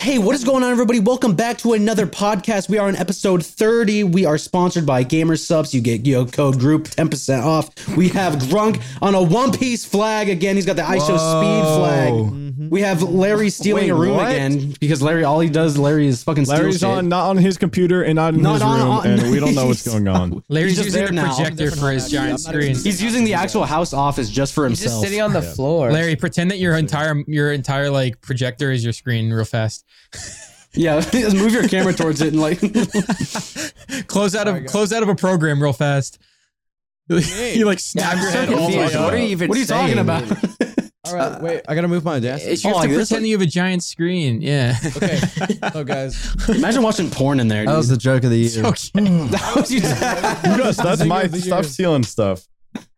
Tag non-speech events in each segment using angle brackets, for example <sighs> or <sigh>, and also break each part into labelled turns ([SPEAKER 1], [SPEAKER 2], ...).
[SPEAKER 1] Hey, what is going on, everybody? Welcome back to another podcast. We are on episode 30. We are sponsored by Gamer Subs. You get yo code group 10% off. We have Grunk on a one piece flag again. He's got the ISO speed flag.
[SPEAKER 2] Whoa. Mm-hmm.
[SPEAKER 1] We have Larry stealing
[SPEAKER 2] Wait,
[SPEAKER 1] a room
[SPEAKER 2] what?
[SPEAKER 1] again because Larry, all he does, Larry is fucking steal
[SPEAKER 2] Larry's
[SPEAKER 1] shit.
[SPEAKER 2] on not on his computer and not in
[SPEAKER 1] Not
[SPEAKER 2] his
[SPEAKER 1] on-
[SPEAKER 2] room,
[SPEAKER 1] on-
[SPEAKER 2] and we don't know what's
[SPEAKER 1] he's-
[SPEAKER 2] going on.
[SPEAKER 3] Larry's
[SPEAKER 1] just
[SPEAKER 3] using
[SPEAKER 1] there
[SPEAKER 3] the
[SPEAKER 1] now.
[SPEAKER 3] projector for his giant screen.
[SPEAKER 1] He's using the actual house office just for
[SPEAKER 4] He's just
[SPEAKER 1] himself.
[SPEAKER 4] sitting on the floor.
[SPEAKER 3] Larry, pretend that your entire your entire like projector is your screen real fast.
[SPEAKER 1] yeah, <laughs> just move your camera towards it and
[SPEAKER 4] <laughs>
[SPEAKER 1] like. <laughs>
[SPEAKER 3] Close out of close out of a program real fast. <laughs> you like snap
[SPEAKER 4] I'm
[SPEAKER 3] your
[SPEAKER 4] so
[SPEAKER 3] head all the way
[SPEAKER 4] confused.
[SPEAKER 3] up.
[SPEAKER 4] What are you even
[SPEAKER 1] what are you
[SPEAKER 4] saying?
[SPEAKER 1] talking
[SPEAKER 4] <laughs>
[SPEAKER 1] about?
[SPEAKER 5] All right, wait. I gotta move my desk.
[SPEAKER 4] It's- You
[SPEAKER 1] Oh,
[SPEAKER 4] have
[SPEAKER 1] like
[SPEAKER 4] to
[SPEAKER 1] this?
[SPEAKER 3] Pretend that you have a giant screen. Yeah. <laughs>
[SPEAKER 5] Okay. So guys,
[SPEAKER 1] Imagine watching porn in there.
[SPEAKER 6] That was
[SPEAKER 1] dude.
[SPEAKER 6] the
[SPEAKER 1] <laughs>
[SPEAKER 6] joke of the year.
[SPEAKER 3] okay.
[SPEAKER 1] that was you. That's
[SPEAKER 2] Who does? That's my
[SPEAKER 5] Zing of the
[SPEAKER 2] stop
[SPEAKER 5] year.
[SPEAKER 2] stealing stuff.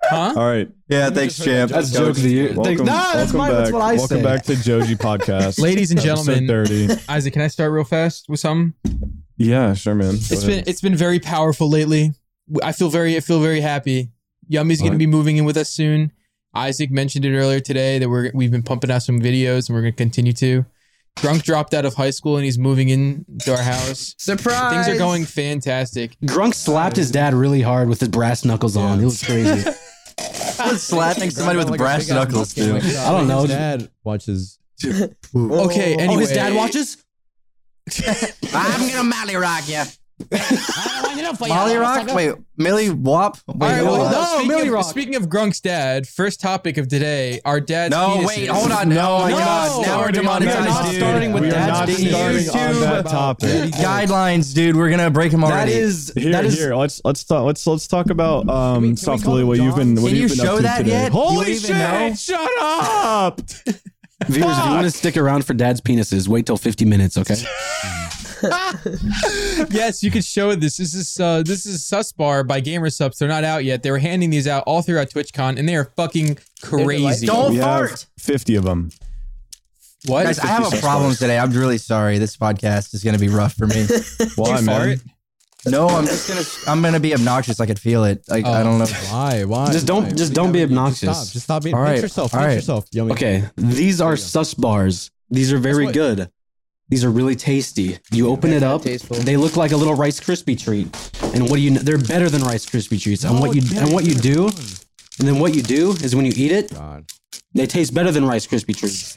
[SPEAKER 3] Huh?
[SPEAKER 2] All right,
[SPEAKER 6] yeah, thanks, champ.
[SPEAKER 2] That's
[SPEAKER 1] joke of the year.
[SPEAKER 2] welcome,
[SPEAKER 1] Thanks- Nah, that's
[SPEAKER 2] welcome
[SPEAKER 1] mine.
[SPEAKER 2] back.
[SPEAKER 1] That's what I
[SPEAKER 2] welcome
[SPEAKER 1] say.
[SPEAKER 2] back to Joji Podcast,
[SPEAKER 3] Ladies and
[SPEAKER 2] Episode
[SPEAKER 3] gentlemen.
[SPEAKER 2] Thirty.
[SPEAKER 3] Isaac, can I start real fast with something?
[SPEAKER 2] Yeah, sure, man. Go
[SPEAKER 3] It's been
[SPEAKER 2] ahead.
[SPEAKER 3] it's been very powerful lately. W- I feel very I feel very happy. Yummy's going
[SPEAKER 2] Alright.
[SPEAKER 3] to be moving in with us soon. Isaac mentioned it earlier today that we're we've been pumping out some videos and we're going to continue to. Drunk dropped out of high school and he's moving in to our house.
[SPEAKER 4] Surprise!
[SPEAKER 3] Things are going fantastic.
[SPEAKER 1] Grunk slapped his dad really hard with his brass knuckles on. It was crazy.
[SPEAKER 6] slapping somebody with brass knuckles, dude.
[SPEAKER 1] I don't know.
[SPEAKER 5] his dad watches.
[SPEAKER 3] Okay, anyway.
[SPEAKER 1] Oh, his dad watches?
[SPEAKER 4] I'm gonna Molly rock you.
[SPEAKER 6] Molly Rock? Wait, Millie Wop? Wait,
[SPEAKER 3] All right,
[SPEAKER 6] hold
[SPEAKER 3] well,
[SPEAKER 6] on.
[SPEAKER 3] no,
[SPEAKER 1] No,
[SPEAKER 3] speaking,
[SPEAKER 1] Millie
[SPEAKER 3] of,
[SPEAKER 1] Rock.
[SPEAKER 3] speaking of Grunk's dad, first topic of today, our dad's
[SPEAKER 6] no,
[SPEAKER 3] penises.
[SPEAKER 6] wait, hold on.
[SPEAKER 2] No,
[SPEAKER 6] No, oh my
[SPEAKER 2] no,
[SPEAKER 6] God. Now we're
[SPEAKER 2] starting on that,
[SPEAKER 6] demonetized,
[SPEAKER 1] not
[SPEAKER 6] dude.
[SPEAKER 1] starting with
[SPEAKER 2] we are
[SPEAKER 1] dad's
[SPEAKER 2] not
[SPEAKER 1] dignity.
[SPEAKER 2] starting on
[SPEAKER 6] YouTube.
[SPEAKER 2] that topic.
[SPEAKER 6] Guidelines, dude. We're gonna break them
[SPEAKER 1] That
[SPEAKER 6] already.
[SPEAKER 1] is
[SPEAKER 2] Here,
[SPEAKER 1] that is
[SPEAKER 2] here. Let's let's talk. Let's let's talk about um,
[SPEAKER 5] we- can we
[SPEAKER 2] soft
[SPEAKER 5] call
[SPEAKER 2] Lily.
[SPEAKER 5] him
[SPEAKER 2] What you've been. What
[SPEAKER 6] Can you
[SPEAKER 2] you've been
[SPEAKER 6] show
[SPEAKER 2] up to
[SPEAKER 6] that
[SPEAKER 2] today.
[SPEAKER 6] yet? You
[SPEAKER 2] Holy
[SPEAKER 6] don't
[SPEAKER 2] shit!
[SPEAKER 6] even know?
[SPEAKER 2] Shut up.
[SPEAKER 1] viewers. If you want to stick around for dad's penises, wait till 50 minutes, okay?
[SPEAKER 3] Yes, you could show this. This is uh, this is Susbar by Gamersubs. They're not out yet. They were handing these out all throughout TwitchCon, and they are fucking crazy.
[SPEAKER 6] Don't
[SPEAKER 2] we have
[SPEAKER 6] fart.
[SPEAKER 2] fifty of them.
[SPEAKER 3] what?
[SPEAKER 6] Guys, I have a problem today. I'm really sorry. This podcast is gonna be rough for me.
[SPEAKER 2] Why, man?
[SPEAKER 3] fart?
[SPEAKER 6] no, I'm just gonna. I'm gonna be obnoxious. I could feel it. Like I don't know.
[SPEAKER 2] <laughs>
[SPEAKER 5] Why? Why?
[SPEAKER 1] Just don't-
[SPEAKER 5] why?
[SPEAKER 1] just
[SPEAKER 5] You
[SPEAKER 1] don't be
[SPEAKER 5] gotta-
[SPEAKER 1] obnoxious.
[SPEAKER 5] Just stop. Just stop being.
[SPEAKER 6] All right,
[SPEAKER 5] Pinch yourself.
[SPEAKER 6] all
[SPEAKER 5] Pinch
[SPEAKER 6] right.
[SPEAKER 5] yourself. Yummy.
[SPEAKER 1] Okay, these are sus bars. These are very
[SPEAKER 5] what-
[SPEAKER 1] good. These are really tasty. You open it up,
[SPEAKER 4] tasteful.
[SPEAKER 1] they look like a little Rice Krispie treat. And what do you? kn- They're better than Rice Krispie treats. And what you and what you do, and then what you do is when you eat it,
[SPEAKER 5] God.
[SPEAKER 1] they taste better than Rice Krispie treats.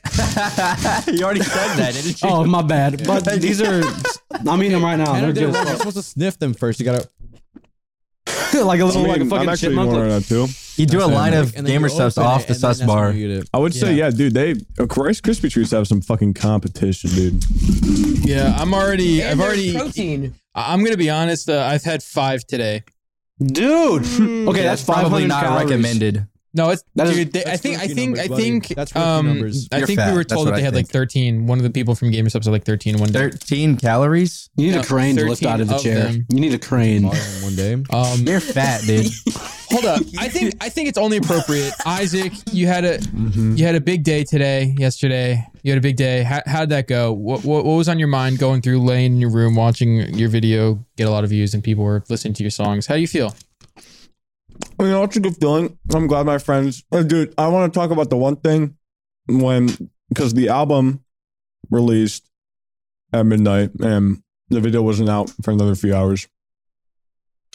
[SPEAKER 6] you already said that, <laughs> didn't
[SPEAKER 1] <laughs>
[SPEAKER 6] you?
[SPEAKER 1] Oh my bad, <laughs> but these are. I'm eating them right now. They're
[SPEAKER 5] And
[SPEAKER 1] good.
[SPEAKER 5] You're supposed to sniff them first. You gotta.
[SPEAKER 1] like a little,
[SPEAKER 2] I
[SPEAKER 1] like a
[SPEAKER 2] mean, I'm
[SPEAKER 1] fucking
[SPEAKER 2] actually
[SPEAKER 1] chipmunk.
[SPEAKER 2] warming up too.
[SPEAKER 6] You do a line of
[SPEAKER 5] and then
[SPEAKER 6] gamer
[SPEAKER 5] you
[SPEAKER 6] subs
[SPEAKER 5] open
[SPEAKER 6] off
[SPEAKER 5] it,
[SPEAKER 6] the
[SPEAKER 5] and then
[SPEAKER 6] sus
[SPEAKER 5] that's
[SPEAKER 6] bar.
[SPEAKER 5] when you eat it.
[SPEAKER 2] I would say, yeah, dude. They uh, Rice Krispie treats have some fucking competition, dude.
[SPEAKER 3] Yeah, I'm already.
[SPEAKER 4] And
[SPEAKER 3] I've
[SPEAKER 4] there's
[SPEAKER 3] already.
[SPEAKER 4] protein.
[SPEAKER 3] I- I'm gonna be honest. Uh, I've had five today.
[SPEAKER 1] Dude, okay, that's, 500
[SPEAKER 6] That's probably not
[SPEAKER 1] calories.
[SPEAKER 6] recommended.
[SPEAKER 3] No, it's
[SPEAKER 1] That is-
[SPEAKER 3] dude. They, I
[SPEAKER 5] that's
[SPEAKER 3] think. I
[SPEAKER 5] rookie
[SPEAKER 3] think.
[SPEAKER 5] numbers,
[SPEAKER 3] I
[SPEAKER 5] buddy.
[SPEAKER 3] think.
[SPEAKER 5] That's rookie
[SPEAKER 3] um,
[SPEAKER 5] numbers.
[SPEAKER 3] I
[SPEAKER 6] You're
[SPEAKER 3] think
[SPEAKER 6] fat.
[SPEAKER 3] we were
[SPEAKER 6] That's
[SPEAKER 3] told
[SPEAKER 6] what
[SPEAKER 3] that
[SPEAKER 6] I
[SPEAKER 3] they had like
[SPEAKER 6] think.
[SPEAKER 3] 13. One of the people from Gamersubs had like 13 one day.
[SPEAKER 6] Thirteen calories.
[SPEAKER 1] You need a
[SPEAKER 3] No,
[SPEAKER 1] crane to lift
[SPEAKER 3] 13
[SPEAKER 1] out of the
[SPEAKER 3] of
[SPEAKER 1] chair.
[SPEAKER 3] them.
[SPEAKER 1] You need a crane.
[SPEAKER 5] All <laughs> in One day.
[SPEAKER 3] Um,
[SPEAKER 6] You're fat,
[SPEAKER 5] <laughs>
[SPEAKER 6] dude.
[SPEAKER 3] Hold up. I think I think it's only appropriate. Isaac, you had a
[SPEAKER 1] Mm-hmm.
[SPEAKER 3] you had a big day today, yesterday. You had a big day. How, how'd that go? What, what what was on your mind going through laying in your room, watching your video get a lot of views, and people were listening to your songs? How do you feel?
[SPEAKER 2] I mean, it's a good feeling. I'm glad my friends. Uh, Dude, I want to talk about the one thing when because the album released at midnight and the video wasn't out for another few hours.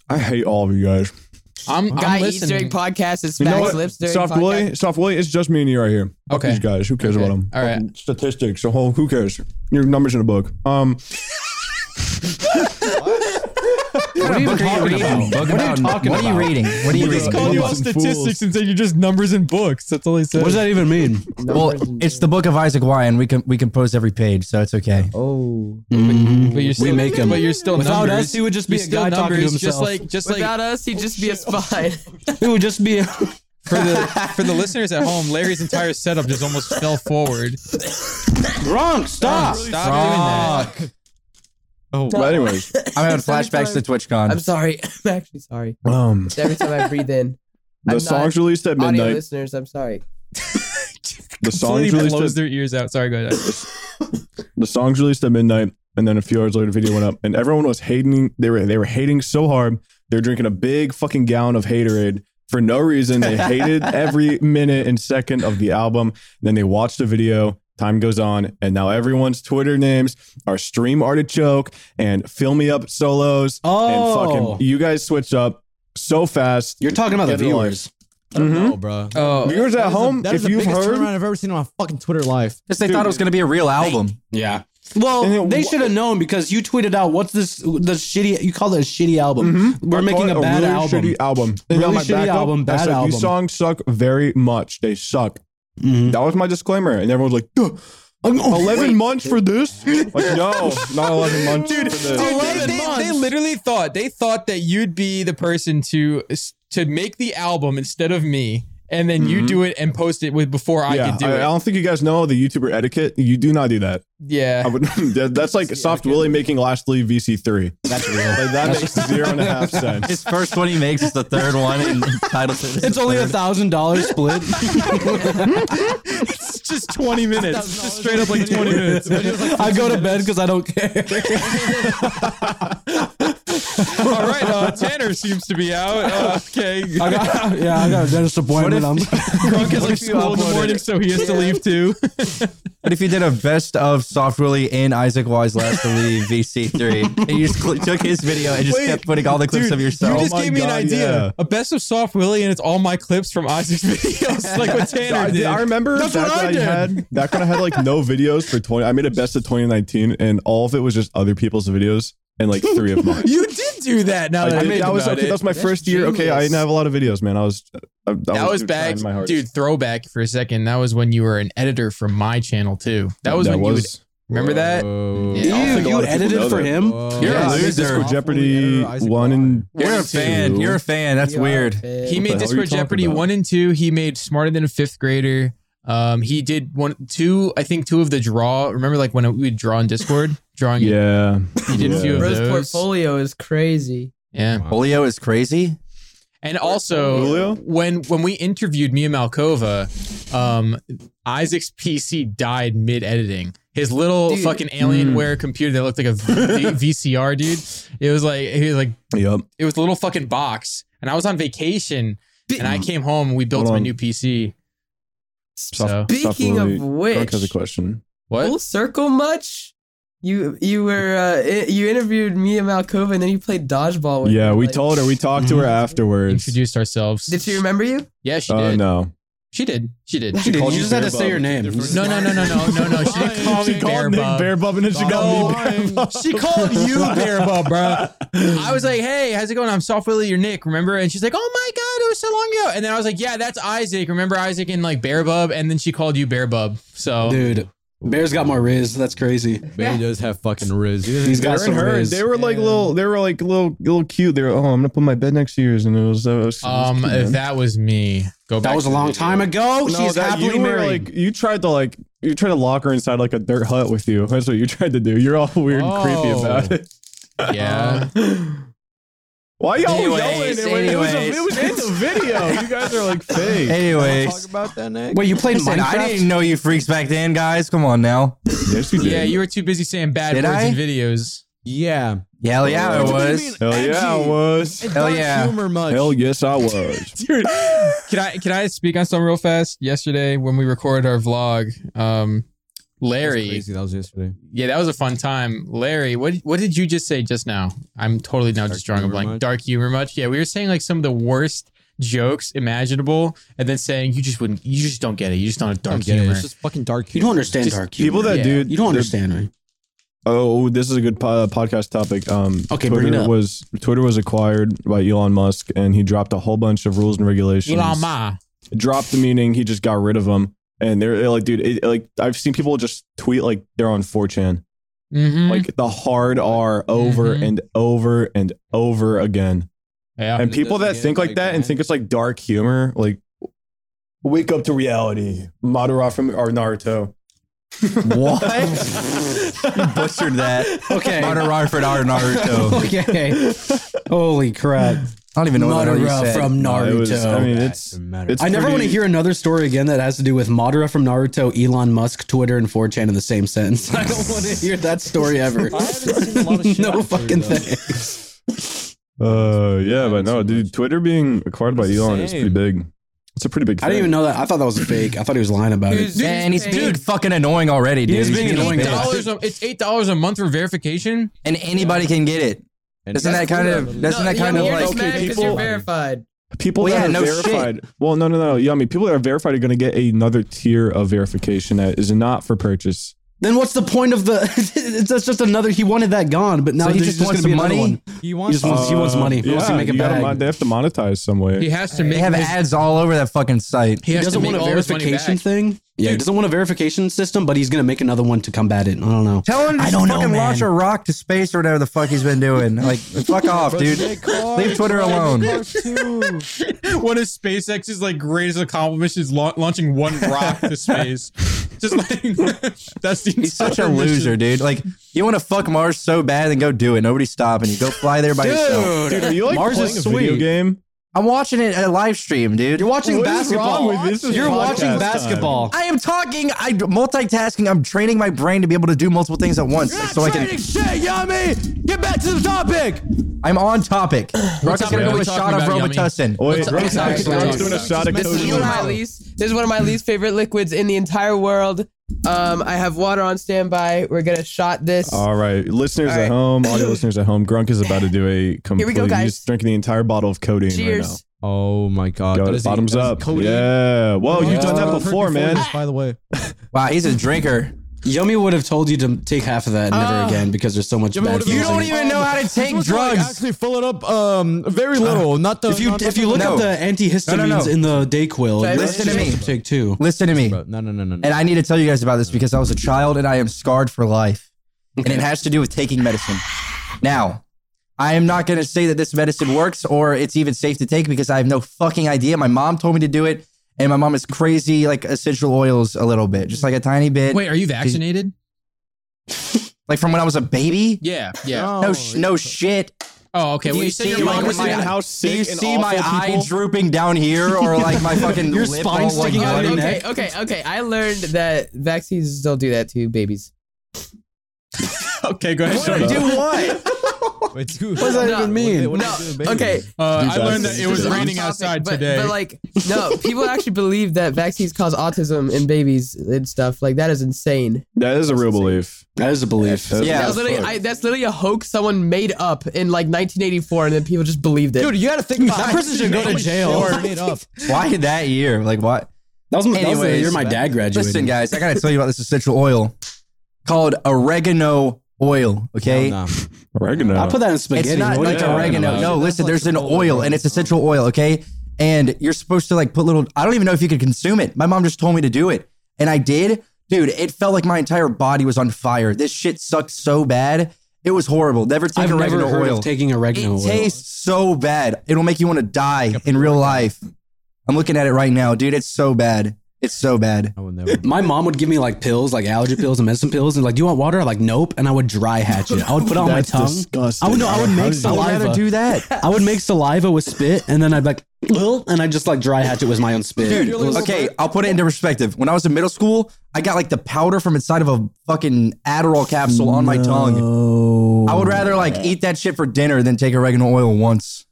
[SPEAKER 2] I hate all of you guys.
[SPEAKER 3] I'm,
[SPEAKER 4] Guy
[SPEAKER 3] I'm
[SPEAKER 4] eats during
[SPEAKER 3] listening.
[SPEAKER 4] podcasts. It's
[SPEAKER 2] You know
[SPEAKER 4] facts
[SPEAKER 2] what?
[SPEAKER 4] lips during
[SPEAKER 2] Soft
[SPEAKER 4] podcasts.
[SPEAKER 2] Willie, Soft Willie, it's just me and you right here. Fuck
[SPEAKER 3] Okay.
[SPEAKER 2] these guys. Who cares
[SPEAKER 3] Okay.
[SPEAKER 2] about them?
[SPEAKER 3] All right.
[SPEAKER 2] Fucking Statistics. A whole. Who cares? Your numbers in a book. Um.
[SPEAKER 6] What are you
[SPEAKER 1] book are you
[SPEAKER 6] talking
[SPEAKER 1] reading?
[SPEAKER 6] about? Book
[SPEAKER 1] What are you
[SPEAKER 6] about-
[SPEAKER 1] talking
[SPEAKER 6] What are
[SPEAKER 1] about?
[SPEAKER 6] you reading? What are you
[SPEAKER 2] Just call
[SPEAKER 6] reading?
[SPEAKER 2] you out statistics
[SPEAKER 3] and say you're just numbers and books. That's all he said.
[SPEAKER 1] What does that even mean?
[SPEAKER 6] Well, it's the book of Isaac Y, and we can we compose every page, so it's okay.
[SPEAKER 5] Oh.
[SPEAKER 3] But you're still,
[SPEAKER 1] we make 'em.
[SPEAKER 3] But you're still
[SPEAKER 1] Without
[SPEAKER 3] numbers.
[SPEAKER 1] us, he would just be
[SPEAKER 3] You're
[SPEAKER 1] a
[SPEAKER 3] still
[SPEAKER 1] guy talking to
[SPEAKER 3] numbers,
[SPEAKER 1] himself.
[SPEAKER 3] Just like just like Oh,
[SPEAKER 4] Without us, he'd just be a spy.
[SPEAKER 1] It would just be.
[SPEAKER 3] for the for the listeners at home, Larry's entire setup just almost fell forward.
[SPEAKER 1] Wrong. Stop.
[SPEAKER 3] Stop doing that.
[SPEAKER 2] But
[SPEAKER 4] <laughs>
[SPEAKER 2] anyways.
[SPEAKER 6] I'm having flashbacks to
[SPEAKER 4] I'm
[SPEAKER 6] TwitchCon.
[SPEAKER 4] sorry. <laughs> I'm actually sorry.
[SPEAKER 2] Um.
[SPEAKER 4] Every time I breathe in,
[SPEAKER 2] The
[SPEAKER 4] I'm
[SPEAKER 2] songs
[SPEAKER 4] not-
[SPEAKER 2] released at
[SPEAKER 4] audio
[SPEAKER 2] midnight.
[SPEAKER 4] listeners, I'm sorry.
[SPEAKER 2] The songs
[SPEAKER 3] Somebody
[SPEAKER 2] released at
[SPEAKER 3] blows their ears out. Sorry, go ahead.
[SPEAKER 2] the song's released at midnight, and then a few hours later, the video went up, and everyone was hating. They were they were hating so hard. they were drinking a big fucking gallon of haterade for
[SPEAKER 5] <laughs>
[SPEAKER 2] no reason. They hated every minute and second of the album. Then they watched the video, Time goes on, and now everyone's Twitter names are Stream Artichoke and Fill Me Up Solos. And
[SPEAKER 1] Oh.
[SPEAKER 2] fucking, you guys switch up so fast.
[SPEAKER 1] You're talking about the
[SPEAKER 2] Get in line.
[SPEAKER 1] viewers.
[SPEAKER 5] I don't
[SPEAKER 2] Mhm.
[SPEAKER 5] know, bro.
[SPEAKER 3] Oh,
[SPEAKER 2] Viewers
[SPEAKER 5] That
[SPEAKER 2] at
[SPEAKER 5] is the-
[SPEAKER 2] home,
[SPEAKER 5] that
[SPEAKER 2] if
[SPEAKER 5] is the
[SPEAKER 2] you've
[SPEAKER 5] biggest turnaround
[SPEAKER 2] heard,
[SPEAKER 5] I've ever seen in my fucking Twitter life.
[SPEAKER 6] Because they thought it was going to be a real album.
[SPEAKER 1] Yeah. Well,
[SPEAKER 2] And it
[SPEAKER 1] they
[SPEAKER 2] wa-
[SPEAKER 1] should have known because you tweeted out, "What's this? The shitty? You called it a shitty album. We're
[SPEAKER 2] I
[SPEAKER 1] making
[SPEAKER 2] call
[SPEAKER 1] a
[SPEAKER 2] it
[SPEAKER 1] bad
[SPEAKER 2] really
[SPEAKER 1] album."
[SPEAKER 2] Shitty album. And
[SPEAKER 1] Really
[SPEAKER 2] on my
[SPEAKER 1] shitty
[SPEAKER 2] backup,
[SPEAKER 1] album,
[SPEAKER 2] I
[SPEAKER 1] bad
[SPEAKER 2] said,
[SPEAKER 1] album."
[SPEAKER 2] These songs suck very much. They suck.
[SPEAKER 1] Mhm.
[SPEAKER 2] That was my disclaimer, and everyone was like, "Duh, "11 months for this?" Like, no, not 11 months for this.
[SPEAKER 3] Dude,
[SPEAKER 1] Eleven
[SPEAKER 3] Oh, they, they,
[SPEAKER 1] months.
[SPEAKER 3] they literally thought they thought that you'd be the person to to make the album instead of me, and then you do it and post it with before I
[SPEAKER 2] Mm-hmm. yeah,
[SPEAKER 3] could do
[SPEAKER 2] I, I
[SPEAKER 3] it.
[SPEAKER 2] don't think you guys know the YouTuber etiquette. You do not do that.
[SPEAKER 3] yeah,
[SPEAKER 2] I would, <laughs> that that's like Soft Willie making Lastly VC3. That's real. Like, that makes zero and a half sense.
[SPEAKER 6] His first one he makes is the third one,
[SPEAKER 5] <laughs>
[SPEAKER 6] and titles it. as
[SPEAKER 1] It's
[SPEAKER 6] the
[SPEAKER 1] only a
[SPEAKER 6] third.
[SPEAKER 1] thousand dollars split.
[SPEAKER 3] it's just twenty minutes, just straight up like
[SPEAKER 2] <laughs>
[SPEAKER 3] twenty minutes.
[SPEAKER 1] I go to bed because I don't care.
[SPEAKER 3] <laughs> All right, uh, Tanner seems to be out.
[SPEAKER 2] <laughs>
[SPEAKER 3] Uh, okay,
[SPEAKER 1] I got, yeah, I got a dentist appointment. I'm-
[SPEAKER 3] Grunk is
[SPEAKER 6] What
[SPEAKER 3] like
[SPEAKER 6] if you
[SPEAKER 3] school in the
[SPEAKER 6] uploaded
[SPEAKER 3] morning,
[SPEAKER 6] it?
[SPEAKER 3] so he has to
[SPEAKER 2] <laughs>
[SPEAKER 3] leave too. <laughs>
[SPEAKER 6] But if you did a best of Soft Willie and Isaac Wise Last to Leave VC3, and you just cl- took his video and just
[SPEAKER 3] Wait,
[SPEAKER 6] kept putting all the clips
[SPEAKER 3] Dude,
[SPEAKER 6] of yourself.
[SPEAKER 3] You just
[SPEAKER 2] Oh my
[SPEAKER 3] gave me an
[SPEAKER 2] God,
[SPEAKER 3] idea.
[SPEAKER 2] yeah.
[SPEAKER 3] A best of Soft Willie, and it's all my clips from
[SPEAKER 2] <laughs>
[SPEAKER 3] Isaac's videos, like what Tanner
[SPEAKER 2] I,
[SPEAKER 3] did.
[SPEAKER 2] I remember
[SPEAKER 3] That's
[SPEAKER 2] back
[SPEAKER 3] what I
[SPEAKER 2] when
[SPEAKER 3] did.
[SPEAKER 2] had back when I had like no videos for 20. I made a best of 2019, and all of it was just other people's videos and like three of mine.
[SPEAKER 3] You did do that. Now
[SPEAKER 2] I
[SPEAKER 3] that I
[SPEAKER 2] did-
[SPEAKER 3] think
[SPEAKER 2] that was
[SPEAKER 3] about
[SPEAKER 2] okay, that
[SPEAKER 3] it.
[SPEAKER 2] was my first year. Okay, I didn't have a lot of videos, man. I was I, I
[SPEAKER 3] that was
[SPEAKER 2] dude,
[SPEAKER 3] back,
[SPEAKER 2] trying my hardest.
[SPEAKER 3] dude. Throwback for a second. That was when you were an editor for my channel too. That was when you would remember that.
[SPEAKER 5] Whoa.
[SPEAKER 3] Yeah. I don't think a
[SPEAKER 1] you
[SPEAKER 2] lot of people know
[SPEAKER 1] edited for
[SPEAKER 2] that.
[SPEAKER 1] him.
[SPEAKER 5] Whoa.
[SPEAKER 3] You're a
[SPEAKER 2] Yeah, I made
[SPEAKER 6] loser.
[SPEAKER 2] Disco
[SPEAKER 5] Awfully
[SPEAKER 2] Jeopardy
[SPEAKER 5] editor, Isaac
[SPEAKER 2] one and
[SPEAKER 5] Wilde.
[SPEAKER 6] You're a
[SPEAKER 2] two.
[SPEAKER 6] fan. You're a fan. That's weird.
[SPEAKER 3] He
[SPEAKER 2] the
[SPEAKER 3] made
[SPEAKER 2] hell are you
[SPEAKER 3] Discord
[SPEAKER 2] talking
[SPEAKER 3] Jeopardy
[SPEAKER 2] about?
[SPEAKER 3] one and two. He made Smarter Than a Fifth Grader. Um, he did one, two. I think two of the draw. Remember, like when we would draw in Discord, drawing. it?
[SPEAKER 2] Yeah,
[SPEAKER 3] He did a
[SPEAKER 2] Yeah.
[SPEAKER 3] few of
[SPEAKER 4] Bro's
[SPEAKER 3] those.
[SPEAKER 4] portfolio is crazy.
[SPEAKER 3] Yeah.
[SPEAKER 6] Polio is crazy.
[SPEAKER 3] And also,
[SPEAKER 2] Julio?
[SPEAKER 3] when when we interviewed Mia Malkova, um, Isaac's PC died mid editing. His little
[SPEAKER 4] Dude.
[SPEAKER 3] fucking Alienware
[SPEAKER 2] Hmm.
[SPEAKER 3] computer that looked like
[SPEAKER 2] <laughs>
[SPEAKER 3] a v- VCR, dude. It was like he was like
[SPEAKER 2] Yep.
[SPEAKER 3] it was a little fucking box. And I was on vacation, and I came home and we built
[SPEAKER 2] Hold
[SPEAKER 3] him a
[SPEAKER 2] on.
[SPEAKER 3] new PC. So
[SPEAKER 4] Speaking of
[SPEAKER 2] Grunk
[SPEAKER 4] which,
[SPEAKER 2] has a question.
[SPEAKER 3] what?
[SPEAKER 4] full circle much? You you were uh, i- you interviewed Mia Malkova and then you played dodgeball with
[SPEAKER 2] Yeah,
[SPEAKER 4] her,
[SPEAKER 2] we
[SPEAKER 4] like-
[SPEAKER 2] told her. We talked to her afterwards.
[SPEAKER 3] Mm-hmm. Introduced ourselves.
[SPEAKER 4] Did she remember you?
[SPEAKER 3] Yeah, she
[SPEAKER 2] Oh
[SPEAKER 3] did.
[SPEAKER 2] no.
[SPEAKER 3] She did.
[SPEAKER 1] <laughs>
[SPEAKER 3] She did.
[SPEAKER 1] Dude,
[SPEAKER 2] called
[SPEAKER 1] you
[SPEAKER 2] you
[SPEAKER 1] just had to
[SPEAKER 2] Bear
[SPEAKER 1] say
[SPEAKER 2] Bub.
[SPEAKER 1] your name.
[SPEAKER 5] Different-
[SPEAKER 3] No, no, no, no, no, no, no. She didn't call me Bear Bub. Oh,
[SPEAKER 2] Bub and then she
[SPEAKER 3] No.
[SPEAKER 2] Bear Bub.
[SPEAKER 3] She called you Bear Bub, bro. I was like, hey, how's it going? I'm Soft Willie, your Nick, remember? And she's like, oh my God, it was so long ago. And then I was like, yeah, that's Isaac. Remember Isaac and like Bear Bub? And then she called you Bear Bub. So
[SPEAKER 1] Dude, Bear's got more Riz. That's crazy.
[SPEAKER 5] Baby does have fucking Riz. He doesn't-
[SPEAKER 1] He's got
[SPEAKER 2] Her and
[SPEAKER 1] some
[SPEAKER 2] her,
[SPEAKER 1] Riz.
[SPEAKER 2] they were like little. They were like little, little cute. They were. Oh, I'm gonna put my bed next to yours, and it was. Uh, it was
[SPEAKER 3] um,
[SPEAKER 2] cute, man.
[SPEAKER 3] if that was me, go back.
[SPEAKER 1] That was a
[SPEAKER 3] to the
[SPEAKER 1] long
[SPEAKER 3] video.
[SPEAKER 1] time ago.
[SPEAKER 2] No,
[SPEAKER 1] She's
[SPEAKER 2] that-
[SPEAKER 1] happily
[SPEAKER 2] you were,
[SPEAKER 1] married.
[SPEAKER 2] Like, you tried to like. You tried to lock her inside like a dirt hut with you. That's what you tried to do. You're all weird and creepy
[SPEAKER 3] Oh.
[SPEAKER 2] about it.
[SPEAKER 3] Yeah.
[SPEAKER 2] Why y'all
[SPEAKER 6] Anyways,
[SPEAKER 2] yelling? It, was a-
[SPEAKER 6] anyways.
[SPEAKER 2] it was in the video. You guys are like fake.
[SPEAKER 5] Talk
[SPEAKER 6] Anyways,
[SPEAKER 5] about that next.
[SPEAKER 1] Wait, you played
[SPEAKER 6] listen, I
[SPEAKER 1] Minecraft?
[SPEAKER 6] didn't know you freaks back then, guys. Come on now.
[SPEAKER 2] yes, you did.
[SPEAKER 3] yeah, you were too busy saying bad
[SPEAKER 6] Did
[SPEAKER 3] words
[SPEAKER 6] I?
[SPEAKER 3] and videos.
[SPEAKER 5] Yeah.
[SPEAKER 6] Hell yeah, it was.
[SPEAKER 2] Hell yeah, I was.
[SPEAKER 6] Hell yeah.
[SPEAKER 5] Humor much.
[SPEAKER 2] Hell yes, I was.
[SPEAKER 3] Dude, can I can I speak on something real fast? Yesterday when we recorded our vlog, um,
[SPEAKER 5] That was
[SPEAKER 3] Larry,
[SPEAKER 5] crazy. That was yesterday.
[SPEAKER 3] Yeah, that was a fun time. Larry, what what did you just say just now? I'm totally now
[SPEAKER 5] Dark
[SPEAKER 3] just drawing a
[SPEAKER 5] humor
[SPEAKER 3] blank.
[SPEAKER 5] much?
[SPEAKER 3] Dark humor much? Yeah, we were saying like some of the worst jokes imaginable and then saying you just wouldn't you just don't get it. You just don't have
[SPEAKER 5] I
[SPEAKER 3] dark
[SPEAKER 5] don't get it.
[SPEAKER 3] humor.
[SPEAKER 5] It's just fucking dark
[SPEAKER 1] You don't
[SPEAKER 5] humor.
[SPEAKER 1] understand
[SPEAKER 3] Just
[SPEAKER 1] dark humor.
[SPEAKER 2] People that
[SPEAKER 3] Yeah.
[SPEAKER 2] do
[SPEAKER 1] you don't
[SPEAKER 2] the-
[SPEAKER 1] understand, right?
[SPEAKER 2] Oh, this is a good po- podcast topic. Um,
[SPEAKER 1] Okay,
[SPEAKER 2] Twitter
[SPEAKER 1] bring it up.
[SPEAKER 2] was Twitter was acquired by Elon Musk, and he dropped a whole bunch of rules and regulations.
[SPEAKER 3] Elon Ma.
[SPEAKER 2] dropped the meaning. He just got rid of them. And they're like, dude, it, like I've seen people just tweet like they're on 4chan,
[SPEAKER 1] Mm-hmm.
[SPEAKER 3] Mhm.
[SPEAKER 2] like the hard R over
[SPEAKER 3] Mhm.
[SPEAKER 2] and over and over again.
[SPEAKER 3] yeah.
[SPEAKER 2] and
[SPEAKER 5] it
[SPEAKER 2] people
[SPEAKER 5] doesn't
[SPEAKER 2] that
[SPEAKER 5] get,
[SPEAKER 2] think like
[SPEAKER 5] like,
[SPEAKER 2] that and
[SPEAKER 5] banned.
[SPEAKER 2] think it's like dark humor, like wake up to reality, Madara from
[SPEAKER 1] <laughs>
[SPEAKER 2] or Naruto.
[SPEAKER 6] What? <laughs> you butchered that.
[SPEAKER 1] Okay. <laughs>
[SPEAKER 6] Marta Rockford, our Naruto.
[SPEAKER 1] Okay. Holy crap.
[SPEAKER 6] I don't even know what the hell you
[SPEAKER 1] Madara
[SPEAKER 6] said.
[SPEAKER 1] from
[SPEAKER 2] No, it
[SPEAKER 1] Naruto.
[SPEAKER 2] was- I mean, it's
[SPEAKER 5] Doesn't matter.
[SPEAKER 2] it's
[SPEAKER 1] I never want to
[SPEAKER 2] pretty-
[SPEAKER 1] hear another story again that has to do with Madara from Naruto, Elon Musk, Twitter, and 4chan in the same sentence. <laughs> I don't want to hear that story ever.
[SPEAKER 5] I haven't seen
[SPEAKER 1] <laughs>
[SPEAKER 5] a lot of shit
[SPEAKER 1] no
[SPEAKER 5] on Twitter,
[SPEAKER 1] fucking
[SPEAKER 5] though.
[SPEAKER 1] thing.
[SPEAKER 2] Uh, yeah, but no,
[SPEAKER 5] so
[SPEAKER 2] dude, Twitter being acquired by
[SPEAKER 5] It's the
[SPEAKER 2] Elon is pretty
[SPEAKER 5] same.
[SPEAKER 2] big. It's a pretty big. Thing.
[SPEAKER 1] I didn't even know that. I thought that was a fake. I thought he was lying about it.
[SPEAKER 4] Dude,
[SPEAKER 6] and he's
[SPEAKER 4] dude,
[SPEAKER 6] dude fucking annoying already, dude.
[SPEAKER 1] He's being
[SPEAKER 6] a
[SPEAKER 1] annoying.
[SPEAKER 3] Eight
[SPEAKER 6] bitch.
[SPEAKER 3] dollars. a- It's eight dollars a month for verification.
[SPEAKER 6] and anybody can get it. Isn't that kind of? Doesn't that
[SPEAKER 4] yeah,
[SPEAKER 6] kind
[SPEAKER 4] but
[SPEAKER 6] of
[SPEAKER 4] you're
[SPEAKER 6] like?
[SPEAKER 4] just mad 'cause
[SPEAKER 2] people-
[SPEAKER 4] you're verified.
[SPEAKER 2] People
[SPEAKER 6] Well,
[SPEAKER 2] that
[SPEAKER 6] yeah,
[SPEAKER 2] are
[SPEAKER 6] no shit.
[SPEAKER 2] verified. Well, no, no, no, yummy. People that are verified are going to get another tier of verification that is not for purchase.
[SPEAKER 1] Then what's the point of the? <laughs> it's that's just another. He wanted that gone, but now
[SPEAKER 6] So
[SPEAKER 1] he's
[SPEAKER 6] he
[SPEAKER 1] just,
[SPEAKER 6] just wants
[SPEAKER 1] going to be
[SPEAKER 6] the
[SPEAKER 1] another
[SPEAKER 6] money?
[SPEAKER 1] one.
[SPEAKER 5] He
[SPEAKER 1] He
[SPEAKER 5] wants
[SPEAKER 1] just wants. he wants money. He
[SPEAKER 2] Uh, Yeah,
[SPEAKER 1] wants to make a
[SPEAKER 2] you gotta
[SPEAKER 1] bag.
[SPEAKER 2] mon- they have to monetize some way.
[SPEAKER 3] He has to
[SPEAKER 6] They
[SPEAKER 3] make.
[SPEAKER 6] have
[SPEAKER 3] his-
[SPEAKER 6] ads all over that fucking site.
[SPEAKER 3] He
[SPEAKER 1] He
[SPEAKER 3] has to
[SPEAKER 1] doesn't
[SPEAKER 3] make
[SPEAKER 1] want a
[SPEAKER 3] all his money
[SPEAKER 1] verification
[SPEAKER 3] back.
[SPEAKER 1] thing. Yeah, he doesn't want a verification system, but he's going to make another one to combat it. I don't know.
[SPEAKER 6] Tell him to
[SPEAKER 1] I
[SPEAKER 6] just
[SPEAKER 1] don't know,
[SPEAKER 6] fucking
[SPEAKER 1] man.
[SPEAKER 6] launch a rock to space or whatever the fuck he's been doing.
[SPEAKER 1] <laughs>
[SPEAKER 6] Like, fuck off, dude. Leave Twitter alone.
[SPEAKER 3] <laughs> One of SpaceX's like greatest accomplishments is lau- launching one rock to <laughs> space. Just like that's the
[SPEAKER 6] He's such a
[SPEAKER 3] entire mission.
[SPEAKER 6] loser, dude. Like, you want to fuck Mars so bad, then go do it. Nobody's stopping you. Go fly there by
[SPEAKER 2] <laughs>
[SPEAKER 6] yourself.
[SPEAKER 2] Dude, are you like
[SPEAKER 1] Mars
[SPEAKER 2] playing
[SPEAKER 1] is
[SPEAKER 2] a video
[SPEAKER 1] sweet.
[SPEAKER 2] game?
[SPEAKER 6] I'm watching it at a live stream, dude.
[SPEAKER 1] You're watching
[SPEAKER 2] What is
[SPEAKER 1] basketball.
[SPEAKER 2] wrong with this?
[SPEAKER 1] You're
[SPEAKER 2] This is
[SPEAKER 1] watching
[SPEAKER 2] podcast
[SPEAKER 1] basketball.
[SPEAKER 6] I am talking. I multitasking. I'm training my brain to be able to do multiple things at once, so I can.
[SPEAKER 5] shit, yummy. Get back to the topic.
[SPEAKER 6] I'm on topic. Ruckus
[SPEAKER 3] topic
[SPEAKER 6] gonna
[SPEAKER 3] are
[SPEAKER 6] go
[SPEAKER 3] we
[SPEAKER 6] with a
[SPEAKER 3] talking
[SPEAKER 6] shot of
[SPEAKER 3] about, Yummy?
[SPEAKER 6] Robitussin.
[SPEAKER 2] Wait,
[SPEAKER 3] What's-
[SPEAKER 2] Rome's
[SPEAKER 3] I'm sorry,
[SPEAKER 2] actually doing a
[SPEAKER 3] sorry.
[SPEAKER 2] shot of
[SPEAKER 4] This
[SPEAKER 2] Code
[SPEAKER 4] is,
[SPEAKER 2] Blue.
[SPEAKER 4] one of my least, this is one of my least favorite liquids in the entire world. Um, I have water on standby. We're gonna shot this.
[SPEAKER 2] All right, listeners
[SPEAKER 4] All
[SPEAKER 2] at
[SPEAKER 4] right.
[SPEAKER 2] home, audio
[SPEAKER 1] <laughs>
[SPEAKER 2] listeners at home, Grunk is about to do a complete.
[SPEAKER 4] we go, guys.
[SPEAKER 2] He's drinking the entire bottle of codeine
[SPEAKER 4] Cheers.
[SPEAKER 5] Oh my
[SPEAKER 2] right
[SPEAKER 5] god.
[SPEAKER 2] now. Go
[SPEAKER 5] That
[SPEAKER 2] to
[SPEAKER 5] is-
[SPEAKER 2] bottoms
[SPEAKER 5] that is
[SPEAKER 2] up.
[SPEAKER 5] Cody.
[SPEAKER 2] Yeah. Whoa, you've done that before, man.
[SPEAKER 5] By the way,
[SPEAKER 6] Wow, he's a drinker.
[SPEAKER 1] Yummy would have told you to take half of that and never again because there's so much bad.
[SPEAKER 6] You don't
[SPEAKER 1] feeling.
[SPEAKER 6] even know how to take drugs.
[SPEAKER 5] actually, fill it up. Um, very little. Not the.
[SPEAKER 1] If you if you look
[SPEAKER 6] No.
[SPEAKER 1] up the antihistamines
[SPEAKER 6] No, no, no.
[SPEAKER 1] in the Dayquil,
[SPEAKER 4] Sorry,
[SPEAKER 1] you
[SPEAKER 4] listen
[SPEAKER 6] to
[SPEAKER 1] should
[SPEAKER 6] me.
[SPEAKER 1] Take two.
[SPEAKER 6] Listen to me,
[SPEAKER 5] Bro, no, no, no, no.
[SPEAKER 6] and I need to tell you guys about this because I was a child and I am scarred for life, and it has to do with taking medicine. Now, I am not going to say that this medicine works or it's even safe to take because I have no fucking idea. My mom told me to do it, and my mom is crazy, like essential oils a little bit, just like a tiny bit,
[SPEAKER 3] Wait, are you vaccinated?
[SPEAKER 6] like from when I was a baby.
[SPEAKER 3] Yeah, yeah.
[SPEAKER 6] No, sh- no shit.
[SPEAKER 3] Oh, okay.
[SPEAKER 6] Do
[SPEAKER 3] Well,
[SPEAKER 6] you
[SPEAKER 3] you said
[SPEAKER 6] see
[SPEAKER 3] your
[SPEAKER 6] my-
[SPEAKER 3] mom was
[SPEAKER 6] my-
[SPEAKER 3] in-
[SPEAKER 2] how
[SPEAKER 6] Do
[SPEAKER 2] sick
[SPEAKER 6] you
[SPEAKER 2] and
[SPEAKER 6] see my
[SPEAKER 2] awful
[SPEAKER 6] eye
[SPEAKER 2] people-
[SPEAKER 6] drooping down here, or like my fucking
[SPEAKER 1] Your
[SPEAKER 6] lip
[SPEAKER 1] spine
[SPEAKER 6] all, like,
[SPEAKER 1] sticking out of your
[SPEAKER 6] gutted?
[SPEAKER 4] Um,
[SPEAKER 1] neck.
[SPEAKER 4] okay, okay, okay. I learned that vaccines don't do that to babies.
[SPEAKER 3] Okay, go ahead. Shut
[SPEAKER 2] up.
[SPEAKER 6] <laughs> Do what?
[SPEAKER 5] It's good.
[SPEAKER 1] What does that even mean?
[SPEAKER 4] No, okay.
[SPEAKER 3] Uh, I
[SPEAKER 2] Dude,
[SPEAKER 3] learned
[SPEAKER 2] that's-
[SPEAKER 3] that it was
[SPEAKER 4] This is
[SPEAKER 3] raining
[SPEAKER 4] off topic,
[SPEAKER 3] outside
[SPEAKER 4] but,
[SPEAKER 3] today.
[SPEAKER 4] But like, no, people actually believe that vaccines cause autism in babies and stuff. Like that is insane.
[SPEAKER 2] That is a real belief.
[SPEAKER 1] That is a belief.
[SPEAKER 2] That is
[SPEAKER 6] Yeah.
[SPEAKER 2] a
[SPEAKER 4] That was
[SPEAKER 2] real
[SPEAKER 4] literally,
[SPEAKER 2] fuck.
[SPEAKER 4] I, that's literally a hoax someone made up in like 1984, and then people just believed it.
[SPEAKER 5] Dude, you gotta think about
[SPEAKER 1] That person should go to jail.
[SPEAKER 5] Or made up.
[SPEAKER 6] Why that year? Like what?
[SPEAKER 1] That was, that was the
[SPEAKER 6] Anyways,
[SPEAKER 1] year my dad graduated.
[SPEAKER 6] Listen, guys, I gotta tell you about this essential oil called oregano oil. Okay,
[SPEAKER 5] No.
[SPEAKER 2] Oregano.
[SPEAKER 1] I put that in spaghetti.
[SPEAKER 6] it's not
[SPEAKER 1] What are you
[SPEAKER 6] like
[SPEAKER 2] talking
[SPEAKER 6] oregano.
[SPEAKER 2] about?
[SPEAKER 6] No, listen,
[SPEAKER 5] like
[SPEAKER 6] there's an
[SPEAKER 5] Chipotle,
[SPEAKER 6] oil and it's essential oil. Okay, and you're supposed to like put little. I don't even know if you can consume it. My mom just told me to do it, and I did. Dude, it felt like my entire body was on fire. This shit sucked so bad. It was horrible. Never take
[SPEAKER 1] I've
[SPEAKER 6] oregano
[SPEAKER 1] never heard
[SPEAKER 6] oil.
[SPEAKER 1] of taking oregano
[SPEAKER 6] It
[SPEAKER 1] oil.
[SPEAKER 6] tastes so bad. It'll make you want to die in real life. I'm looking at it right now, dude. It's so bad. It's so bad.
[SPEAKER 5] I would never.
[SPEAKER 1] my mom would give me like pills, like allergy pills and medicine pills, and like, do you want water? I'm like, nope. And I would dry hatch it. I would put it on Oh, my
[SPEAKER 2] That's
[SPEAKER 1] tongue.
[SPEAKER 2] disgusting.
[SPEAKER 1] I would no, I would
[SPEAKER 2] How
[SPEAKER 1] make
[SPEAKER 2] did you-
[SPEAKER 6] I would rather
[SPEAKER 1] saliva. <laughs>
[SPEAKER 6] do that.
[SPEAKER 1] I would make saliva with spit, and then I'd like, "Ugh," and I would just like dry hatch it with my own spit.
[SPEAKER 6] Dude,
[SPEAKER 1] It was-
[SPEAKER 6] okay, I'll put it into perspective. When I was in middle school, I got like the powder from inside of a fucking Adderall capsule on my tongue. I would rather like eat that shit for dinner than take oregano oil once.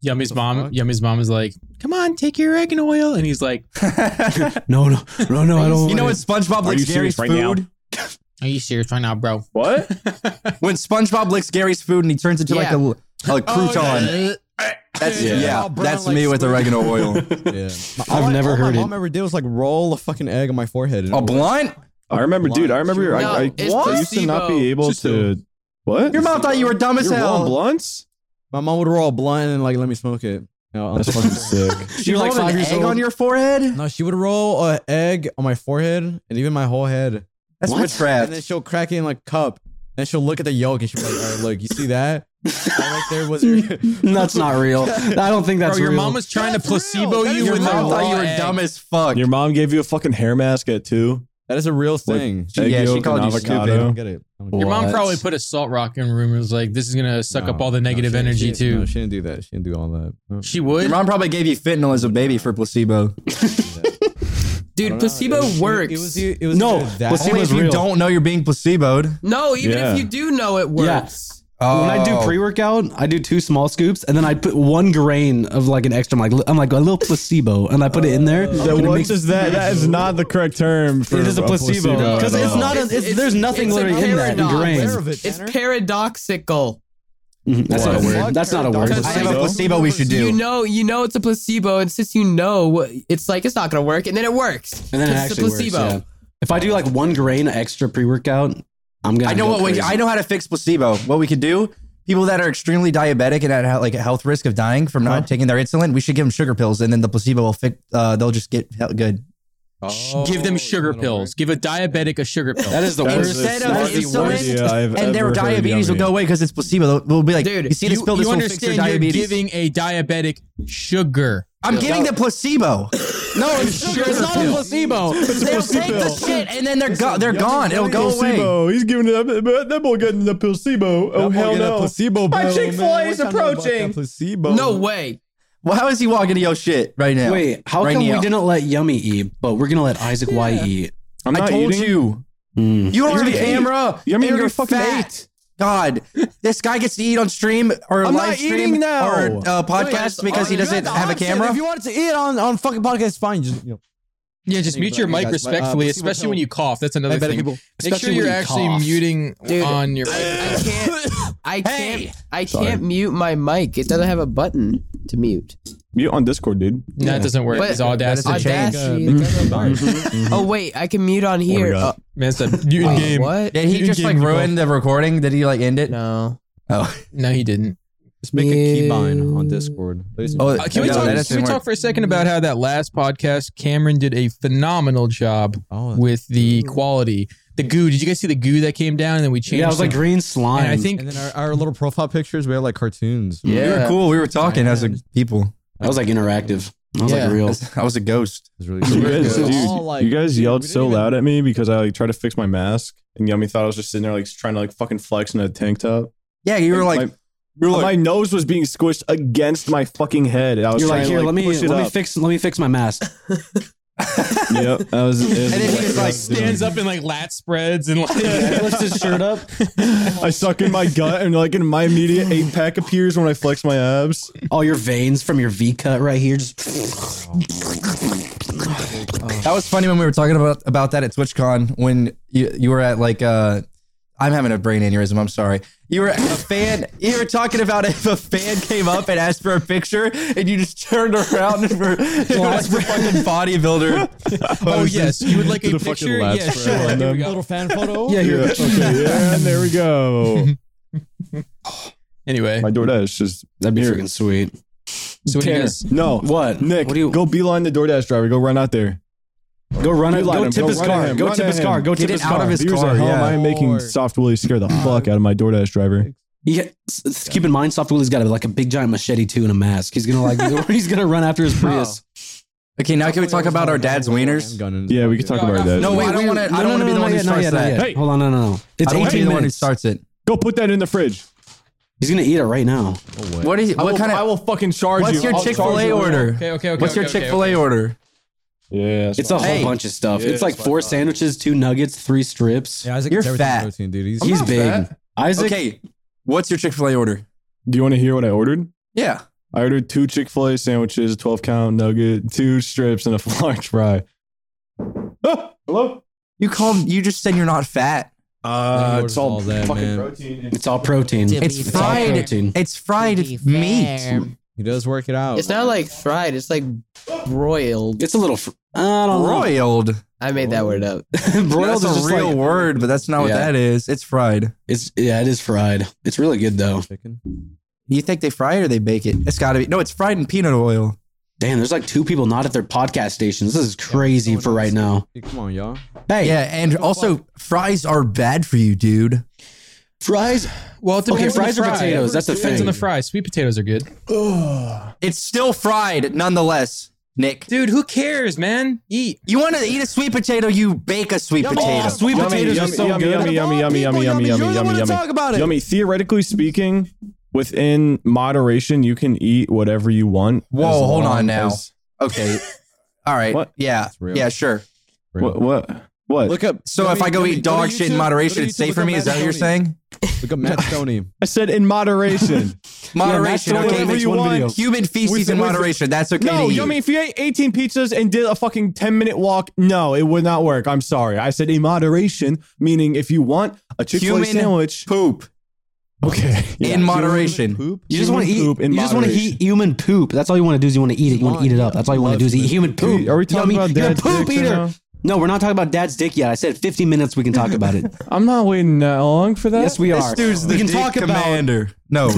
[SPEAKER 3] Yummy's mom, Yummy's mom is like, "Come on, take your egg and oil," and he's like,
[SPEAKER 1] no, no, no, no, I don't.
[SPEAKER 6] You know when SpongeBob
[SPEAKER 2] Are
[SPEAKER 6] licks
[SPEAKER 2] you serious
[SPEAKER 6] Gary's
[SPEAKER 2] right now? <laughs>
[SPEAKER 6] food?
[SPEAKER 3] "Are you serious right now, bro?"
[SPEAKER 2] What?
[SPEAKER 6] When SpongeBob licks Gary's food and he turns into like
[SPEAKER 4] Yeah.
[SPEAKER 6] a, a crouton. That's
[SPEAKER 1] Yeah.
[SPEAKER 6] yeah,
[SPEAKER 5] All brown
[SPEAKER 6] that's
[SPEAKER 5] like
[SPEAKER 6] me with
[SPEAKER 5] squid.
[SPEAKER 6] oregano oil.
[SPEAKER 5] Yeah.
[SPEAKER 1] I've never heard
[SPEAKER 5] my
[SPEAKER 1] it.
[SPEAKER 5] mom ever did was like roll a fucking egg on my forehead. and
[SPEAKER 6] a
[SPEAKER 5] it was-
[SPEAKER 6] blunt?
[SPEAKER 2] I remember, dude. I remember. I,
[SPEAKER 4] No,
[SPEAKER 2] I,
[SPEAKER 4] it's
[SPEAKER 2] I used to not be
[SPEAKER 4] placebo.
[SPEAKER 2] able
[SPEAKER 5] Just
[SPEAKER 2] to. What?
[SPEAKER 6] Your mom thought you were dumb as
[SPEAKER 2] You're rolling
[SPEAKER 6] hell.
[SPEAKER 2] blunts?
[SPEAKER 5] My mom would roll a blunt and like let me smoke it. You know, on
[SPEAKER 2] That's
[SPEAKER 5] the
[SPEAKER 2] fucking
[SPEAKER 5] fucking-
[SPEAKER 2] sick.
[SPEAKER 6] You
[SPEAKER 1] You're like
[SPEAKER 6] rolled
[SPEAKER 1] five
[SPEAKER 6] an
[SPEAKER 1] years
[SPEAKER 6] egg
[SPEAKER 1] old.
[SPEAKER 6] on your forehead?
[SPEAKER 5] <laughs> no, she would roll a egg on my forehead and even my whole head.
[SPEAKER 6] That's
[SPEAKER 1] What?
[SPEAKER 5] And then
[SPEAKER 6] witchcraft.
[SPEAKER 5] she'll crack it in like cup. And she'll look at the yolk and she'll be like, all right, look, you see that? That right there was your
[SPEAKER 1] <laughs> That's not real. I don't think that's
[SPEAKER 3] Bro, your
[SPEAKER 1] real.
[SPEAKER 3] mom was trying to
[SPEAKER 5] That's real.
[SPEAKER 3] placebo
[SPEAKER 5] That
[SPEAKER 3] you
[SPEAKER 5] is
[SPEAKER 6] Your
[SPEAKER 3] with
[SPEAKER 5] real.
[SPEAKER 3] the
[SPEAKER 6] mom
[SPEAKER 3] raw
[SPEAKER 6] thought you were
[SPEAKER 3] egg.
[SPEAKER 6] dumb as fuck.
[SPEAKER 2] Your mom gave you a fucking hair mask at two.
[SPEAKER 5] That is a real
[SPEAKER 2] Like,
[SPEAKER 5] thing.
[SPEAKER 6] Yeah,
[SPEAKER 2] egg
[SPEAKER 6] she
[SPEAKER 2] yolk
[SPEAKER 6] called
[SPEAKER 2] and
[SPEAKER 6] you
[SPEAKER 5] I
[SPEAKER 6] stupid.
[SPEAKER 2] avocado.
[SPEAKER 5] don't get it. I don't get it.
[SPEAKER 1] What?
[SPEAKER 3] Your mom probably put a salt rock in her room and was like, "This is gonna suck
[SPEAKER 5] No,
[SPEAKER 3] up all the
[SPEAKER 5] no,
[SPEAKER 3] negative
[SPEAKER 5] she-
[SPEAKER 3] energy
[SPEAKER 5] she-
[SPEAKER 3] too."
[SPEAKER 5] No, she didn't do that. She didn't do all that. No.
[SPEAKER 3] she would.
[SPEAKER 6] Your mom probably gave you fentanyl as a baby for placebo.
[SPEAKER 5] I
[SPEAKER 4] Dude,
[SPEAKER 5] don't know.
[SPEAKER 4] placebo
[SPEAKER 5] It was-
[SPEAKER 4] works.
[SPEAKER 5] It was, it was, it was
[SPEAKER 1] No,
[SPEAKER 5] either that.
[SPEAKER 1] placebo-
[SPEAKER 6] Only
[SPEAKER 1] was
[SPEAKER 6] if you
[SPEAKER 1] real.
[SPEAKER 6] don't know you're being placeboed.
[SPEAKER 4] no, even
[SPEAKER 2] Yeah.
[SPEAKER 4] if you do know it works.
[SPEAKER 1] When I do
[SPEAKER 6] Oh.
[SPEAKER 1] pre-workout, I do two small scoops, and then I put one grain of like an extra. I'm like, li- I'm like a little placebo, and I put it in there.
[SPEAKER 2] That
[SPEAKER 1] and it
[SPEAKER 2] what
[SPEAKER 1] makes-
[SPEAKER 2] is that? That <laughs> is not the correct term for
[SPEAKER 1] it is a placebo because it's not. A, it's, there's nothing
[SPEAKER 4] it's a
[SPEAKER 1] literally in that in
[SPEAKER 4] paradox.
[SPEAKER 1] grains.
[SPEAKER 5] Aware of it,
[SPEAKER 4] It's
[SPEAKER 5] Tanner.
[SPEAKER 4] paradoxical.
[SPEAKER 1] Mhm, That's not a
[SPEAKER 2] What?
[SPEAKER 1] word. That's not a word.
[SPEAKER 4] Because
[SPEAKER 6] I have a
[SPEAKER 2] Placebo?
[SPEAKER 6] placebo we should do.
[SPEAKER 4] You know, you know it's a placebo, and since you know, it's like it's not gonna work, and then it works.
[SPEAKER 1] And then it
[SPEAKER 4] It's
[SPEAKER 1] actually works, yeah. If I do like one grain extra pre-workout, I'm gonna.
[SPEAKER 6] I know
[SPEAKER 1] go
[SPEAKER 6] what we,
[SPEAKER 1] crazy.
[SPEAKER 6] I know how to fix placebo. What we could do, people that are extremely diabetic and at he- like a health risk of dying from not taking their insulin, we should give them sugar pills, and then the placebo will fix. Uh, they'll just get he- good.
[SPEAKER 5] Oh,
[SPEAKER 3] Give them sugar pills. Give a diabetic a sugar pill.
[SPEAKER 1] That is the
[SPEAKER 2] That
[SPEAKER 1] worst.
[SPEAKER 2] is the
[SPEAKER 6] Instead of
[SPEAKER 2] smartest
[SPEAKER 6] insulin,
[SPEAKER 2] idea I've
[SPEAKER 6] and
[SPEAKER 2] ever
[SPEAKER 6] their
[SPEAKER 2] heard
[SPEAKER 6] diabetes will
[SPEAKER 2] yummy.
[SPEAKER 6] go away because it's placebo. They'll, we'll be like,
[SPEAKER 4] Dude,
[SPEAKER 6] you see this
[SPEAKER 3] you,
[SPEAKER 6] pill? This
[SPEAKER 3] you
[SPEAKER 6] will fix your
[SPEAKER 3] understand you're
[SPEAKER 6] diabetes.
[SPEAKER 3] giving a diabetic sugar.
[SPEAKER 6] I'm giving the placebo.
[SPEAKER 1] no, it's sugar. It's not a placebo.
[SPEAKER 6] They'll take the shit, and then they're go- they're gone. It'll go away.
[SPEAKER 2] placebo. He's giving it up. But that boy getting the placebo. Oh,
[SPEAKER 5] I'm
[SPEAKER 2] hell
[SPEAKER 5] getting a
[SPEAKER 2] no.
[SPEAKER 5] placebo bill,
[SPEAKER 2] Chick-fil-A
[SPEAKER 5] man.
[SPEAKER 2] is
[SPEAKER 5] We're talking about that
[SPEAKER 2] approaching.
[SPEAKER 5] Placebo.
[SPEAKER 4] No way.
[SPEAKER 6] Well, how is he walking to your shit right now?
[SPEAKER 1] Wait, how
[SPEAKER 6] Right
[SPEAKER 1] come we
[SPEAKER 6] now.
[SPEAKER 1] didn't let Yummy eat, but we're gonna let Isaac Y eat?
[SPEAKER 2] I'm
[SPEAKER 6] I
[SPEAKER 2] not
[SPEAKER 6] told
[SPEAKER 2] eating.
[SPEAKER 6] you.
[SPEAKER 1] Mm.
[SPEAKER 6] You don't have a
[SPEAKER 2] already ate.
[SPEAKER 6] camera.
[SPEAKER 2] You- I mean, you already
[SPEAKER 6] and you're
[SPEAKER 2] fucking
[SPEAKER 6] fat. God, this guy gets to eat on stream or
[SPEAKER 2] I'm
[SPEAKER 6] live
[SPEAKER 2] not
[SPEAKER 6] stream
[SPEAKER 2] eating now.
[SPEAKER 6] or uh, podcast
[SPEAKER 4] that's
[SPEAKER 6] because he
[SPEAKER 5] You had
[SPEAKER 6] doesn't
[SPEAKER 5] the
[SPEAKER 6] have a
[SPEAKER 5] option.
[SPEAKER 6] camera.
[SPEAKER 5] If you wanted to eat on on fucking podcast, fine. Just you know,
[SPEAKER 3] Yeah, just
[SPEAKER 5] Hey,
[SPEAKER 3] mute your
[SPEAKER 5] but- hey,
[SPEAKER 3] mic
[SPEAKER 5] guys, but, uh,
[SPEAKER 3] respectfully,
[SPEAKER 5] placebo
[SPEAKER 3] especially
[SPEAKER 5] pill.
[SPEAKER 3] when you cough. That's another
[SPEAKER 5] diabetic
[SPEAKER 3] thing.
[SPEAKER 5] people.
[SPEAKER 3] Make sure
[SPEAKER 1] Especially when
[SPEAKER 3] you're
[SPEAKER 1] you
[SPEAKER 3] actually
[SPEAKER 1] cough.
[SPEAKER 3] muting
[SPEAKER 4] Dude,
[SPEAKER 3] on your.
[SPEAKER 4] I can't. I can't. I can't mute my mic. It doesn't have a button to mute.
[SPEAKER 2] Mute on Discord, dude.
[SPEAKER 3] No, that doesn't work.
[SPEAKER 4] But-
[SPEAKER 3] It's audacity. uh,
[SPEAKER 6] That's a change.
[SPEAKER 4] Audacity, it doesn't work. oh wait, I can mute on here.
[SPEAKER 5] God.
[SPEAKER 4] Oh,
[SPEAKER 3] Man, it's a mutant
[SPEAKER 4] wait,
[SPEAKER 3] game.
[SPEAKER 4] What?
[SPEAKER 6] Did he
[SPEAKER 3] You
[SPEAKER 6] just
[SPEAKER 3] gave
[SPEAKER 6] like
[SPEAKER 3] me both.
[SPEAKER 6] ruin the recording? Did he like end it?
[SPEAKER 4] No.
[SPEAKER 6] Oh,
[SPEAKER 3] No, he didn't.
[SPEAKER 5] just make a keybind on Discord.
[SPEAKER 6] oh
[SPEAKER 3] Uh, can we
[SPEAKER 6] no, that
[SPEAKER 3] talk?
[SPEAKER 6] doesn't
[SPEAKER 3] Can we
[SPEAKER 6] work.
[SPEAKER 3] talk for a second about how that last podcast Cameron did a phenomenal job with the quality, the goo? Did you guys see the goo that came down and then we changed?
[SPEAKER 1] Yeah, I was like
[SPEAKER 3] the-
[SPEAKER 1] green slime.
[SPEAKER 3] and I think
[SPEAKER 5] And then our, our little profile pictures, we had like cartoons.
[SPEAKER 6] We were cool. We were talking as a people.
[SPEAKER 1] that was like interactive. That was
[SPEAKER 3] Yeah.
[SPEAKER 1] like real.
[SPEAKER 6] I was a ghost.
[SPEAKER 5] It was really
[SPEAKER 2] You
[SPEAKER 5] cool.
[SPEAKER 2] guys,
[SPEAKER 5] It was
[SPEAKER 2] dude,
[SPEAKER 5] all, like,
[SPEAKER 2] you guys
[SPEAKER 5] dude,
[SPEAKER 2] yelled
[SPEAKER 5] we didn't
[SPEAKER 2] so
[SPEAKER 5] even-
[SPEAKER 2] loud at me because I like tried to fix my mask, and Yummy thought I was just sitting there like trying to like fucking flex in a tank top.
[SPEAKER 6] Yeah, you were like,
[SPEAKER 2] my, my nose was being squished against my fucking head. I was
[SPEAKER 1] You're like,
[SPEAKER 2] trying
[SPEAKER 1] here,
[SPEAKER 2] to,
[SPEAKER 1] let me
[SPEAKER 2] push it
[SPEAKER 1] let me
[SPEAKER 2] up.
[SPEAKER 1] fix let me fix my
[SPEAKER 3] <laughs>
[SPEAKER 1] mask.
[SPEAKER 2] Yep,
[SPEAKER 1] <laughs>
[SPEAKER 2] I was.
[SPEAKER 6] and then he was like,
[SPEAKER 3] stands up and like lat spreads and like.
[SPEAKER 1] Lifts his shirt up.
[SPEAKER 2] I suck in my gut, and like in my immediate eight pack appears when I flex my abs.
[SPEAKER 1] All your veins from your V cut right here. Just
[SPEAKER 6] That was funny when we were talking about about that at TwitchCon when you you were at like uh I'm having a brain aneurysm. I'm sorry. You were a fan. <laughs> You were talking about if a fan came up and asked for a picture, and you just turned around and <laughs> were, you were like the fucking <laughs> bodybuilder.
[SPEAKER 3] Oh yes, you would like
[SPEAKER 2] To
[SPEAKER 3] a
[SPEAKER 2] the fucking
[SPEAKER 3] picture.
[SPEAKER 2] lab
[SPEAKER 3] Yeah,
[SPEAKER 2] spread
[SPEAKER 3] sure.
[SPEAKER 2] on
[SPEAKER 3] Here we
[SPEAKER 2] them.
[SPEAKER 3] go.
[SPEAKER 5] little fan photo.
[SPEAKER 1] <laughs> yeah, here.
[SPEAKER 2] Yeah, okay, yeah, and there we go.
[SPEAKER 1] <laughs>
[SPEAKER 2] <sighs>
[SPEAKER 3] Anyway,
[SPEAKER 2] My DoorDash is
[SPEAKER 1] That'd be
[SPEAKER 2] Here.
[SPEAKER 1] freaking sweet.
[SPEAKER 3] so what do you guys?
[SPEAKER 2] no.
[SPEAKER 1] What?
[SPEAKER 2] Nick,
[SPEAKER 1] What do you-
[SPEAKER 2] go beeline the DoorDash driver. Go run out there.
[SPEAKER 1] Go run it.
[SPEAKER 2] Beeline
[SPEAKER 1] Go
[SPEAKER 2] him,
[SPEAKER 1] tip
[SPEAKER 2] go
[SPEAKER 1] his
[SPEAKER 2] run at
[SPEAKER 1] car.
[SPEAKER 2] him,
[SPEAKER 1] Go
[SPEAKER 2] run
[SPEAKER 1] tip
[SPEAKER 2] at
[SPEAKER 1] his car.
[SPEAKER 2] him.
[SPEAKER 1] Go
[SPEAKER 6] Get
[SPEAKER 1] tip
[SPEAKER 6] it
[SPEAKER 1] his
[SPEAKER 6] out of
[SPEAKER 1] car. Uh-huh.
[SPEAKER 6] his
[SPEAKER 2] Viewers
[SPEAKER 6] car.
[SPEAKER 2] at home,
[SPEAKER 6] yeah.
[SPEAKER 2] I am making Soft Willie scare the fuck out of my DoorDash driver.
[SPEAKER 1] Yeah, s- s- keep in mind, Soft Willie's got a, like a big giant machete too and a mask. He's gonna like
[SPEAKER 6] <laughs>
[SPEAKER 1] he's gonna run after his Prius.
[SPEAKER 6] Okay, now can we talk about our dad's wieners?
[SPEAKER 2] Yeah, we can talk about that.
[SPEAKER 6] No, wait, I don't want to. I don't want to be the one who starts that.
[SPEAKER 2] Hey.
[SPEAKER 1] Hold on, no, no, no. It's
[SPEAKER 6] I don't want to be
[SPEAKER 1] 18
[SPEAKER 6] the one who
[SPEAKER 1] minutes.
[SPEAKER 6] starts it.
[SPEAKER 2] Go put that in the fridge.
[SPEAKER 1] He's gonna eat it right now.
[SPEAKER 6] What is? What kind of?
[SPEAKER 5] will fucking charge
[SPEAKER 6] What's your Chick Fil A
[SPEAKER 3] Okay,
[SPEAKER 6] order?
[SPEAKER 3] okay, okay.
[SPEAKER 6] What's your
[SPEAKER 3] okay,
[SPEAKER 6] Chick Fil A order?
[SPEAKER 2] Yeah,
[SPEAKER 1] It's a whole
[SPEAKER 6] Hey.
[SPEAKER 1] bunch of stuff.
[SPEAKER 2] Yeah,
[SPEAKER 1] it's like
[SPEAKER 2] that's what I
[SPEAKER 1] four
[SPEAKER 2] thought.
[SPEAKER 1] sandwiches, two nuggets, three strips.
[SPEAKER 5] Yeah, Isaac
[SPEAKER 6] You're
[SPEAKER 5] eats everything
[SPEAKER 6] fat.
[SPEAKER 5] Protein, dude. He's,
[SPEAKER 1] He's
[SPEAKER 5] not
[SPEAKER 1] big.
[SPEAKER 5] fat.
[SPEAKER 1] Isaac,
[SPEAKER 6] Okay, what's your Chick Fil A order?
[SPEAKER 2] Do you want to hear what I ordered?
[SPEAKER 6] Yeah.
[SPEAKER 2] I ordered two Chick Fil A sandwiches, twelve count nugget, two strips, and a <laughs> large fry. Ah, hello.
[SPEAKER 6] You called. You just said you're not fat.
[SPEAKER 5] He
[SPEAKER 2] Uh,
[SPEAKER 5] orders
[SPEAKER 2] it's all,
[SPEAKER 5] all that,
[SPEAKER 2] fucking
[SPEAKER 5] man.
[SPEAKER 2] protein.
[SPEAKER 1] it's all protein.
[SPEAKER 4] It's
[SPEAKER 6] It's
[SPEAKER 4] It's
[SPEAKER 1] all
[SPEAKER 4] fried.
[SPEAKER 6] fried.
[SPEAKER 1] protein.
[SPEAKER 6] It's fried meat.
[SPEAKER 5] He does work it out.
[SPEAKER 4] It's not like fried. It's like broiled.
[SPEAKER 1] It's a little. Fr- I don't
[SPEAKER 6] Broiled.
[SPEAKER 4] I made that word up.
[SPEAKER 1] know. <laughs>
[SPEAKER 6] Broiled
[SPEAKER 1] Broiled is
[SPEAKER 6] that's
[SPEAKER 1] just
[SPEAKER 6] a real
[SPEAKER 1] like
[SPEAKER 6] word, but that's not what
[SPEAKER 1] Yeah.
[SPEAKER 6] that is. It's fried.
[SPEAKER 1] it's. Yeah, it is fried. It's really good though.
[SPEAKER 5] chicken.
[SPEAKER 6] You think they fry it or they bake it? It's got to be. No, it's fried in peanut oil.
[SPEAKER 1] Damn, there's like two people not at their podcast stations. This is crazy for right now.
[SPEAKER 5] Hey, Come on, y'all.
[SPEAKER 1] Hey,
[SPEAKER 6] Yeah, and also fries are bad for you, dude.
[SPEAKER 1] fries.
[SPEAKER 3] Well, it depends
[SPEAKER 1] Okay,
[SPEAKER 3] on the
[SPEAKER 1] fries or
[SPEAKER 3] fry.
[SPEAKER 1] potatoes? That's the
[SPEAKER 3] Depends
[SPEAKER 1] thing.
[SPEAKER 3] on the fries. Sweet potatoes are good.
[SPEAKER 6] It's still fried, nonetheless. Nick,
[SPEAKER 3] Dude, who cares, man? Eat.
[SPEAKER 6] you want to eat a sweet potato? You bake a sweet potato.
[SPEAKER 1] Oh, sweet potatoes are so
[SPEAKER 2] yummy,
[SPEAKER 1] good.
[SPEAKER 2] Yummy, yummy, yummy, yummy, yummy, yummy, yummy, yummy. Talk about it. Yummy. Theoretically speaking, within moderation, you can eat whatever you want.
[SPEAKER 6] Whoa,
[SPEAKER 2] as
[SPEAKER 6] hold
[SPEAKER 2] long
[SPEAKER 6] on now.
[SPEAKER 2] as-
[SPEAKER 6] Okay. All right.
[SPEAKER 2] What?
[SPEAKER 6] Yeah.
[SPEAKER 5] real.
[SPEAKER 6] Yeah. Sure.
[SPEAKER 2] What? What? what?
[SPEAKER 5] Look up.
[SPEAKER 6] So if I go eat dog shit in moderation, it's safe for me. Is that what you're saying?
[SPEAKER 5] Look up Matt Stoney.
[SPEAKER 2] I said in moderation.
[SPEAKER 6] Moderation.
[SPEAKER 2] Yeah, Matt,
[SPEAKER 6] okay,
[SPEAKER 2] whatever
[SPEAKER 6] that's
[SPEAKER 2] you
[SPEAKER 6] one
[SPEAKER 2] want.
[SPEAKER 6] video. Human feces
[SPEAKER 2] With-
[SPEAKER 6] in
[SPEAKER 2] with-
[SPEAKER 6] moderation. That's okay.
[SPEAKER 2] no,
[SPEAKER 6] to
[SPEAKER 2] you. I
[SPEAKER 6] eat.
[SPEAKER 2] mean, if you ate 18 pizzas and did a fucking 10 minute walk, no, it would not work. I'm sorry. I said in moderation, meaning if you want a Chick fil A
[SPEAKER 6] Human
[SPEAKER 2] sandwich,
[SPEAKER 6] poop
[SPEAKER 2] okay. Yeah.
[SPEAKER 6] in moderation.
[SPEAKER 5] Poop.
[SPEAKER 1] You just
[SPEAKER 2] Human
[SPEAKER 1] want to
[SPEAKER 2] poop
[SPEAKER 1] eat.
[SPEAKER 2] in
[SPEAKER 1] You just want to
[SPEAKER 2] moderation.
[SPEAKER 1] eat human poop. That's all you want to do is you want to eat it. You want to
[SPEAKER 5] Come
[SPEAKER 1] eat it
[SPEAKER 5] on,
[SPEAKER 1] up. That's all you want to do is eat
[SPEAKER 5] love
[SPEAKER 1] human poop.
[SPEAKER 2] Are we talking
[SPEAKER 1] Yummy.
[SPEAKER 2] about
[SPEAKER 1] You're a
[SPEAKER 2] dad's
[SPEAKER 1] poop
[SPEAKER 2] dicks right
[SPEAKER 1] eater.
[SPEAKER 2] now?
[SPEAKER 1] No, we're not talking about dad's dick yet. I said 50 minutes. We can talk about
[SPEAKER 2] <laughs>
[SPEAKER 1] it.
[SPEAKER 2] I'm not waiting that long for that.
[SPEAKER 1] yes, we are. we can talk about
[SPEAKER 6] commander. No.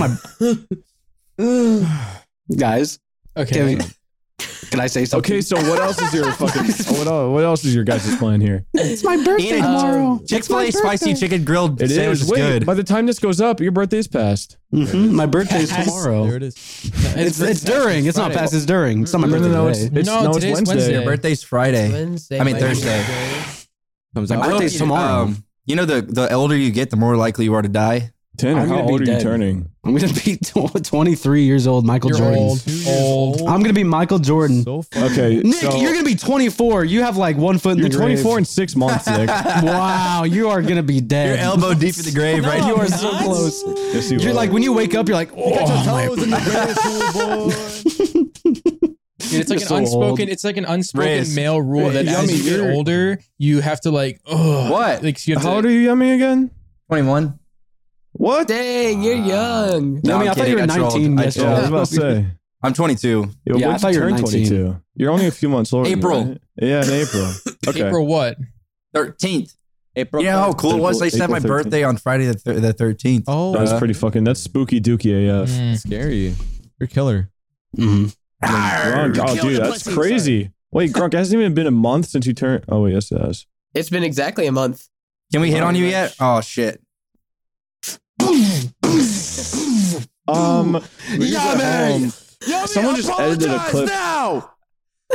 [SPEAKER 1] guys. Can,
[SPEAKER 3] Okay.
[SPEAKER 1] we, can I say something?
[SPEAKER 2] Okay, so what else is your fucking? oh, What else, what else is your guys' plan here?
[SPEAKER 1] it's my birthday
[SPEAKER 6] Ian,
[SPEAKER 1] tomorrow.
[SPEAKER 6] Chick fil A spicy chicken grilled
[SPEAKER 2] It is.
[SPEAKER 6] sandwich is
[SPEAKER 2] Wait,
[SPEAKER 6] good.
[SPEAKER 2] by the time this goes up, your birthday's passed.
[SPEAKER 1] Mhm, my birthday's
[SPEAKER 3] Yes.
[SPEAKER 5] There
[SPEAKER 1] tomorrow.
[SPEAKER 5] it is.
[SPEAKER 1] It's, it's during. It's not
[SPEAKER 5] Friday.
[SPEAKER 1] past. It's during. It's not my
[SPEAKER 2] No, no,
[SPEAKER 1] birthday.
[SPEAKER 2] no, it's,
[SPEAKER 1] today.
[SPEAKER 2] it's,
[SPEAKER 3] No,
[SPEAKER 2] no, it's
[SPEAKER 3] today's
[SPEAKER 2] Wednesday.
[SPEAKER 3] Wednesday.
[SPEAKER 6] Your birthday's Friday.
[SPEAKER 4] Wednesday.
[SPEAKER 6] I mean,
[SPEAKER 4] might be
[SPEAKER 6] Thursday.
[SPEAKER 4] good.
[SPEAKER 5] Comes
[SPEAKER 1] My
[SPEAKER 5] out.
[SPEAKER 1] birthday's tomorrow.
[SPEAKER 6] um,
[SPEAKER 2] Um,
[SPEAKER 6] you know, the, the older you get, the more likely you are to die.
[SPEAKER 2] Tanner,
[SPEAKER 1] I'm
[SPEAKER 2] how
[SPEAKER 1] gonna be
[SPEAKER 2] old are you
[SPEAKER 1] dead.
[SPEAKER 2] turning?
[SPEAKER 1] I'm gonna be <laughs> tw- 23 years old, Michael
[SPEAKER 3] You're
[SPEAKER 1] Jordan.
[SPEAKER 3] old.
[SPEAKER 5] Two years
[SPEAKER 3] Old.
[SPEAKER 1] I'm gonna be Michael Jordan.
[SPEAKER 5] So
[SPEAKER 2] <laughs>
[SPEAKER 5] far.
[SPEAKER 2] Okay,
[SPEAKER 1] Nick,
[SPEAKER 2] so
[SPEAKER 1] you're gonna be 24. You have like one foot in
[SPEAKER 2] you're
[SPEAKER 1] the grave.
[SPEAKER 2] 24 and six months, <laughs> Nick.
[SPEAKER 1] wow, you are gonna be dead.
[SPEAKER 6] You're elbow deep in the grave right
[SPEAKER 1] You
[SPEAKER 6] now. <laughs>
[SPEAKER 1] are so close.
[SPEAKER 2] Yes, you
[SPEAKER 1] You're
[SPEAKER 2] are.
[SPEAKER 1] like when you wake up, you're like, oh, my
[SPEAKER 5] Toes in the grave, cool boy.
[SPEAKER 3] Dude, it's like an
[SPEAKER 1] so
[SPEAKER 3] unspoken.
[SPEAKER 1] old.
[SPEAKER 3] It's like an unspoken
[SPEAKER 6] Riz.
[SPEAKER 3] male rule that
[SPEAKER 2] Riz.
[SPEAKER 3] as
[SPEAKER 2] Yummy,
[SPEAKER 3] you get
[SPEAKER 2] you're-
[SPEAKER 3] older, you have to like. Ugh,
[SPEAKER 6] What?
[SPEAKER 3] Like you have
[SPEAKER 2] how old
[SPEAKER 3] to.
[SPEAKER 2] are you, Yummy, again?
[SPEAKER 6] 21.
[SPEAKER 2] What?
[SPEAKER 4] Dang, you're young.
[SPEAKER 1] I mean,
[SPEAKER 6] I'm
[SPEAKER 1] I thought you
[SPEAKER 6] kidding.
[SPEAKER 1] were
[SPEAKER 6] I trolled.
[SPEAKER 1] 19
[SPEAKER 6] I
[SPEAKER 1] yesterday.
[SPEAKER 2] Yeah, I was
[SPEAKER 6] trolled.
[SPEAKER 2] about
[SPEAKER 1] <laughs>
[SPEAKER 2] to <laughs> say.
[SPEAKER 6] I'm 22.
[SPEAKER 2] Yo,
[SPEAKER 1] Yeah, I
[SPEAKER 2] when
[SPEAKER 1] thought
[SPEAKER 2] you
[SPEAKER 1] you were
[SPEAKER 2] turn
[SPEAKER 1] 19.
[SPEAKER 2] 22. You're only a few months older. than me,
[SPEAKER 6] April.
[SPEAKER 2] right? Yeah, in
[SPEAKER 4] <laughs>
[SPEAKER 2] April. Okay.
[SPEAKER 3] April what?
[SPEAKER 6] 13th.
[SPEAKER 5] April.
[SPEAKER 6] You know how cool it was? They
[SPEAKER 2] April-
[SPEAKER 6] said my
[SPEAKER 2] April 13th.
[SPEAKER 6] birthday on Friday the, thir- the Uh, 13th.
[SPEAKER 5] Oh,
[SPEAKER 2] That was pretty fucking. That's spooky dookie AF.
[SPEAKER 3] Mm.
[SPEAKER 5] scary. You're a killer.
[SPEAKER 1] Mhm.
[SPEAKER 2] Grunk. Oh,
[SPEAKER 4] Kill the
[SPEAKER 2] dude, that's
[SPEAKER 4] pussy,
[SPEAKER 2] crazy. Wait, Grunk, it hasn't even been a month since you turned. Oh, wait, yes, it has.
[SPEAKER 4] It's been exactly a month.
[SPEAKER 6] Can we hit on you yet? Oh, shit.
[SPEAKER 2] Um, yeah, man. Someone just edited a clip.
[SPEAKER 6] Now!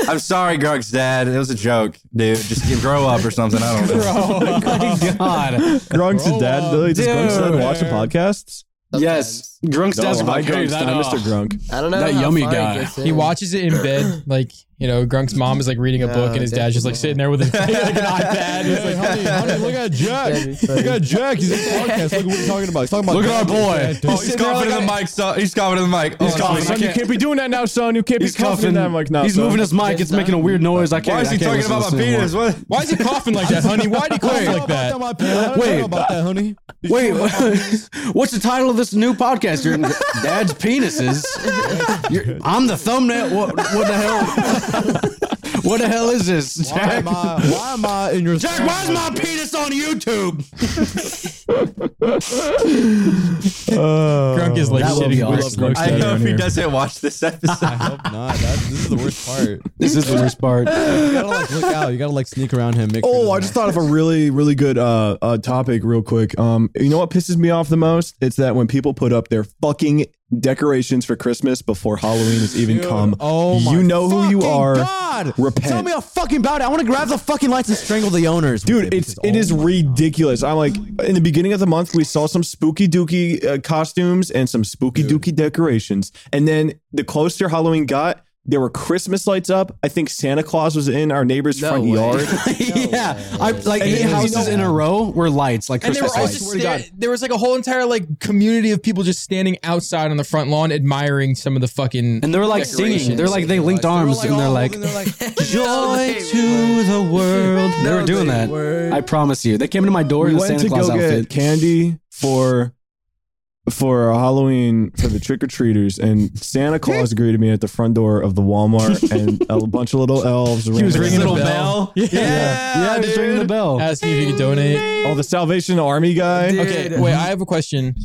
[SPEAKER 6] I'm sorry, Grug's dad. It was a joke, dude. Just give- grow up or something. I don't know.
[SPEAKER 1] Oh my god.
[SPEAKER 2] Grunk's
[SPEAKER 3] Grow
[SPEAKER 2] dad.
[SPEAKER 3] up,
[SPEAKER 2] Really, does Grunk's dad
[SPEAKER 1] dude.
[SPEAKER 2] watch the podcasts?
[SPEAKER 1] Yes, Drunk's
[SPEAKER 2] No,
[SPEAKER 1] dad's
[SPEAKER 2] hi,
[SPEAKER 1] like, hey,
[SPEAKER 2] Grunk's
[SPEAKER 1] that,
[SPEAKER 2] dad,
[SPEAKER 1] uh,
[SPEAKER 2] Mr. Grunk.
[SPEAKER 4] I don't know.
[SPEAKER 1] That
[SPEAKER 4] how
[SPEAKER 1] yummy
[SPEAKER 4] far it
[SPEAKER 1] guy.
[SPEAKER 4] gets
[SPEAKER 3] He
[SPEAKER 4] in.
[SPEAKER 3] watches it in bed, like you know, Grunk's mom is like reading a book,
[SPEAKER 4] No,
[SPEAKER 3] and his dad's just like
[SPEAKER 4] definitely
[SPEAKER 3] sitting there with his <laughs> like an iPad. He's like,
[SPEAKER 5] honey, honey, look at
[SPEAKER 2] <laughs>
[SPEAKER 5] Jack.
[SPEAKER 4] That'd be funny.
[SPEAKER 5] at Jack. He's in the podcast. Look at what he's talking about. He's talking about
[SPEAKER 1] Look at our boy.
[SPEAKER 6] Oh, he's coughing in the mic. So, he's coughing in the mic. Oh,
[SPEAKER 1] coughing.
[SPEAKER 6] sweet.
[SPEAKER 2] Son, you can't be doing that now, son. You can't
[SPEAKER 1] He's
[SPEAKER 2] be coughing.
[SPEAKER 1] cuffing.
[SPEAKER 2] That. I'm like, no,
[SPEAKER 1] he's
[SPEAKER 2] son.
[SPEAKER 1] moving his mic. It's making a weird noise. I can't.
[SPEAKER 6] Why is he
[SPEAKER 1] I can't
[SPEAKER 6] talking
[SPEAKER 1] listen
[SPEAKER 6] about
[SPEAKER 1] to
[SPEAKER 6] my
[SPEAKER 1] this anymore.
[SPEAKER 6] penis? What?
[SPEAKER 3] why is he coughing like that, honey? Why did he cough like that?
[SPEAKER 5] my
[SPEAKER 1] Wait.
[SPEAKER 5] penis. Wait about that, honey.
[SPEAKER 1] <laughs> Wait, what's the title of this new podcast?
[SPEAKER 6] <laughs>
[SPEAKER 1] Your dad's penises. Your- I'm the thumbnail. What, what the hell? what the hell <laughs> is this,
[SPEAKER 5] Why
[SPEAKER 1] Jack?
[SPEAKER 5] am I? Why am I in your?
[SPEAKER 1] Jack, why's my penis on YouTube?
[SPEAKER 3] Grunk is like
[SPEAKER 1] That will be
[SPEAKER 3] shitting
[SPEAKER 1] awesome.
[SPEAKER 3] bricks. Grunk's
[SPEAKER 6] I
[SPEAKER 3] dad
[SPEAKER 6] hope
[SPEAKER 3] on
[SPEAKER 6] <laughs> he
[SPEAKER 3] here.
[SPEAKER 6] doesn't watch this
[SPEAKER 5] <laughs> I
[SPEAKER 6] episode.
[SPEAKER 5] hope not. That's, this is the worst part.
[SPEAKER 1] This is the worst part.
[SPEAKER 5] You gotta like look out. You gotta like sneak around him. Make sure
[SPEAKER 2] Oh, I
[SPEAKER 5] there's
[SPEAKER 2] just thought of a really, really good uh, uh topic real quick. Um, you know what pisses me off the most? It's that when people put up their fucking decorations for Christmas before Halloween has even
[SPEAKER 5] Dude,
[SPEAKER 2] come.
[SPEAKER 5] Oh my
[SPEAKER 2] you know who you
[SPEAKER 5] fucking
[SPEAKER 2] are.
[SPEAKER 5] God.
[SPEAKER 2] Repent.
[SPEAKER 5] Tell me a fucking about it. I want to grab the fucking lights and strangle the owners. with
[SPEAKER 2] Dude, it's
[SPEAKER 5] because-
[SPEAKER 2] it
[SPEAKER 5] oh
[SPEAKER 2] is
[SPEAKER 5] my
[SPEAKER 2] ridiculous. I'm like in the beginning of the month we saw some spooky dookie uh, costumes and some spooky dookie decorations, and then the closer Halloween got, there were Christmas lights up. I think Santa Claus was in our neighbor's
[SPEAKER 4] No
[SPEAKER 2] front
[SPEAKER 4] way.
[SPEAKER 2] yard.
[SPEAKER 1] <laughs> yeah, I, like
[SPEAKER 2] And
[SPEAKER 1] eight
[SPEAKER 2] then you
[SPEAKER 1] houses
[SPEAKER 2] know-
[SPEAKER 1] in a row were lights, like
[SPEAKER 3] And there
[SPEAKER 1] Christmas
[SPEAKER 3] were
[SPEAKER 1] lights.
[SPEAKER 3] also sta- there was like a whole entire like community of people just standing outside on the front lawn admiring some of the fucking.
[SPEAKER 1] and they were like singing.
[SPEAKER 3] Decorations.
[SPEAKER 1] They're like they linked
[SPEAKER 5] They were,
[SPEAKER 1] arms and they're
[SPEAKER 5] all
[SPEAKER 1] like,
[SPEAKER 5] holding- they're
[SPEAKER 1] <laughs>
[SPEAKER 5] like,
[SPEAKER 1] "Joy to the world." They were doing that. I promise you. They came to my door
[SPEAKER 2] we
[SPEAKER 1] in a
[SPEAKER 2] went
[SPEAKER 1] Santa
[SPEAKER 2] to
[SPEAKER 1] Claus
[SPEAKER 2] go
[SPEAKER 1] outfit.
[SPEAKER 2] get <laughs> candy for for Halloween for the trick or treaters, and Santa Claus greeted me at the front door of the Walmart, and a bunch of little elves. He
[SPEAKER 3] was ringing a
[SPEAKER 1] Little
[SPEAKER 3] bell.
[SPEAKER 1] Yeah,
[SPEAKER 5] Yeah,
[SPEAKER 1] yeah, he was ringing the
[SPEAKER 5] dude.
[SPEAKER 1] bell.
[SPEAKER 3] Asking if you could donate.
[SPEAKER 2] Oh, the Salvation Army guy.
[SPEAKER 4] Dude.
[SPEAKER 3] Okay, wait, I have a question.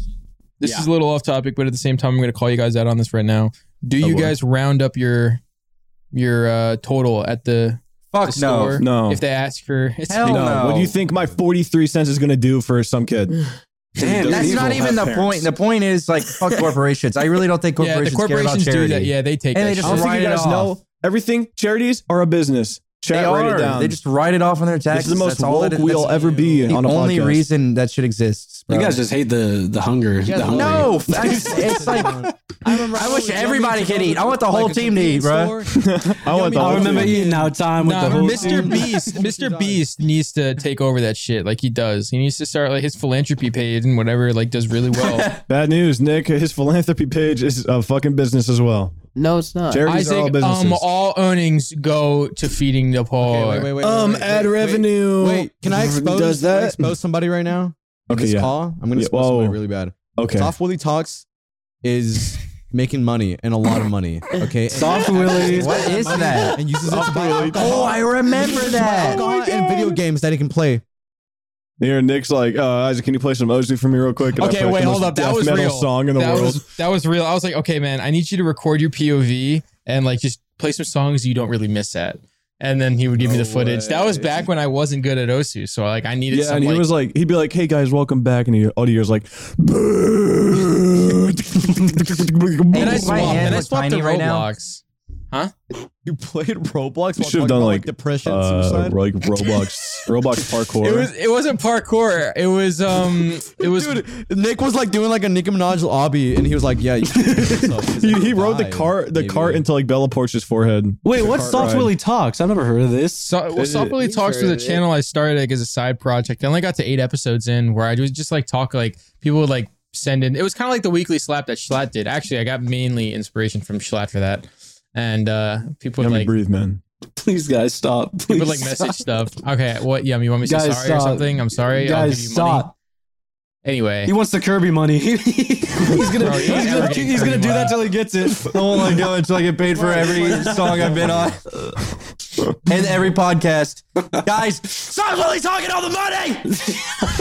[SPEAKER 3] This is a little off topic, but at the same time, I'm going to call you guys out on this right now. Do you
[SPEAKER 2] boy.
[SPEAKER 3] guys round up your your uh, total at the, the
[SPEAKER 6] <laughs> Fuck no.
[SPEAKER 3] store
[SPEAKER 2] No.
[SPEAKER 3] if they ask for? It's
[SPEAKER 6] Hell
[SPEAKER 2] No,
[SPEAKER 6] no.
[SPEAKER 2] What do you think my 43 cents is going to do for some kid?
[SPEAKER 1] Damn,
[SPEAKER 6] That's not even the point. The point is like
[SPEAKER 2] <laughs>
[SPEAKER 6] fuck corporations. I really don't think
[SPEAKER 3] yeah, the
[SPEAKER 6] corporations,
[SPEAKER 3] corporations do
[SPEAKER 6] care about charity.
[SPEAKER 3] that. Yeah, they take
[SPEAKER 6] And
[SPEAKER 3] that
[SPEAKER 6] they just
[SPEAKER 2] I don't
[SPEAKER 3] shit.
[SPEAKER 2] think
[SPEAKER 6] write
[SPEAKER 2] you
[SPEAKER 6] it
[SPEAKER 2] guys
[SPEAKER 6] off.
[SPEAKER 2] know everything. Charities are a business.
[SPEAKER 6] They
[SPEAKER 2] Chat, write it
[SPEAKER 6] are.
[SPEAKER 2] down.
[SPEAKER 6] They just write it off on their
[SPEAKER 2] this
[SPEAKER 6] taxes.
[SPEAKER 2] is the most
[SPEAKER 6] That's all
[SPEAKER 2] woke
[SPEAKER 6] that it-
[SPEAKER 2] we'll
[SPEAKER 6] that's
[SPEAKER 2] ever be
[SPEAKER 6] The
[SPEAKER 2] on a
[SPEAKER 6] only
[SPEAKER 2] podcast.
[SPEAKER 6] reason that shit exists,
[SPEAKER 1] You guys just hate the the hunger. The hunger.
[SPEAKER 6] No, I just- it's like
[SPEAKER 5] I, remember
[SPEAKER 6] I wish everybody could eat. I want the whole team to eat, bro.
[SPEAKER 2] I want the
[SPEAKER 1] I
[SPEAKER 2] whole
[SPEAKER 1] remember
[SPEAKER 2] thing.
[SPEAKER 1] eating out time with the
[SPEAKER 3] Nah,
[SPEAKER 1] whole
[SPEAKER 3] Mr. Beast,
[SPEAKER 6] <laughs>
[SPEAKER 3] Mr. Beast needs to take over that shit like he does. He needs to start like his philanthropy page and whatever like does really well.
[SPEAKER 2] Bad news, Nick. His philanthropy page is a fucking business as well.
[SPEAKER 4] No, it's not.
[SPEAKER 2] Charities are all
[SPEAKER 3] Isaac,
[SPEAKER 2] businesses.
[SPEAKER 3] um, all earnings go to feeding the poor.
[SPEAKER 5] Okay, wait, wait, wait,
[SPEAKER 2] Um,
[SPEAKER 5] wait,
[SPEAKER 2] ad
[SPEAKER 5] wait, wait.
[SPEAKER 2] revenue.
[SPEAKER 5] Wait, can I expose?
[SPEAKER 2] Does
[SPEAKER 5] Can I
[SPEAKER 2] that-
[SPEAKER 5] expose somebody right now? On
[SPEAKER 2] Okay,
[SPEAKER 5] this
[SPEAKER 2] yeah.
[SPEAKER 5] Call? I'm gonna
[SPEAKER 2] Yeah,
[SPEAKER 5] expose somebody
[SPEAKER 2] whoa.
[SPEAKER 5] really bad.
[SPEAKER 2] okay.
[SPEAKER 5] Soft Willy talks is making money and a lot of money. Okay, And-
[SPEAKER 1] Soft Willy.
[SPEAKER 6] What is that?
[SPEAKER 5] and uses it to buy alcohol,
[SPEAKER 6] Oh, I remember that.
[SPEAKER 5] alcohol and video games that he can play.
[SPEAKER 2] Here, Nick's like, uh, Isaac, can you play some Ozzy for me real quick? And I
[SPEAKER 3] Okay,
[SPEAKER 2] played the
[SPEAKER 3] wait, hold
[SPEAKER 2] most
[SPEAKER 3] up. That
[SPEAKER 2] death
[SPEAKER 3] was
[SPEAKER 2] metal
[SPEAKER 3] real.
[SPEAKER 2] song in the
[SPEAKER 3] that
[SPEAKER 2] world.
[SPEAKER 3] was that was real. I was like, okay, man, I need you to record your POV and like just play some songs you don't really miss at. And then he would give me
[SPEAKER 5] No
[SPEAKER 3] the footage. That was
[SPEAKER 5] way.
[SPEAKER 3] back when I wasn't good at Osu, so like I needed
[SPEAKER 2] yeah,
[SPEAKER 3] some
[SPEAKER 2] and he
[SPEAKER 3] like,
[SPEAKER 2] was like, he'd be like, "Hey guys, welcome back," and he audio was like, <laughs> "Boo."
[SPEAKER 3] and I
[SPEAKER 6] My
[SPEAKER 3] swapped,
[SPEAKER 6] hand
[SPEAKER 3] and I
[SPEAKER 6] looks
[SPEAKER 3] swapped to
[SPEAKER 6] tiny right now.
[SPEAKER 3] Roblox.
[SPEAKER 5] You played Roblox.
[SPEAKER 2] You
[SPEAKER 5] while
[SPEAKER 2] should've
[SPEAKER 5] talking
[SPEAKER 2] done,
[SPEAKER 5] about,
[SPEAKER 2] like,
[SPEAKER 5] depression, and
[SPEAKER 2] uh,
[SPEAKER 5] suicide.
[SPEAKER 2] like Roblox, Roblox parkour.
[SPEAKER 3] It was it wasn't parkour. It was um it was
[SPEAKER 5] Dude, Nick was like doing like a Nicki Minaj lobby, and he was like, "Yeah." You should kill yourself.
[SPEAKER 2] <laughs>
[SPEAKER 5] He's
[SPEAKER 2] he,
[SPEAKER 5] like,
[SPEAKER 2] he rode the
[SPEAKER 5] "Die,
[SPEAKER 2] cart, the
[SPEAKER 5] maybe."
[SPEAKER 2] cart into like Bella Porch's forehead.
[SPEAKER 1] Wait, what's
[SPEAKER 2] Cart
[SPEAKER 1] Soft
[SPEAKER 2] ride.
[SPEAKER 1] Willy Talks? I've never heard of this.
[SPEAKER 3] So, well, Soft Willy Talks was a channel I started like as a side project. I only got to eight episodes in where I was just like talk like people would like send in. It was kind of like the weekly slap that Schlatt did. Actually, I got mainly inspiration from Schlatt for that. And uh people would
[SPEAKER 2] Let me
[SPEAKER 3] like
[SPEAKER 2] breathe, man.
[SPEAKER 1] Please, guys, stop. Please,
[SPEAKER 3] people would like message stuff. Okay, what? Yeah, you want me to say
[SPEAKER 1] Guys,
[SPEAKER 3] sorry or
[SPEAKER 1] stop.
[SPEAKER 3] something? I'm sorry. I'll give
[SPEAKER 1] Guys,
[SPEAKER 3] you
[SPEAKER 1] stop.
[SPEAKER 3] money. Anyway,
[SPEAKER 1] He wants the Kirby money. <laughs> he's gonna,
[SPEAKER 3] Bro,
[SPEAKER 1] he's
[SPEAKER 3] you're never
[SPEAKER 1] gonna,
[SPEAKER 3] getting
[SPEAKER 1] he's gonna
[SPEAKER 3] Kirby
[SPEAKER 1] do
[SPEAKER 3] money.
[SPEAKER 1] that till he gets it.
[SPEAKER 6] Oh my god, until I get paid for every song I've been on. And every <laughs> podcast. Guys, stop really talking all the money!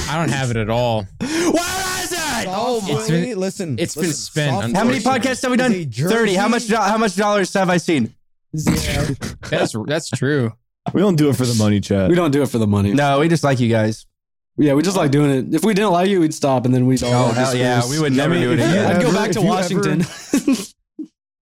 [SPEAKER 3] I don't have it at all.
[SPEAKER 6] Where is it?
[SPEAKER 5] Oh,
[SPEAKER 3] It's
[SPEAKER 5] Willie,
[SPEAKER 3] been-
[SPEAKER 5] listen,
[SPEAKER 3] it's been
[SPEAKER 5] listen,
[SPEAKER 3] spent,
[SPEAKER 5] soft-
[SPEAKER 6] How many podcasts have we done?
[SPEAKER 5] Is a jersey-
[SPEAKER 6] 30. How much do- how much dollars have I seen?
[SPEAKER 3] That's that's true.
[SPEAKER 2] We don't do it for the money, chat.
[SPEAKER 1] We don't do it for the money.
[SPEAKER 6] No, we just like you guys.
[SPEAKER 1] Yeah, we just like doing it. If we didn't like you, we'd stop, and then we'd all.
[SPEAKER 6] Oh, hell yeah, we would never do it
[SPEAKER 2] if you
[SPEAKER 6] again.
[SPEAKER 1] I'd go
[SPEAKER 2] Ever-
[SPEAKER 1] back
[SPEAKER 2] if
[SPEAKER 1] to
[SPEAKER 2] you
[SPEAKER 1] Washington.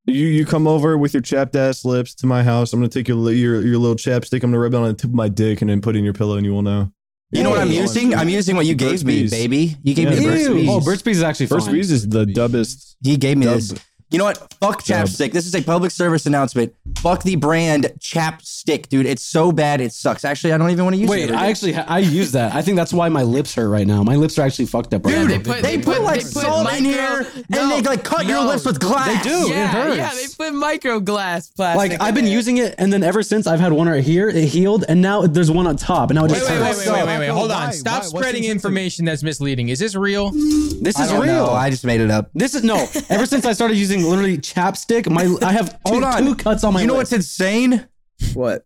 [SPEAKER 2] You you come over with your chapped ass lips to my house. I'm gonna take your li- your your little chapstick. I'm gonna rub it on the tip of my dick and then put it in your pillow, and you will know.
[SPEAKER 6] You know what I'm
[SPEAKER 2] Yeah.
[SPEAKER 6] using? I'm using what you
[SPEAKER 2] Burt's
[SPEAKER 6] gave me,
[SPEAKER 2] Bees.
[SPEAKER 6] baby. You gave me
[SPEAKER 2] Yeah.
[SPEAKER 6] the Burt's
[SPEAKER 1] Ew.
[SPEAKER 6] Bees.
[SPEAKER 1] Oh, Burt's Bees is actually
[SPEAKER 2] First
[SPEAKER 1] fine.
[SPEAKER 2] Bees is the dubbest.
[SPEAKER 6] He gave me
[SPEAKER 2] Dub.
[SPEAKER 6] this. You know what? Fuck
[SPEAKER 2] Dub.
[SPEAKER 6] chapstick. This is a public service announcement. Fuck the brand chapstick, dude. It's so bad it sucks. Actually, I don't even want to use it.
[SPEAKER 1] Wait,
[SPEAKER 6] ever
[SPEAKER 1] I actually ha- I use that. I think that's why my lips hurt right now. My lips are actually fucked up right now.
[SPEAKER 4] they put,
[SPEAKER 6] They put like salt in here, and they like cut your lips with glass.
[SPEAKER 1] They do. it
[SPEAKER 4] yeah,
[SPEAKER 1] hurts.
[SPEAKER 4] yeah, they put microglass plastic.
[SPEAKER 1] like I've been using it, and then ever since I've had one right here, it healed, and now there's one on top, and now it
[SPEAKER 3] Wait,
[SPEAKER 1] just
[SPEAKER 3] wait, wait,
[SPEAKER 1] hurts.
[SPEAKER 3] wait, wait, wait, wait. Hold
[SPEAKER 5] Why?
[SPEAKER 3] on.
[SPEAKER 5] Why?
[SPEAKER 3] Stop
[SPEAKER 5] What's
[SPEAKER 3] spreading
[SPEAKER 5] interesting?
[SPEAKER 3] information that's misleading. Is this real?
[SPEAKER 1] This
[SPEAKER 6] I
[SPEAKER 1] is
[SPEAKER 6] don't
[SPEAKER 1] real.
[SPEAKER 6] know. I just made it up.
[SPEAKER 1] This is no. Ever since I started using literally chapstick, my I have two,
[SPEAKER 6] <laughs> Hold on.
[SPEAKER 1] two cuts on my.
[SPEAKER 6] You know
[SPEAKER 1] lip.
[SPEAKER 6] what's insane?
[SPEAKER 4] what?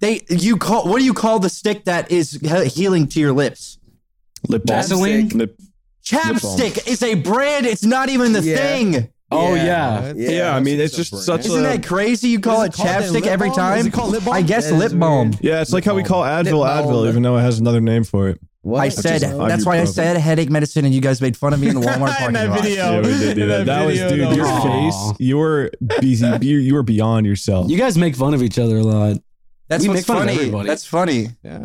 [SPEAKER 6] They you call what do you call the stick that is he- healing to your lips?
[SPEAKER 2] Lip balm.
[SPEAKER 1] Vaseline?
[SPEAKER 2] Lip.
[SPEAKER 6] Chapstick is a brand. It's not even the
[SPEAKER 4] Yeah.
[SPEAKER 6] thing.
[SPEAKER 1] Oh yeah.
[SPEAKER 2] Yeah, I mean it's just such
[SPEAKER 6] Isn't
[SPEAKER 2] a.
[SPEAKER 6] that crazy? You call
[SPEAKER 5] Is it
[SPEAKER 6] it
[SPEAKER 5] called that
[SPEAKER 6] chapstick
[SPEAKER 5] lip
[SPEAKER 6] every
[SPEAKER 5] balm?
[SPEAKER 6] time.
[SPEAKER 5] Is it called lip balm?
[SPEAKER 6] I guess
[SPEAKER 4] That is
[SPEAKER 6] lip balm.
[SPEAKER 2] Yeah, it's like how we call Advil
[SPEAKER 4] Lip balm.
[SPEAKER 2] Advil, even though it has another name for it.
[SPEAKER 4] What?
[SPEAKER 6] I said
[SPEAKER 2] just
[SPEAKER 6] that's why I
[SPEAKER 2] ibuprofen.
[SPEAKER 6] said headache medicine, and you guys made fun of me in the Walmart parking
[SPEAKER 3] In that
[SPEAKER 6] lot.
[SPEAKER 3] video.
[SPEAKER 2] Yeah, we did do
[SPEAKER 3] In
[SPEAKER 2] that. That was,
[SPEAKER 3] video,
[SPEAKER 2] dude,
[SPEAKER 3] though.
[SPEAKER 2] your
[SPEAKER 1] Aw.
[SPEAKER 2] face, you were busy, you you were beyond yourself.
[SPEAKER 1] You guys make fun of each other a lot.
[SPEAKER 6] That's
[SPEAKER 1] We
[SPEAKER 6] what's
[SPEAKER 1] make fun of
[SPEAKER 6] funny.
[SPEAKER 1] everybody.
[SPEAKER 6] That's funny.
[SPEAKER 5] Yeah,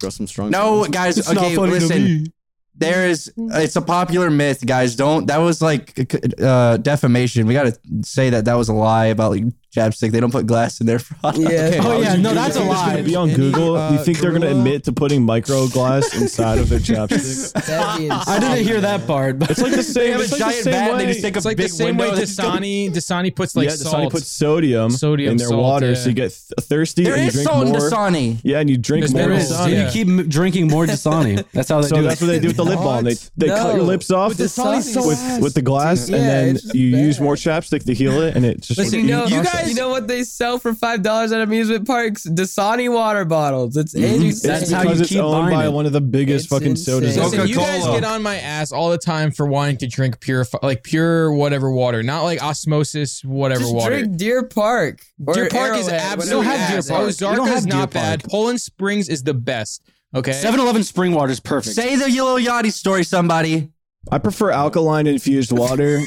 [SPEAKER 5] grow some strong.
[SPEAKER 6] No, guys.
[SPEAKER 1] It's not
[SPEAKER 6] okay,
[SPEAKER 1] funny
[SPEAKER 6] listen.
[SPEAKER 1] to me.
[SPEAKER 6] There is, it's a popular myth, guys. Don't, that was like uh, defamation. We got to say that that was a lie about like chapstick. They don't put glass in their product.
[SPEAKER 4] Yeah.
[SPEAKER 5] Okay,
[SPEAKER 1] Oh,
[SPEAKER 5] how
[SPEAKER 1] yeah,
[SPEAKER 5] would you
[SPEAKER 1] no,
[SPEAKER 5] do
[SPEAKER 1] that's
[SPEAKER 5] that?
[SPEAKER 1] a
[SPEAKER 5] It's gonna
[SPEAKER 1] lie.
[SPEAKER 2] Be on
[SPEAKER 5] Any,
[SPEAKER 2] Google.
[SPEAKER 5] uh,
[SPEAKER 2] you think they're gonna
[SPEAKER 5] gorilla?
[SPEAKER 2] admit to putting micro glass inside of their chapsticks?
[SPEAKER 4] That'd be
[SPEAKER 1] I
[SPEAKER 4] insane.
[SPEAKER 1] didn't hear that part, but
[SPEAKER 2] It's like the same. it's like the same
[SPEAKER 6] bat,
[SPEAKER 2] way.
[SPEAKER 6] They just take
[SPEAKER 3] It's
[SPEAKER 6] a
[SPEAKER 3] like the
[SPEAKER 6] big
[SPEAKER 3] same way
[SPEAKER 6] window.
[SPEAKER 3] Dasani Dasani puts like
[SPEAKER 2] yeah, Dasani
[SPEAKER 3] salt.
[SPEAKER 2] puts sodium,
[SPEAKER 3] Sodium
[SPEAKER 2] in their
[SPEAKER 3] salt,
[SPEAKER 2] water,
[SPEAKER 3] yeah.
[SPEAKER 2] so you get th- thirsty
[SPEAKER 6] <laughs> there
[SPEAKER 2] and you
[SPEAKER 6] is
[SPEAKER 2] drink
[SPEAKER 6] salt in
[SPEAKER 2] more.
[SPEAKER 6] Dasani.
[SPEAKER 2] Yeah, and you drink
[SPEAKER 3] There's
[SPEAKER 1] <laughs>
[SPEAKER 2] more.
[SPEAKER 1] there
[SPEAKER 3] no
[SPEAKER 1] is.
[SPEAKER 3] Dasani.
[SPEAKER 1] You
[SPEAKER 3] Yeah.
[SPEAKER 1] keep m- drinking more Dasani. That's how they
[SPEAKER 2] So
[SPEAKER 1] do
[SPEAKER 2] that's
[SPEAKER 1] it.
[SPEAKER 2] what they do with
[SPEAKER 1] <laughs>
[SPEAKER 2] the lip balm. They they cut your
[SPEAKER 4] No.
[SPEAKER 2] lips off
[SPEAKER 4] With Dasani's so
[SPEAKER 2] with,
[SPEAKER 4] ass.
[SPEAKER 2] with the glass,
[SPEAKER 4] Yeah,
[SPEAKER 2] and then
[SPEAKER 4] it's just
[SPEAKER 2] you
[SPEAKER 4] bad.
[SPEAKER 2] use more chapstick to heal it, and it just
[SPEAKER 4] Listen, you know, you
[SPEAKER 3] guys-
[SPEAKER 4] guys, you know what they sell for five dollars at amusement parks? Dasani water bottles. It's insane.
[SPEAKER 2] It's
[SPEAKER 1] That's how you
[SPEAKER 2] because it's
[SPEAKER 1] keep
[SPEAKER 2] owned
[SPEAKER 1] buying
[SPEAKER 2] by
[SPEAKER 1] it.
[SPEAKER 2] one of the biggest
[SPEAKER 4] It's
[SPEAKER 2] fucking sodas.
[SPEAKER 4] insane.
[SPEAKER 3] Listen, you guys
[SPEAKER 6] Coca-Cola.
[SPEAKER 3] get on my ass all the time for wanting to drink pure, like pure whatever water, not like osmosis whatever
[SPEAKER 4] Just
[SPEAKER 3] water.
[SPEAKER 4] drink Deer Park. or
[SPEAKER 3] Deer Park is
[SPEAKER 4] Arrowhead,
[SPEAKER 3] absolutely
[SPEAKER 1] You don't have Deer
[SPEAKER 3] ass.
[SPEAKER 1] Park. You don't
[SPEAKER 3] Ozarka is
[SPEAKER 1] have Deer
[SPEAKER 3] not bad.
[SPEAKER 1] Park.
[SPEAKER 3] Poland Springs is the best. Okay.
[SPEAKER 1] 7-Eleven spring water is perfect.
[SPEAKER 6] Say the Yellow Yachty story, somebody.
[SPEAKER 2] I prefer alkaline infused water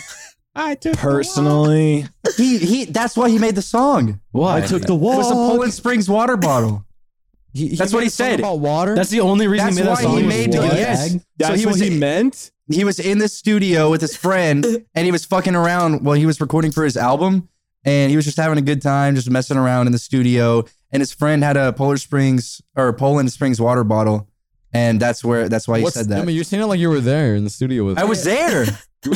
[SPEAKER 3] I took
[SPEAKER 2] personally.
[SPEAKER 6] He, he, that's why he made the song.
[SPEAKER 1] Why?
[SPEAKER 2] I took the
[SPEAKER 6] It was a
[SPEAKER 2] wall.
[SPEAKER 6] Poland Springs water bottle. That's what he said.
[SPEAKER 5] about water.
[SPEAKER 1] That's the only reason
[SPEAKER 6] That's
[SPEAKER 1] he made that
[SPEAKER 6] why
[SPEAKER 1] song.
[SPEAKER 6] he
[SPEAKER 1] was
[SPEAKER 6] made
[SPEAKER 1] Black.
[SPEAKER 6] the yes.
[SPEAKER 2] That's
[SPEAKER 6] so he
[SPEAKER 2] what
[SPEAKER 6] was
[SPEAKER 2] he meant.
[SPEAKER 6] he was in the studio with his
[SPEAKER 4] <laughs>
[SPEAKER 6] friend and he was fucking around while he was recording for his album and he was just having a good time just messing around in the studio and his friend had a polar springs or poland springs water bottle and that's where that's why he
[SPEAKER 5] What's-
[SPEAKER 6] said that
[SPEAKER 5] I mean, you're saying it like you were there in the studio with.
[SPEAKER 6] i was
[SPEAKER 4] <laughs>
[SPEAKER 6] there
[SPEAKER 5] You were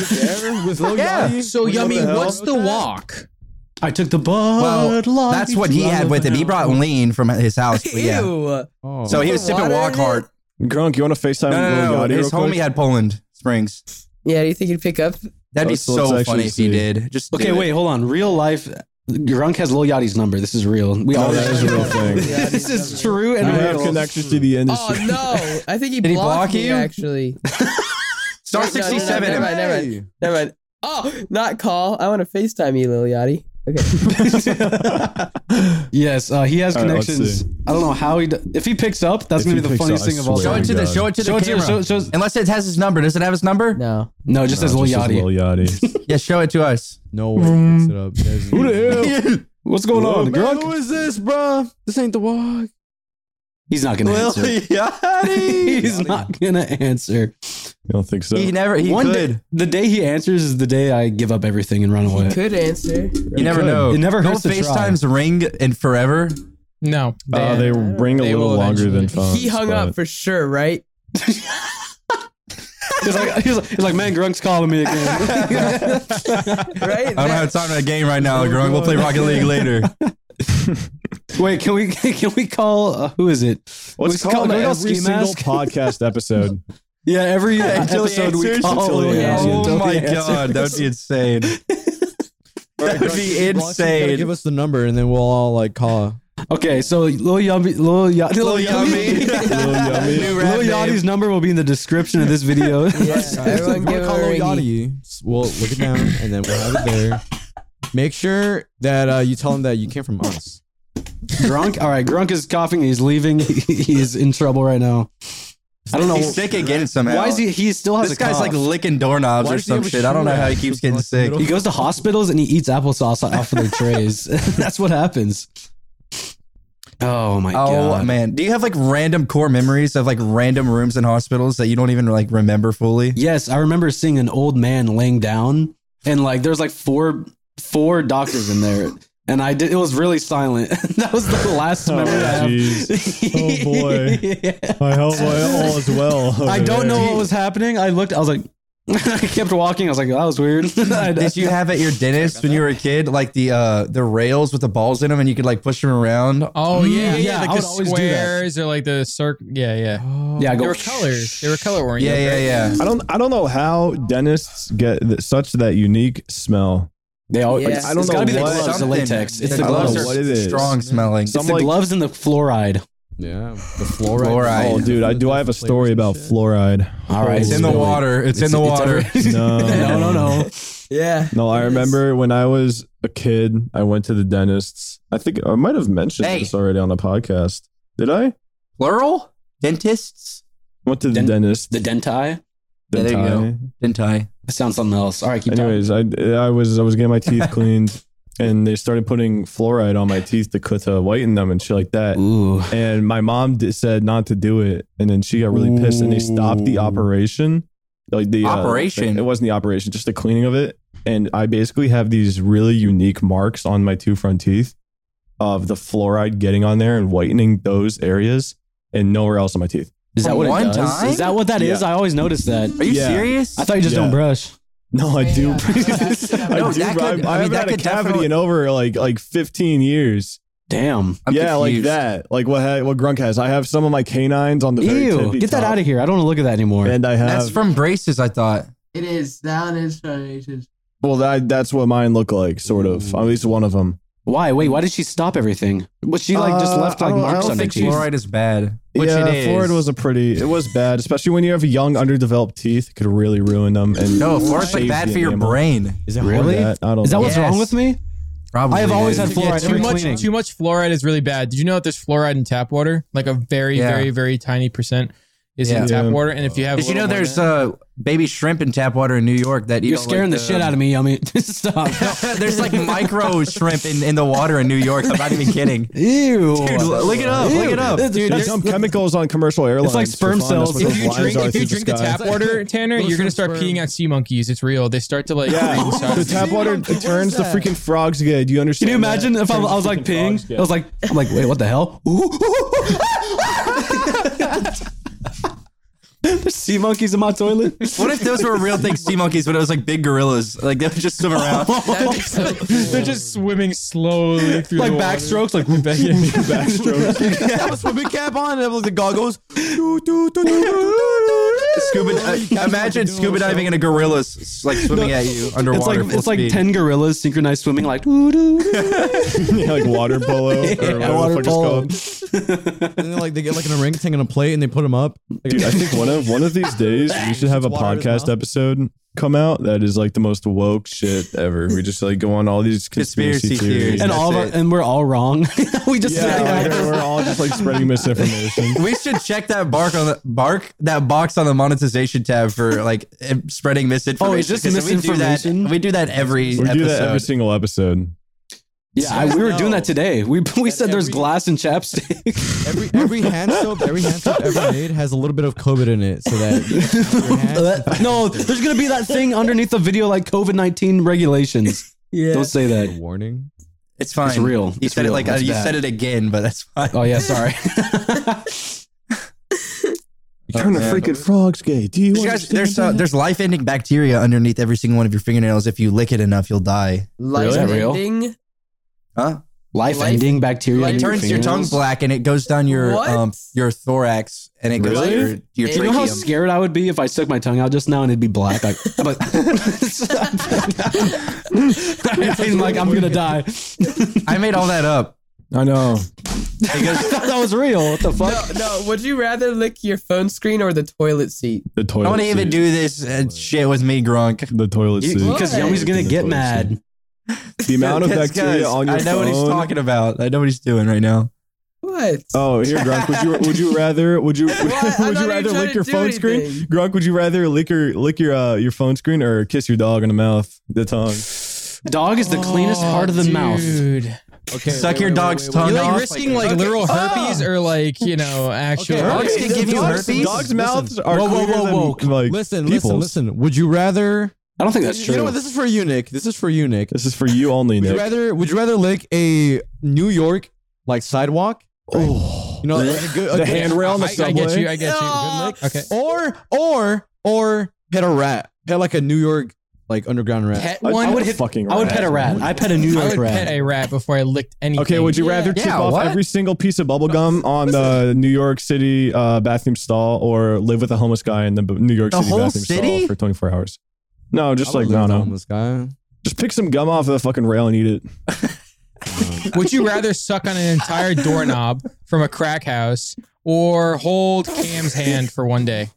[SPEAKER 2] <laughs>
[SPEAKER 5] there with Lil
[SPEAKER 6] Yeah.
[SPEAKER 5] Yachty?
[SPEAKER 3] So
[SPEAKER 5] What the
[SPEAKER 3] yummy.
[SPEAKER 5] hell?
[SPEAKER 3] what's the walk?
[SPEAKER 1] I took the bud.
[SPEAKER 6] well
[SPEAKER 1] light
[SPEAKER 6] that's what he had with him he brought lean from his house but yeah
[SPEAKER 4] Ew.
[SPEAKER 5] Oh.
[SPEAKER 6] so he was sipping
[SPEAKER 4] Water?
[SPEAKER 6] walk hard
[SPEAKER 2] Grunk, you want to FaceTime
[SPEAKER 6] no no
[SPEAKER 2] Lil
[SPEAKER 6] no,
[SPEAKER 2] Yachty
[SPEAKER 6] no. his
[SPEAKER 2] real quick?
[SPEAKER 6] homie had poland springs
[SPEAKER 4] Yeah, do you think he'd pick up?
[SPEAKER 6] that'd be
[SPEAKER 2] Let's- let's
[SPEAKER 6] so funny
[SPEAKER 2] actually
[SPEAKER 6] if he
[SPEAKER 2] see.
[SPEAKER 6] did just
[SPEAKER 1] Okay,
[SPEAKER 6] do it.
[SPEAKER 1] wait, hold on. Real life. Grunk has Lil Yachty's number. This is real. We
[SPEAKER 2] No,
[SPEAKER 1] all
[SPEAKER 2] Oh, that is a real
[SPEAKER 1] <laughs>
[SPEAKER 2] thing.
[SPEAKER 1] this is true
[SPEAKER 2] You
[SPEAKER 1] and
[SPEAKER 2] have
[SPEAKER 1] real.
[SPEAKER 2] connections to the industry.
[SPEAKER 4] Oh <laughs> no! I think he blocked
[SPEAKER 6] Did he block
[SPEAKER 4] me
[SPEAKER 6] you?
[SPEAKER 4] actually.
[SPEAKER 6] star
[SPEAKER 4] No, no, no, no,
[SPEAKER 6] 67
[SPEAKER 4] never mind, never mind. Never mind. Oh, not call. I want to FaceTime you, Lil Yachty. Okay. <laughs>
[SPEAKER 1] <laughs> yes, uh, he has
[SPEAKER 2] All right, let's
[SPEAKER 1] connections.
[SPEAKER 2] see.
[SPEAKER 1] I don't know how he. Do- if he picks up, that's
[SPEAKER 2] If
[SPEAKER 1] gonna
[SPEAKER 2] he
[SPEAKER 1] be the
[SPEAKER 2] picks
[SPEAKER 1] funniest
[SPEAKER 2] up, I
[SPEAKER 1] thing of all
[SPEAKER 2] swear.
[SPEAKER 6] show
[SPEAKER 1] time.
[SPEAKER 6] it to the show it to the
[SPEAKER 1] Show it to
[SPEAKER 6] camera
[SPEAKER 1] show, show, us-
[SPEAKER 6] unless it has his number does it have his number
[SPEAKER 4] No.
[SPEAKER 1] no, just as Lil
[SPEAKER 2] Just as
[SPEAKER 1] Yachty.
[SPEAKER 2] Yachty.
[SPEAKER 6] yeah show it to us
[SPEAKER 5] No way. Picks it up.
[SPEAKER 2] <laughs> Who the hell?
[SPEAKER 1] What's going
[SPEAKER 2] Whoa,
[SPEAKER 1] on,
[SPEAKER 2] man,
[SPEAKER 1] Grunk?
[SPEAKER 2] Who is this, bro? This ain't the walk.
[SPEAKER 1] He's not gonna answer. <laughs> He's not gonna answer.
[SPEAKER 2] You don't think so?
[SPEAKER 6] <laughs> He never. He
[SPEAKER 1] One
[SPEAKER 6] could.
[SPEAKER 1] day, the day he answers is the day I give up everything and run away.
[SPEAKER 4] He could answer.
[SPEAKER 6] You never
[SPEAKER 2] could.
[SPEAKER 6] know.
[SPEAKER 1] It never hurts
[SPEAKER 6] Don't
[SPEAKER 1] to try.
[SPEAKER 6] FaceTime's ring in forever.
[SPEAKER 3] No.
[SPEAKER 2] Uh, they ring a
[SPEAKER 3] They
[SPEAKER 2] little
[SPEAKER 3] will
[SPEAKER 2] longer than
[SPEAKER 3] eventually.
[SPEAKER 2] phones.
[SPEAKER 4] he hung
[SPEAKER 2] but-
[SPEAKER 4] up for sure, right?
[SPEAKER 1] He's like, he's like, he's like, man, Grunk's calling me
[SPEAKER 2] <laughs>
[SPEAKER 1] again.
[SPEAKER 4] <laughs> Right?
[SPEAKER 6] I don't have time for that game right now, Grung. We'll play Rocket League later.
[SPEAKER 1] Wait, can we <laughs> can we call uh, who is it?
[SPEAKER 2] Let's
[SPEAKER 1] We
[SPEAKER 2] call
[SPEAKER 1] can
[SPEAKER 2] it
[SPEAKER 1] we call
[SPEAKER 2] every
[SPEAKER 1] Ski
[SPEAKER 2] single
[SPEAKER 1] Mask?
[SPEAKER 2] podcast episode.
[SPEAKER 1] <laughs> Yeah, every
[SPEAKER 6] Until he
[SPEAKER 1] episode we
[SPEAKER 6] answers,
[SPEAKER 1] call.
[SPEAKER 2] until he
[SPEAKER 1] <laughs> yeah,
[SPEAKER 2] answers.
[SPEAKER 1] until
[SPEAKER 6] oh my
[SPEAKER 1] he answers.
[SPEAKER 6] god, that'd be insane. that'd be
[SPEAKER 5] Give
[SPEAKER 6] insane.
[SPEAKER 5] us the number and then we'll all like call.
[SPEAKER 2] <laughs>
[SPEAKER 1] Okay, so Lil Yummy, Lil, y- Lil, Yummy,
[SPEAKER 6] <laughs>
[SPEAKER 2] Lil Yummy.
[SPEAKER 5] <laughs>
[SPEAKER 6] New
[SPEAKER 1] <laughs>
[SPEAKER 6] rap
[SPEAKER 1] Lil Yachty's
[SPEAKER 6] name.
[SPEAKER 1] number will be in the description of this video. <laughs>
[SPEAKER 4] Yeah,
[SPEAKER 2] <laughs>
[SPEAKER 4] everyone
[SPEAKER 5] We'll
[SPEAKER 4] give
[SPEAKER 5] call
[SPEAKER 4] him a
[SPEAKER 5] Lil
[SPEAKER 4] ringy.
[SPEAKER 5] Yachty. S- We'll look it down and then we'll have it there. Make sure that uh, you tell him that you came from us.
[SPEAKER 1] Grunk, all right, Grunk is coughing. He's leaving. <laughs> He's in trouble right now. I don't know
[SPEAKER 6] He's sick again somehow.
[SPEAKER 1] why is he. He still has
[SPEAKER 6] This
[SPEAKER 1] a cough.
[SPEAKER 6] guy's like licking doorknobs
[SPEAKER 5] Why
[SPEAKER 6] or
[SPEAKER 5] does he
[SPEAKER 6] some
[SPEAKER 5] have a
[SPEAKER 6] shit. I don't know
[SPEAKER 5] shoe
[SPEAKER 6] how he
[SPEAKER 5] rack?
[SPEAKER 6] keeps getting
[SPEAKER 5] Like,
[SPEAKER 6] sick.
[SPEAKER 5] middle-
[SPEAKER 1] He goes to hospitals and he eats applesauce off of their trays. <laughs> That's what happens. <laughs> Oh my
[SPEAKER 6] Oh
[SPEAKER 1] god!
[SPEAKER 6] man, do you have like random core memories of like random rooms in hospitals that you don't even like remember fully?
[SPEAKER 1] Yes, I remember seeing an old man laying down, and like there's like four four doctors in there, and I did. It was really silent. <laughs> that was the last
[SPEAKER 2] Oh,
[SPEAKER 1] memory I have.
[SPEAKER 2] jeez.
[SPEAKER 1] <laughs>
[SPEAKER 2] Oh, boy. <laughs> I hope I all is well.
[SPEAKER 1] I don't know what was happening. I looked. I was like, <laughs> I kept walking. I was like, "Oh, that was weird. <laughs> I-
[SPEAKER 6] Did you have at <laughs> your dentist when you were a kid, like the uh the rails with the balls in them, and you could like push them around?
[SPEAKER 3] Oh yeah, yeah.
[SPEAKER 1] yeah,
[SPEAKER 3] like
[SPEAKER 1] I would
[SPEAKER 3] the
[SPEAKER 1] always do that.
[SPEAKER 3] squares or like the circle. Yeah, yeah.
[SPEAKER 1] yeah, I
[SPEAKER 3] They
[SPEAKER 1] go.
[SPEAKER 3] were colors. They were color
[SPEAKER 6] Yeah,
[SPEAKER 3] oriented.
[SPEAKER 6] yeah, yeah.
[SPEAKER 2] I don't. I don't know how dentists get th- such that unique smell.
[SPEAKER 1] They all.
[SPEAKER 4] Yeah.
[SPEAKER 1] It's,
[SPEAKER 4] I
[SPEAKER 2] don't
[SPEAKER 1] it's
[SPEAKER 2] know
[SPEAKER 1] gotta be the
[SPEAKER 2] what-
[SPEAKER 1] gloves, the
[SPEAKER 6] Something.
[SPEAKER 1] latex. It's the
[SPEAKER 2] I don't know
[SPEAKER 1] gloves.
[SPEAKER 2] what
[SPEAKER 1] It's
[SPEAKER 2] it is.
[SPEAKER 6] strong smelling.
[SPEAKER 2] Some
[SPEAKER 1] the
[SPEAKER 2] like-
[SPEAKER 1] gloves and the fluoride.
[SPEAKER 5] Yeah. The fluoride.
[SPEAKER 6] Fluoride.
[SPEAKER 2] Oh, dude, I do. I have a story about fluoride.
[SPEAKER 1] All right,
[SPEAKER 6] It's in the
[SPEAKER 1] Billy.
[SPEAKER 6] water. It's, in the
[SPEAKER 1] it's
[SPEAKER 6] water.
[SPEAKER 1] <laughs>
[SPEAKER 2] No,
[SPEAKER 1] No, no, no.
[SPEAKER 4] Yeah.
[SPEAKER 2] No, I remember when I was a kid, I went to the dentist's. I think I might have mentioned
[SPEAKER 6] Hey.
[SPEAKER 2] this already on the podcast. Did I?
[SPEAKER 6] Plural? Dentists?
[SPEAKER 2] Went to the
[SPEAKER 1] Den-
[SPEAKER 2] dentist.
[SPEAKER 1] The dentai.
[SPEAKER 6] Yeah, there you go. Denti.
[SPEAKER 1] That sounds something else. All right, keep talking.
[SPEAKER 2] Anyways, I I was I was getting
[SPEAKER 1] <laughs>
[SPEAKER 2] my teeth cleaned, and they started putting fluoride on my teeth to cut to whiten them and shit like that.
[SPEAKER 1] Ooh.
[SPEAKER 2] And my mom did, said not to do it, and then she got really pissed, and they stopped the
[SPEAKER 5] Ooh.
[SPEAKER 2] operation. Like the uh,
[SPEAKER 6] Operation?
[SPEAKER 2] it wasn't the operation, just the cleaning of it. And I basically have these really unique marks on my two front teeth of the fluoride getting on there and whitening those areas, and nowhere else on my teeth. <laughs>
[SPEAKER 1] Is that
[SPEAKER 6] From
[SPEAKER 1] what
[SPEAKER 6] one
[SPEAKER 1] it does?
[SPEAKER 6] time?
[SPEAKER 1] Is that what that is?
[SPEAKER 2] Yeah.
[SPEAKER 1] I always notice that.
[SPEAKER 6] Are you
[SPEAKER 2] Yeah.
[SPEAKER 6] serious?
[SPEAKER 1] I thought you just
[SPEAKER 2] Yeah.
[SPEAKER 1] don't brush.
[SPEAKER 2] No, I
[SPEAKER 6] <laughs>
[SPEAKER 2] do. <laughs> I
[SPEAKER 6] uh, No,
[SPEAKER 2] do.
[SPEAKER 6] that
[SPEAKER 2] I,
[SPEAKER 6] could- I
[SPEAKER 2] I haven't
[SPEAKER 6] mean, that
[SPEAKER 2] had a
[SPEAKER 6] could
[SPEAKER 2] cavity
[SPEAKER 6] definitely-
[SPEAKER 2] in over like like 15 years.
[SPEAKER 1] Damn.
[SPEAKER 6] I'm
[SPEAKER 2] yeah, like
[SPEAKER 6] confused.
[SPEAKER 2] that. Like what ha- what Grunk has. I have some of my canines on the very
[SPEAKER 1] Ew.
[SPEAKER 2] tippy
[SPEAKER 1] Get that
[SPEAKER 2] top,
[SPEAKER 1] out of here. I don't want to look at that anymore.
[SPEAKER 2] And I have
[SPEAKER 6] That's from braces, I thought.
[SPEAKER 4] It is. That is it.
[SPEAKER 2] well, that that's what mine look like, sort of. At least one of them.
[SPEAKER 1] why? Wait, why did she stop everything? Was she like just
[SPEAKER 2] Uh,
[SPEAKER 1] left
[SPEAKER 2] I
[SPEAKER 1] like
[SPEAKER 2] don't- I
[SPEAKER 1] marks
[SPEAKER 2] don't
[SPEAKER 1] on her
[SPEAKER 2] think
[SPEAKER 1] teeth?
[SPEAKER 6] Fluoride is bad. Which
[SPEAKER 2] yeah,
[SPEAKER 6] it is.
[SPEAKER 2] fluoride was a pretty. It was bad, especially when you have young, underdeveloped teeth. It could really ruin them. And
[SPEAKER 6] no, fluoride's like
[SPEAKER 2] shaves
[SPEAKER 6] bad
[SPEAKER 2] the
[SPEAKER 6] for your
[SPEAKER 2] enamel.
[SPEAKER 6] brain.
[SPEAKER 5] Is it
[SPEAKER 1] Really?
[SPEAKER 2] That- I don't.
[SPEAKER 1] Is that
[SPEAKER 2] know.
[SPEAKER 1] what's wrong
[SPEAKER 6] Yes.
[SPEAKER 1] with me?
[SPEAKER 6] Probably.
[SPEAKER 1] I have always had
[SPEAKER 6] is.
[SPEAKER 1] fluoride
[SPEAKER 3] Yeah,
[SPEAKER 1] every
[SPEAKER 3] too much,
[SPEAKER 1] cleaning.
[SPEAKER 3] too much fluoride is really bad. Did you know that there's fluoride in tap water? Like a very,
[SPEAKER 6] Yeah.
[SPEAKER 3] very, very tiny percent. is
[SPEAKER 6] Yeah.
[SPEAKER 3] in tap
[SPEAKER 2] Yeah.
[SPEAKER 3] water. And if you have, a
[SPEAKER 6] Did you know
[SPEAKER 3] little more
[SPEAKER 6] there's uh, baby shrimp in tap water in New York that
[SPEAKER 1] You're scaring the,
[SPEAKER 6] <laughs>
[SPEAKER 1] shit out of me, Yummy. <laughs> Stop.
[SPEAKER 6] There's like micro shrimp in, in the water in New York. I'm not
[SPEAKER 1] <laughs>
[SPEAKER 6] even kidding.
[SPEAKER 1] Ew.
[SPEAKER 6] Dude, l- look it up. Look it up.
[SPEAKER 1] Dude,
[SPEAKER 2] They
[SPEAKER 1] there's-
[SPEAKER 2] dump chemicals on commercial airlines.
[SPEAKER 1] like
[SPEAKER 2] for
[SPEAKER 1] sperm
[SPEAKER 2] fun.
[SPEAKER 1] cells.
[SPEAKER 2] That's what
[SPEAKER 3] <laughs> if
[SPEAKER 2] those
[SPEAKER 3] you
[SPEAKER 2] lines
[SPEAKER 3] drink,
[SPEAKER 2] are
[SPEAKER 3] if you
[SPEAKER 2] through
[SPEAKER 3] drink the
[SPEAKER 2] sky.
[SPEAKER 3] tap <laughs> water, Tanner, you're gonna
[SPEAKER 4] shrimp
[SPEAKER 3] start
[SPEAKER 4] sperm.
[SPEAKER 3] peeing at sea monkeys. It's real. They start to like
[SPEAKER 2] Yeah,
[SPEAKER 3] creep <laughs>
[SPEAKER 2] the
[SPEAKER 3] inside.
[SPEAKER 2] tap water it turns the freaking frogs gay. Do you understand?
[SPEAKER 1] Can you imagine
[SPEAKER 2] that?
[SPEAKER 1] if I, I was like
[SPEAKER 2] Freaking frogs
[SPEAKER 1] peeing?
[SPEAKER 2] gay.
[SPEAKER 1] I was like, I'm like, wait, what the hell? There's sea monkeys in my toilet.
[SPEAKER 6] What if those were real thing sea monkeys, but it was like big gorillas? Like they would just
[SPEAKER 1] <laughs>
[SPEAKER 6] swim around.
[SPEAKER 3] They're just swimming slowly through
[SPEAKER 1] like
[SPEAKER 3] the water.
[SPEAKER 1] backstrokes, <laughs> like
[SPEAKER 5] <laughs>
[SPEAKER 2] backstrokes?
[SPEAKER 5] have a swimming cap on and have the goggles.
[SPEAKER 6] scuba, uh, imagine scuba diving and a gorilla's s- like swimming at you
[SPEAKER 1] it's like
[SPEAKER 6] underwater. full
[SPEAKER 1] it's like
[SPEAKER 6] speed.
[SPEAKER 1] ten gorillas synchronized swimming, like doo doo.
[SPEAKER 2] <laughs> yeah, like water polo or whatever
[SPEAKER 5] water
[SPEAKER 2] the fuck
[SPEAKER 5] polo.
[SPEAKER 2] it's called.
[SPEAKER 5] And then like they get like an orangutan on a plate and they put them up. Like,
[SPEAKER 2] Dude, I think one of one of these days we should have a
[SPEAKER 5] Water in his
[SPEAKER 2] podcast
[SPEAKER 5] mouth.
[SPEAKER 2] episode come out that is like the most woke shit ever. We just like go on all these conspiracy,
[SPEAKER 6] Conspiracy
[SPEAKER 2] theories.
[SPEAKER 6] theories.
[SPEAKER 1] and
[SPEAKER 6] That's
[SPEAKER 1] all of our,
[SPEAKER 6] it.
[SPEAKER 1] and we're all wrong. <laughs> we just
[SPEAKER 2] Yeah,
[SPEAKER 1] <laughs>
[SPEAKER 2] like, we're all just like spreading misinformation.
[SPEAKER 6] we should check that bark on the bark that box on the monetization tab for like em- spreading misinformation.
[SPEAKER 1] Oh, is this
[SPEAKER 6] 'Cause if We do
[SPEAKER 1] misinformation?
[SPEAKER 6] that, we do that every
[SPEAKER 2] We
[SPEAKER 6] episode.
[SPEAKER 2] do that every single episode.
[SPEAKER 1] yeah, I- we were doing that today. We <laughs> we said there's glass and chapstick.
[SPEAKER 5] every every hand soap, every hand soap
[SPEAKER 2] <laughs>
[SPEAKER 5] ever made has a little bit of COVID in it, so that your hands-
[SPEAKER 1] Uh, no, there's gonna be that thing underneath the video, like COVID nineteen regulations.
[SPEAKER 4] Yeah.
[SPEAKER 1] Don't say that.
[SPEAKER 5] warning.
[SPEAKER 6] it's fine.
[SPEAKER 1] It's real.
[SPEAKER 6] You
[SPEAKER 1] It's
[SPEAKER 6] said
[SPEAKER 1] real.
[SPEAKER 6] it like uh,
[SPEAKER 1] That's
[SPEAKER 6] you
[SPEAKER 1] bad.
[SPEAKER 6] said it again, but that's fine.
[SPEAKER 1] Oh yeah, sorry.
[SPEAKER 2] Turn the freaking frogs gay. Do you
[SPEAKER 6] Did you guys, there's uh, there's life-ending bacteria underneath every single one of your fingernails. If you lick it enough, you'll die.
[SPEAKER 4] Life
[SPEAKER 1] that real?
[SPEAKER 4] ending.
[SPEAKER 6] Huh?
[SPEAKER 1] Life-ending bacteria.
[SPEAKER 4] life-
[SPEAKER 1] in
[SPEAKER 6] It turns your tongue
[SPEAKER 1] fingernails.
[SPEAKER 6] black and it goes down your
[SPEAKER 4] What?
[SPEAKER 6] um your thorax and it goes
[SPEAKER 2] Really?
[SPEAKER 6] to your, your
[SPEAKER 4] Do
[SPEAKER 1] You know how
[SPEAKER 6] tracheum.
[SPEAKER 1] scared I would be if I stuck my tongue out just now and it'd be black. Like, I'm <laughs> like, I'm like, I'm gonna die.
[SPEAKER 6] I made all that up.
[SPEAKER 2] I know.
[SPEAKER 6] It
[SPEAKER 1] <laughs>
[SPEAKER 6] goes-
[SPEAKER 1] that was real. What the fuck?
[SPEAKER 4] No, no. Would you rather lick your phone screen or the toilet seat?
[SPEAKER 2] The toilet.
[SPEAKER 6] I want to even
[SPEAKER 2] seat.
[SPEAKER 6] do this uh, shit with me, Gronk.
[SPEAKER 2] the toilet seat.
[SPEAKER 1] Because Yummy's gonna get mad.
[SPEAKER 2] <laughs> The amount of
[SPEAKER 6] Yes,
[SPEAKER 2] bacteria
[SPEAKER 6] guys,
[SPEAKER 2] on your
[SPEAKER 6] I know
[SPEAKER 2] phone.
[SPEAKER 6] what he's talking about. I know what he's doing right now.
[SPEAKER 4] What?
[SPEAKER 2] Oh, here, Gronk. Would you would you rather would you <laughs>
[SPEAKER 4] I'm not
[SPEAKER 2] would you
[SPEAKER 4] even
[SPEAKER 2] rather
[SPEAKER 4] trying
[SPEAKER 2] lick
[SPEAKER 4] to
[SPEAKER 2] your
[SPEAKER 4] do
[SPEAKER 2] phone screen?
[SPEAKER 4] anything.
[SPEAKER 2] Gronk, would you rather lick your lick your uh, your phone screen or kiss your dog in the mouth, the tongue?
[SPEAKER 1] Dog is the cleanest part of the mouth.
[SPEAKER 3] Dude.
[SPEAKER 5] Okay,
[SPEAKER 6] Suck
[SPEAKER 5] wait,
[SPEAKER 6] your
[SPEAKER 5] wait,
[SPEAKER 6] dog's
[SPEAKER 5] wait, wait,
[SPEAKER 6] tongue
[SPEAKER 3] You're
[SPEAKER 6] off.
[SPEAKER 3] like risking like
[SPEAKER 6] Okay.
[SPEAKER 3] literal herpes or like, you know, actual
[SPEAKER 5] Okay,
[SPEAKER 6] Dogs
[SPEAKER 5] Okay,
[SPEAKER 6] can give you
[SPEAKER 5] dogs-
[SPEAKER 6] herpes.
[SPEAKER 2] Dogs' mouths are
[SPEAKER 1] Whoa, whoa,
[SPEAKER 2] cleaner
[SPEAKER 1] whoa,
[SPEAKER 2] than <laughs> like
[SPEAKER 5] Listen, listen,
[SPEAKER 2] people's.
[SPEAKER 5] listen. Would you rather?
[SPEAKER 1] I don't think that's
[SPEAKER 5] You know
[SPEAKER 1] true.
[SPEAKER 5] what? This is for you, Nick. This is for you, Nick.
[SPEAKER 2] This is for you only,
[SPEAKER 5] Would you
[SPEAKER 2] Nick.
[SPEAKER 5] rather? Would you rather lick a New York like sidewalk?
[SPEAKER 2] Oh,
[SPEAKER 5] You know, like a good, a
[SPEAKER 2] the
[SPEAKER 5] good-
[SPEAKER 2] handrail on the
[SPEAKER 3] I, I get you.
[SPEAKER 2] subway.
[SPEAKER 3] I get you. Good lick. Okay.
[SPEAKER 5] or or or pet a rat, pet like a New York like underground rat.
[SPEAKER 3] Pet
[SPEAKER 2] I-
[SPEAKER 3] one.
[SPEAKER 2] I
[SPEAKER 3] I
[SPEAKER 2] would
[SPEAKER 3] would,
[SPEAKER 2] hit. Fucking
[SPEAKER 1] I would pet a
[SPEAKER 2] rats.
[SPEAKER 1] rat. I pet a New York
[SPEAKER 3] pet
[SPEAKER 1] rat.
[SPEAKER 3] a rat before I licked anything.
[SPEAKER 2] Okay, would you rather chip
[SPEAKER 6] Yeah,
[SPEAKER 2] off
[SPEAKER 6] what?
[SPEAKER 2] every single piece of bubble gum on the New York City uh, bathroom stall or live with a homeless guy in the b- New York
[SPEAKER 6] The
[SPEAKER 2] City
[SPEAKER 6] whole
[SPEAKER 2] bathroom
[SPEAKER 6] city?
[SPEAKER 2] stall for 24 hours? No, just
[SPEAKER 5] I
[SPEAKER 2] like,
[SPEAKER 5] would
[SPEAKER 2] no,
[SPEAKER 5] live with
[SPEAKER 2] no.
[SPEAKER 5] homeless guy.
[SPEAKER 2] Just pick some gum off the fucking rail and eat it.
[SPEAKER 3] Would you rather suck on an entire doorknob from a crack house or hold Cam's hand for one day?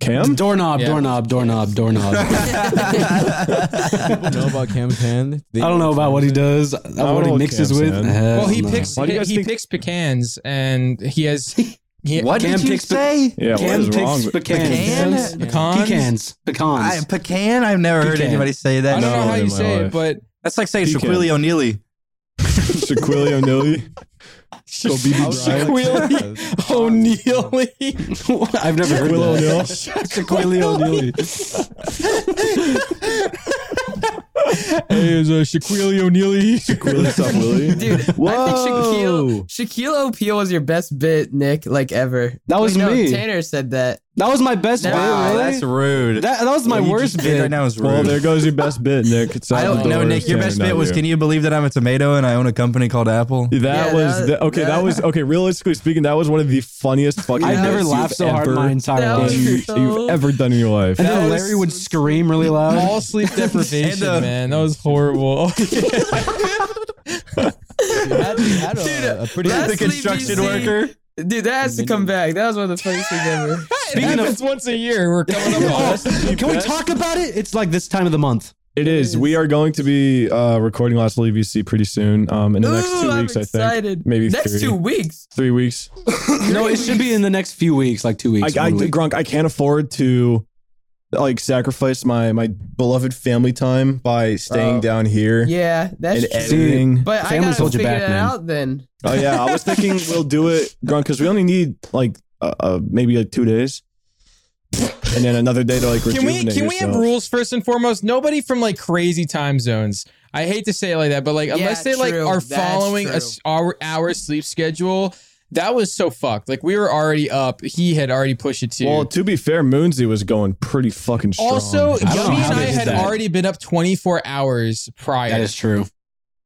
[SPEAKER 2] Cam?
[SPEAKER 1] Doorknob,
[SPEAKER 3] Yeah.
[SPEAKER 1] doorknob, doorknob, doorknob. I
[SPEAKER 5] People know
[SPEAKER 2] <laughs>
[SPEAKER 5] about Cam's hand. They-
[SPEAKER 1] don't know about what he does. What he
[SPEAKER 2] know
[SPEAKER 1] mixes
[SPEAKER 2] Cam's
[SPEAKER 1] with. Uh,
[SPEAKER 2] hand.
[SPEAKER 1] Hell
[SPEAKER 3] Well, he
[SPEAKER 1] no.
[SPEAKER 3] picks
[SPEAKER 2] Why do you
[SPEAKER 3] he,
[SPEAKER 2] guys
[SPEAKER 3] he
[SPEAKER 2] think-
[SPEAKER 3] picks pecans and he has he,
[SPEAKER 6] What
[SPEAKER 1] Cam
[SPEAKER 6] did you
[SPEAKER 1] picks the-
[SPEAKER 6] say?
[SPEAKER 2] Yeah, what
[SPEAKER 1] Cam
[SPEAKER 2] is wrong
[SPEAKER 1] picks
[SPEAKER 2] with
[SPEAKER 1] pecans.
[SPEAKER 3] Pecans?
[SPEAKER 6] Pecan?
[SPEAKER 1] Pecans.
[SPEAKER 2] <laughs>
[SPEAKER 6] I,
[SPEAKER 1] Pecans.
[SPEAKER 6] pecan? I've never heard
[SPEAKER 1] Pecan.
[SPEAKER 6] anybody say
[SPEAKER 3] I
[SPEAKER 6] that.
[SPEAKER 3] don't know
[SPEAKER 2] No,
[SPEAKER 3] how
[SPEAKER 2] in
[SPEAKER 3] you
[SPEAKER 2] my
[SPEAKER 3] say
[SPEAKER 2] life.
[SPEAKER 3] it, but
[SPEAKER 6] That's like saying
[SPEAKER 2] Pecan.
[SPEAKER 6] Shaquille O'Neal.
[SPEAKER 2] Shaquille O'Neal? Go
[SPEAKER 5] How
[SPEAKER 2] BB Bryant? <laughs>
[SPEAKER 5] Shaquille-
[SPEAKER 3] O'Neal.
[SPEAKER 1] <laughs> I've never heard
[SPEAKER 2] Shaquille
[SPEAKER 1] that.
[SPEAKER 2] O'Neal?
[SPEAKER 1] Shaquille O'Neal.
[SPEAKER 3] Hey, is a Shaquille O'Neal.
[SPEAKER 2] Shaquille O'Neal, Willie?
[SPEAKER 4] Dude, I think
[SPEAKER 5] Whoa.
[SPEAKER 4] Shaquille Shaquille O'Neal was your best bit, Nick, like ever.
[SPEAKER 1] That was
[SPEAKER 4] Wait, no,
[SPEAKER 1] me.
[SPEAKER 4] Tanner said that.
[SPEAKER 1] That was my best bit,
[SPEAKER 4] Wow,
[SPEAKER 1] really?
[SPEAKER 6] that's rude.
[SPEAKER 1] that, that was my
[SPEAKER 6] What you
[SPEAKER 1] worst
[SPEAKER 6] just did
[SPEAKER 1] bit.
[SPEAKER 6] right now is rude.
[SPEAKER 2] Well, there goes your best bit, Nick. It's
[SPEAKER 6] I
[SPEAKER 2] out
[SPEAKER 6] don't
[SPEAKER 2] the
[SPEAKER 6] know,
[SPEAKER 2] door.
[SPEAKER 6] Nick. Your
[SPEAKER 2] Tanner,
[SPEAKER 6] best
[SPEAKER 2] not
[SPEAKER 6] bit was,
[SPEAKER 2] you.
[SPEAKER 6] can you believe that I'm a tomato and I own a company called Apple?
[SPEAKER 2] That
[SPEAKER 4] Yeah,
[SPEAKER 2] was
[SPEAKER 4] that-
[SPEAKER 2] the, okay. That,
[SPEAKER 4] that-
[SPEAKER 2] was okay. Realistically speaking, that was one of the funniest fucking.
[SPEAKER 1] I never
[SPEAKER 2] bits
[SPEAKER 1] laughed
[SPEAKER 2] you've
[SPEAKER 1] so hard
[SPEAKER 2] ever
[SPEAKER 1] my entire
[SPEAKER 4] That
[SPEAKER 1] life.
[SPEAKER 4] was-
[SPEAKER 2] done- you've ever done in your life.
[SPEAKER 1] And then
[SPEAKER 3] That
[SPEAKER 1] Larry
[SPEAKER 3] was-
[SPEAKER 1] would scream really loud.
[SPEAKER 2] <laughs>
[SPEAKER 3] All sleep deprivation,
[SPEAKER 6] And, uh,
[SPEAKER 3] man. That was horrible. <laughs>
[SPEAKER 5] Had- had a- a pretty-
[SPEAKER 4] last
[SPEAKER 6] construction
[SPEAKER 4] BBC
[SPEAKER 6] worker?
[SPEAKER 4] Dude, that has to come back. That was one of the funniest things ever.
[SPEAKER 3] Speaking of once a year, we're coming up on
[SPEAKER 1] Can we talk about it? It's like this time of the month.
[SPEAKER 2] It is. We are going to be uh, recording Last Leave VC pretty soon. Um, in the next
[SPEAKER 4] Ooh,
[SPEAKER 2] two
[SPEAKER 4] I'm
[SPEAKER 2] weeks, I
[SPEAKER 4] excited.
[SPEAKER 2] think. Maybe
[SPEAKER 4] Next
[SPEAKER 2] three.
[SPEAKER 4] two weeks.
[SPEAKER 2] Three weeks.
[SPEAKER 1] No, it should be in the next few weeks, like two
[SPEAKER 2] I,
[SPEAKER 1] weeks.
[SPEAKER 2] I
[SPEAKER 1] one week.
[SPEAKER 2] Grunk, I can't afford to like sacrifice my my beloved family time by staying
[SPEAKER 4] Oh.
[SPEAKER 2] down here
[SPEAKER 4] Yeah, that's
[SPEAKER 2] and
[SPEAKER 4] true.
[SPEAKER 2] editing.
[SPEAKER 4] But I
[SPEAKER 1] Families
[SPEAKER 4] gotta
[SPEAKER 1] hold you
[SPEAKER 4] figure
[SPEAKER 1] back,
[SPEAKER 4] it
[SPEAKER 1] man.
[SPEAKER 4] out then.
[SPEAKER 2] oh yeah, I was thinking
[SPEAKER 3] <laughs>
[SPEAKER 2] we'll do it, Grunk, because we only need like uh, uh, maybe like two days, and then another day to like
[SPEAKER 3] Can we
[SPEAKER 2] rejuvenate
[SPEAKER 3] can we have
[SPEAKER 2] yourself.
[SPEAKER 3] rules first and foremost? Nobody from like crazy time zones. I hate to say it like that, but like
[SPEAKER 4] Yeah,
[SPEAKER 3] unless they like
[SPEAKER 4] true.
[SPEAKER 3] are
[SPEAKER 4] That's
[SPEAKER 3] following a
[SPEAKER 4] true.
[SPEAKER 3] s- our our sleep schedule, that was so fucked. Like we were already up. He had already pushed it to.
[SPEAKER 2] Well, to be fair, Moonsy was going pretty fucking strong.
[SPEAKER 3] also,
[SPEAKER 1] I don't know
[SPEAKER 3] Yummy
[SPEAKER 1] how
[SPEAKER 3] and I
[SPEAKER 1] they did
[SPEAKER 3] had
[SPEAKER 1] that.
[SPEAKER 3] already been up 24 hours prior.
[SPEAKER 1] That is true.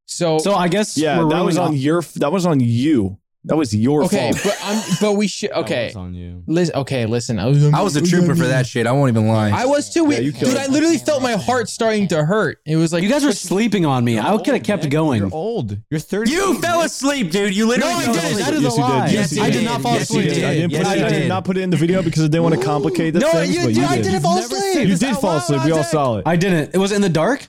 [SPEAKER 3] so,
[SPEAKER 1] So I guess
[SPEAKER 2] yeah,
[SPEAKER 1] we're
[SPEAKER 2] that was
[SPEAKER 1] ruling
[SPEAKER 2] on your that was on you. That was your
[SPEAKER 3] okay,
[SPEAKER 2] fault.
[SPEAKER 3] but I'm but
[SPEAKER 2] <laughs>
[SPEAKER 3] we should okay.
[SPEAKER 5] That was on you.
[SPEAKER 3] Listen, okay, listen.
[SPEAKER 6] I was a trooper for that shit. I won't even lie.
[SPEAKER 3] I was too.
[SPEAKER 2] Yeah, you
[SPEAKER 3] weak.
[SPEAKER 2] killed
[SPEAKER 3] Dude,
[SPEAKER 2] it.
[SPEAKER 3] I literally felt my heart starting to hurt. It was like
[SPEAKER 1] You guys were sleeping on me. I could have kept
[SPEAKER 5] Nick, You're
[SPEAKER 1] going.
[SPEAKER 5] old. You're 30.
[SPEAKER 6] you fell asleep, dude. You literally.
[SPEAKER 1] No, I
[SPEAKER 6] fell
[SPEAKER 1] didn't.
[SPEAKER 6] asleep.
[SPEAKER 1] That is
[SPEAKER 2] yes,
[SPEAKER 1] a
[SPEAKER 2] you
[SPEAKER 1] lie.
[SPEAKER 2] Did. Yes, you
[SPEAKER 1] I did not fall
[SPEAKER 6] Yes, you
[SPEAKER 1] asleep.
[SPEAKER 6] did.
[SPEAKER 2] I didn't
[SPEAKER 6] Yes,
[SPEAKER 2] put it,
[SPEAKER 6] you
[SPEAKER 2] I did
[SPEAKER 6] did.
[SPEAKER 2] not put it in the video because I didn't want to complicate the things, but you
[SPEAKER 3] I
[SPEAKER 2] did.
[SPEAKER 3] didn't fall asleep.
[SPEAKER 2] You did fall asleep. We all saw it.
[SPEAKER 1] I didn't. It was in the dark.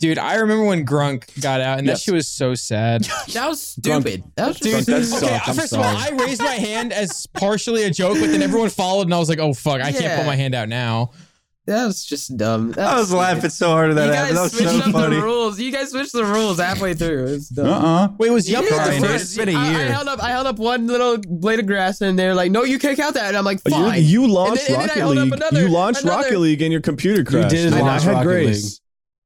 [SPEAKER 3] Dude, I remember when Grunk got out, and
[SPEAKER 2] Yes.
[SPEAKER 3] that shit was so sad.
[SPEAKER 4] That was stupid. That was
[SPEAKER 2] Grunk,
[SPEAKER 4] just
[SPEAKER 2] that
[SPEAKER 3] Okay,
[SPEAKER 2] sucked. I'm
[SPEAKER 3] first
[SPEAKER 2] sorry.
[SPEAKER 3] of all, I raised my hand as partially a joke, but then everyone followed, and I was like, "Oh fuck, I can't
[SPEAKER 4] Yeah.
[SPEAKER 3] pull my hand out now."
[SPEAKER 4] that was just dumb. That
[SPEAKER 6] I was
[SPEAKER 4] stupid.
[SPEAKER 6] laughing so hard at
[SPEAKER 4] You
[SPEAKER 6] that.
[SPEAKER 4] guys
[SPEAKER 6] happened. That was
[SPEAKER 4] switched
[SPEAKER 6] so
[SPEAKER 4] up
[SPEAKER 6] funny.
[SPEAKER 4] the rules. You guys switched the rules halfway through. It's dumb.
[SPEAKER 2] Uh-uh.
[SPEAKER 7] Uh
[SPEAKER 3] Wait, was
[SPEAKER 4] Yeah,
[SPEAKER 3] Yummy
[SPEAKER 4] it's
[SPEAKER 3] the
[SPEAKER 6] Brian,
[SPEAKER 3] first?
[SPEAKER 6] it's been a
[SPEAKER 4] I- I,
[SPEAKER 6] year.
[SPEAKER 4] held up. I held up one little blade of grass, and they're like, "No, you can't count that." And I'm like,
[SPEAKER 2] You-
[SPEAKER 4] "Fine."
[SPEAKER 2] You, launched
[SPEAKER 4] And then- and then I
[SPEAKER 2] Rocket
[SPEAKER 4] hold up
[SPEAKER 2] League.
[SPEAKER 4] another-
[SPEAKER 2] you launched
[SPEAKER 4] another-
[SPEAKER 2] Rocket League and your computer crashed.
[SPEAKER 1] did
[SPEAKER 2] and
[SPEAKER 1] launch
[SPEAKER 2] I had
[SPEAKER 1] Rocket
[SPEAKER 2] grace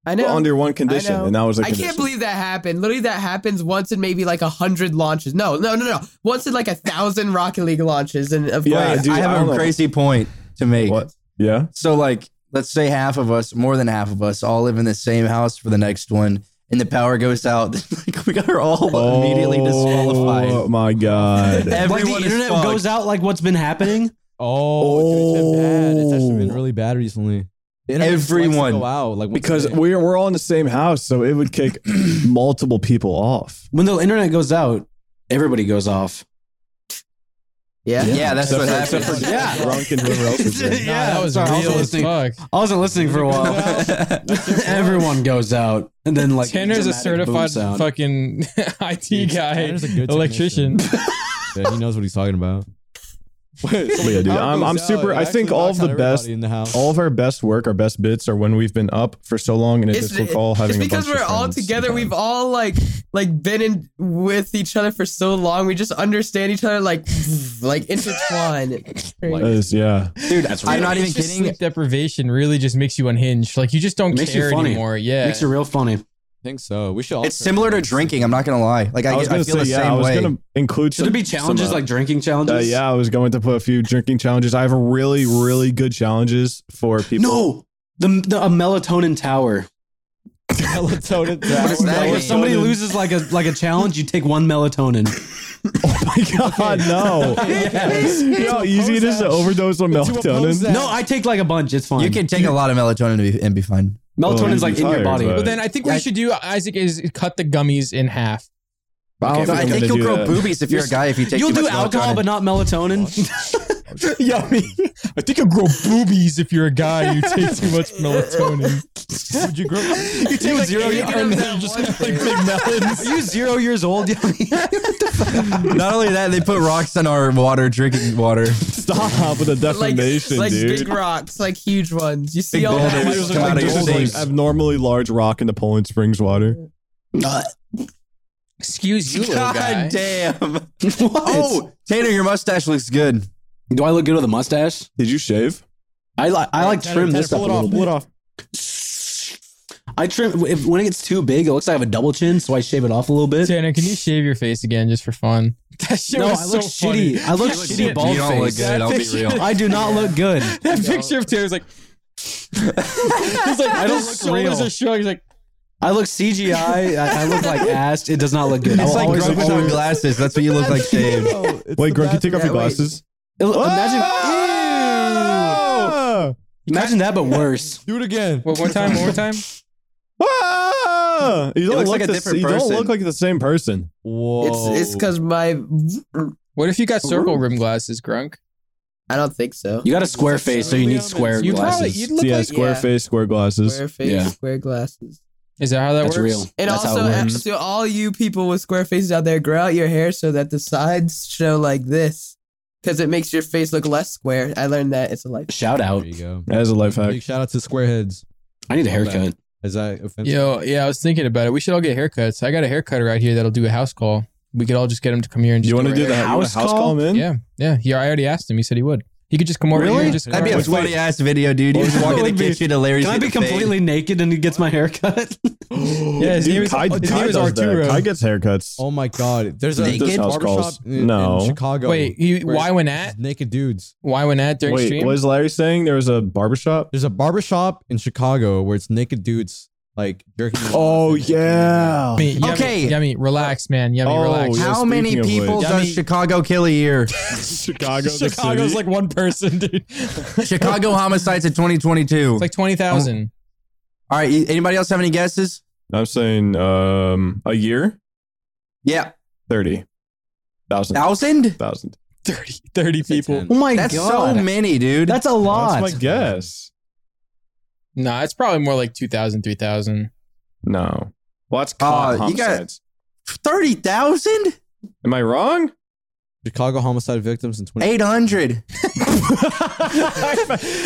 [SPEAKER 4] I know.
[SPEAKER 2] under one condition,
[SPEAKER 4] know.
[SPEAKER 2] and that was a
[SPEAKER 4] I
[SPEAKER 2] condition.
[SPEAKER 4] can't believe that happened. Literally, that happens once in maybe like a hundred launches. No, no, no, no. Once in like a thousand Rocket League launches, and of
[SPEAKER 2] Yeah,
[SPEAKER 4] course,
[SPEAKER 2] dude,
[SPEAKER 6] I
[SPEAKER 2] I
[SPEAKER 6] have
[SPEAKER 2] don't
[SPEAKER 6] a
[SPEAKER 2] know.
[SPEAKER 6] crazy point to make.
[SPEAKER 2] What? Yeah.
[SPEAKER 6] So, like, let's say half of us, more than half of us, all live in the same house for the next one, and the power goes out. <laughs> like, we are all immediately
[SPEAKER 2] Oh
[SPEAKER 6] disqualified.
[SPEAKER 2] my
[SPEAKER 6] <laughs>
[SPEAKER 2] god.
[SPEAKER 1] Like the
[SPEAKER 6] Everyone is
[SPEAKER 1] internet
[SPEAKER 6] fucked.
[SPEAKER 1] goes out like what's been happening.
[SPEAKER 5] Oh, dude, it's been bad. It's actually been
[SPEAKER 2] Oh.
[SPEAKER 5] really bad recently. The internet just likes to
[SPEAKER 6] Everyone.
[SPEAKER 5] go out, like once a
[SPEAKER 2] because
[SPEAKER 5] day.
[SPEAKER 2] we're we're all in the same house, so it would kick multiple people off.
[SPEAKER 1] When the internet goes out, everybody goes off.
[SPEAKER 4] yeah.
[SPEAKER 6] yeah, that's
[SPEAKER 2] Except
[SPEAKER 6] what
[SPEAKER 2] for-
[SPEAKER 6] happened.
[SPEAKER 2] except for
[SPEAKER 1] Yeah.
[SPEAKER 2] Drunk and whoever else was
[SPEAKER 3] <laughs>
[SPEAKER 2] there.
[SPEAKER 3] Nah, that was
[SPEAKER 1] sorry, I
[SPEAKER 3] real as
[SPEAKER 1] listening.
[SPEAKER 3] fuck.
[SPEAKER 1] I wasn't listening for a
[SPEAKER 3] <laughs>
[SPEAKER 1] while. <laughs> Everyone goes out, and then like
[SPEAKER 3] Tanner's a
[SPEAKER 1] dramatic boom
[SPEAKER 3] certified
[SPEAKER 1] sound.
[SPEAKER 3] fucking <laughs> IT
[SPEAKER 5] Dude,
[SPEAKER 3] guy,
[SPEAKER 5] Tanner's a good
[SPEAKER 3] electrician.
[SPEAKER 5] Yeah, he knows what he's talking about.
[SPEAKER 2] yeah, dude. I'm, I'm super. I think all of the best,
[SPEAKER 5] in the house.
[SPEAKER 2] all of our best work, our best bits are when we've been up for so long and it
[SPEAKER 4] It's,
[SPEAKER 2] just we're all
[SPEAKER 4] it's
[SPEAKER 2] having. a
[SPEAKER 4] because
[SPEAKER 2] bunch
[SPEAKER 4] we're
[SPEAKER 2] of
[SPEAKER 4] all
[SPEAKER 2] friends
[SPEAKER 4] together. We've
[SPEAKER 2] sometimes.
[SPEAKER 4] all like like been in with each other for so long. We just understand each other like <laughs> like intertwined. It's crazy.
[SPEAKER 2] That is- yeah.
[SPEAKER 1] Dude, that's
[SPEAKER 6] I'm
[SPEAKER 1] real.
[SPEAKER 6] not
[SPEAKER 3] It's
[SPEAKER 6] even
[SPEAKER 3] just
[SPEAKER 6] kidding.
[SPEAKER 3] Sleep deprivation really just makes you unhinged. Like you just don't
[SPEAKER 1] Makes you
[SPEAKER 3] care
[SPEAKER 1] funny.
[SPEAKER 3] anymore. Yeah,
[SPEAKER 1] Makes it real funny.
[SPEAKER 5] I think so. We should. All
[SPEAKER 6] It's similar to drinking. I'm not gonna lie. Like I,
[SPEAKER 2] I was
[SPEAKER 6] get- I
[SPEAKER 2] gonna
[SPEAKER 6] feel
[SPEAKER 2] say
[SPEAKER 6] the
[SPEAKER 2] yeah. I
[SPEAKER 6] same
[SPEAKER 2] was
[SPEAKER 6] way.
[SPEAKER 2] gonna include.
[SPEAKER 1] Should there be challenges like drinking challenges?
[SPEAKER 2] Uh, yeah, I was going to put a few drinking challenges. I have really, really good challenges for people.
[SPEAKER 1] No, the, the a melatonin tower.
[SPEAKER 5] melatonin. What
[SPEAKER 6] is that?
[SPEAKER 1] Like if somebody
[SPEAKER 2] Melatonin.
[SPEAKER 1] loses like a like a challenge, you take one
[SPEAKER 6] <laughs>
[SPEAKER 1] melatonin.
[SPEAKER 2] oh my god, <laughs> no! You know how easy it is to overdose on melatonin.
[SPEAKER 1] No, I take like a bunch. It's fine.
[SPEAKER 6] you can take a Oh, lot of melatonin to be, and be fine.
[SPEAKER 1] melatonin's like in your
[SPEAKER 2] Tired,
[SPEAKER 1] body.
[SPEAKER 2] but-
[SPEAKER 3] But then I think what
[SPEAKER 6] I-
[SPEAKER 3] you should do, Isaac, is cut the gummies in half.
[SPEAKER 2] I
[SPEAKER 6] Okay,
[SPEAKER 2] don't
[SPEAKER 6] but I
[SPEAKER 2] I'm
[SPEAKER 6] think
[SPEAKER 2] gonna
[SPEAKER 6] you'll
[SPEAKER 2] do
[SPEAKER 6] grow
[SPEAKER 2] that.
[SPEAKER 6] boobies if you're a guy. If you take
[SPEAKER 1] You'll
[SPEAKER 6] too
[SPEAKER 1] do
[SPEAKER 6] much
[SPEAKER 1] alcohol,
[SPEAKER 6] melatonin.
[SPEAKER 1] but not melatonin.
[SPEAKER 3] <laughs> Yummy. I think you'll grow boobies if you're a guy. You take too much melatonin.
[SPEAKER 5] Would
[SPEAKER 3] <laughs>
[SPEAKER 5] you grow?
[SPEAKER 1] you take like, zero.
[SPEAKER 4] eight
[SPEAKER 1] Are
[SPEAKER 4] of
[SPEAKER 1] you-
[SPEAKER 4] that one thing.
[SPEAKER 1] <laughs> are you zero years old? Yummy?
[SPEAKER 6] Not only that, they put rocks in our water, drinking water.
[SPEAKER 2] Stop with the
[SPEAKER 4] like
[SPEAKER 2] defamation,
[SPEAKER 4] like
[SPEAKER 2] dude.
[SPEAKER 4] big rocks, like huge ones. You see
[SPEAKER 6] Big
[SPEAKER 4] all that.
[SPEAKER 6] boulders.
[SPEAKER 4] like-
[SPEAKER 6] Come out of your
[SPEAKER 2] Just like
[SPEAKER 6] face.
[SPEAKER 2] abnormally large rock in the Poland Springs water.
[SPEAKER 3] Excuse you, little guy.
[SPEAKER 6] <laughs> God damn. Oh, Tanner, your mustache looks good.
[SPEAKER 1] Do I look good with a mustache?
[SPEAKER 2] Did you shave?
[SPEAKER 1] I like I like trim this up a little bit.
[SPEAKER 2] off.
[SPEAKER 1] I trim if, when it gets too big, it looks like I have a double chin, so I shave it off a little bit.
[SPEAKER 3] <laughs> Tanner, can you shave your face again just for fun? That shit
[SPEAKER 1] No,
[SPEAKER 3] was
[SPEAKER 1] I look
[SPEAKER 3] so
[SPEAKER 1] shitty.
[SPEAKER 3] funny.
[SPEAKER 1] I look
[SPEAKER 3] That
[SPEAKER 1] shitty
[SPEAKER 3] shit-
[SPEAKER 1] bald. Ball
[SPEAKER 6] you don't
[SPEAKER 1] face.
[SPEAKER 6] look good. I'll be
[SPEAKER 3] That
[SPEAKER 6] <laughs> real.
[SPEAKER 1] I do not look good.
[SPEAKER 3] That picture of
[SPEAKER 1] <laughs>
[SPEAKER 3] Tanner's like, he's like, I
[SPEAKER 1] don't
[SPEAKER 3] don't
[SPEAKER 1] look
[SPEAKER 3] shoulders
[SPEAKER 1] real.
[SPEAKER 3] are showing. He's like,
[SPEAKER 1] I look CGI. I, I look like ass. It does not look good. I will
[SPEAKER 6] It's like
[SPEAKER 1] always
[SPEAKER 6] Grunk
[SPEAKER 1] look
[SPEAKER 6] without
[SPEAKER 1] old.
[SPEAKER 6] glasses. That's what you look like shaved.
[SPEAKER 2] Wait, Greg, you take off
[SPEAKER 4] Yeah,
[SPEAKER 2] your
[SPEAKER 4] wait.
[SPEAKER 2] glasses.
[SPEAKER 1] Imagine,
[SPEAKER 2] Ah!
[SPEAKER 1] ew. imagine that, but worse.
[SPEAKER 5] Do it again.
[SPEAKER 3] what, one time, one more time?
[SPEAKER 2] Ah! You don't
[SPEAKER 6] looks
[SPEAKER 2] look
[SPEAKER 6] like a
[SPEAKER 2] the-
[SPEAKER 6] different
[SPEAKER 2] You don't
[SPEAKER 6] person.
[SPEAKER 2] look like the same person.
[SPEAKER 5] Whoa.
[SPEAKER 4] It's it's because my
[SPEAKER 3] What if you got circle rim glasses, Grunk?
[SPEAKER 4] I don't think so.
[SPEAKER 7] You got a square face, so you need square
[SPEAKER 3] You probably
[SPEAKER 7] glasses.
[SPEAKER 3] you'd look
[SPEAKER 2] yeah,
[SPEAKER 3] like
[SPEAKER 2] square
[SPEAKER 4] Yeah.
[SPEAKER 2] face, square glasses.
[SPEAKER 4] Square face,
[SPEAKER 7] yeah.
[SPEAKER 4] square glasses.
[SPEAKER 3] is that how that
[SPEAKER 7] That's
[SPEAKER 3] works?
[SPEAKER 7] real.
[SPEAKER 4] And
[SPEAKER 7] That's
[SPEAKER 4] also,
[SPEAKER 7] how it
[SPEAKER 4] uh,
[SPEAKER 7] works.
[SPEAKER 4] to all you people with square faces out there, grow out your hair so that the sides show like this, because it makes your face look less square. I learned that. It's a life.
[SPEAKER 7] Shout
[SPEAKER 5] There
[SPEAKER 7] out.
[SPEAKER 5] you go.
[SPEAKER 2] That is a life hack.
[SPEAKER 5] Big shout out to Squareheads.
[SPEAKER 7] I need a haircut.
[SPEAKER 5] Is that offensive?
[SPEAKER 3] Yo, yeah, I was thinking about it. We should all get haircuts. I got a haircutter right here that'll do a house call. We could all just get him to come here and just
[SPEAKER 2] You want to
[SPEAKER 3] a
[SPEAKER 2] do
[SPEAKER 3] hair-
[SPEAKER 2] the house,
[SPEAKER 7] house
[SPEAKER 2] house
[SPEAKER 7] call?
[SPEAKER 2] call, man? <gasps>
[SPEAKER 3] Yeah, yeah. He, I already asked him. He said he would. He could just come over here and just
[SPEAKER 6] That'd be a
[SPEAKER 2] Wait, wait.
[SPEAKER 6] funny ass video, dude. You just walk in the
[SPEAKER 1] Would be-
[SPEAKER 6] kitchen, hilarious.
[SPEAKER 1] Can I be completely naked and he gets my haircut?
[SPEAKER 3] Yeah, his name is-
[SPEAKER 2] Kai,
[SPEAKER 3] his
[SPEAKER 2] Kai
[SPEAKER 3] name is
[SPEAKER 2] does that.
[SPEAKER 3] Arturo.
[SPEAKER 2] Kai gets haircuts.
[SPEAKER 5] Oh my god. There's a
[SPEAKER 6] Naked?
[SPEAKER 5] there's a
[SPEAKER 2] House calls.
[SPEAKER 5] barbershop in,
[SPEAKER 2] No.
[SPEAKER 5] in Chicago.
[SPEAKER 3] wait. He,
[SPEAKER 5] where
[SPEAKER 3] why when at?
[SPEAKER 5] it's naked dudes.
[SPEAKER 3] Why when at during
[SPEAKER 2] Wait,
[SPEAKER 3] stream?
[SPEAKER 2] what is Larry saying? There was a barbershop?
[SPEAKER 5] There's a barbershop in Chicago where it's naked dudes like jerking. off
[SPEAKER 2] Oh,
[SPEAKER 5] and-
[SPEAKER 2] yeah. <laughs>
[SPEAKER 3] Yummy, yummy,
[SPEAKER 6] Okay.
[SPEAKER 3] Yummy, relax, man. Yummy,
[SPEAKER 2] Oh,
[SPEAKER 3] relax.
[SPEAKER 2] yeah.
[SPEAKER 6] How
[SPEAKER 2] Speaking
[SPEAKER 6] many
[SPEAKER 2] of which-
[SPEAKER 6] people
[SPEAKER 3] Yummy.
[SPEAKER 6] does Chicago kill a year?
[SPEAKER 2] Chicago. the
[SPEAKER 3] Chicago's
[SPEAKER 2] city?
[SPEAKER 3] like one person, dude. <laughs> it's
[SPEAKER 6] <laughs> Chicago homicides in 2022.
[SPEAKER 3] like twenty thousand.
[SPEAKER 6] All right, y- anybody else have any guesses?
[SPEAKER 2] I'm saying um, a year?
[SPEAKER 6] Yeah,
[SPEAKER 2] 30. Thousand.
[SPEAKER 6] thousand.
[SPEAKER 2] Thousand.
[SPEAKER 3] 30, 30 people.
[SPEAKER 1] <laughs> Oh my
[SPEAKER 6] That's
[SPEAKER 1] god.
[SPEAKER 6] so many, dude.
[SPEAKER 1] That's a lot.
[SPEAKER 2] That's my guess.
[SPEAKER 3] Nah, it's probably more like 2,000, 3,000.
[SPEAKER 2] No. Well, that's caught
[SPEAKER 6] Uh, you got-
[SPEAKER 2] homicides.
[SPEAKER 6] thirty thousand.
[SPEAKER 2] Am I wrong?
[SPEAKER 5] Chicago homicide victims in 20.
[SPEAKER 6] Eight hundred.
[SPEAKER 2] Dude,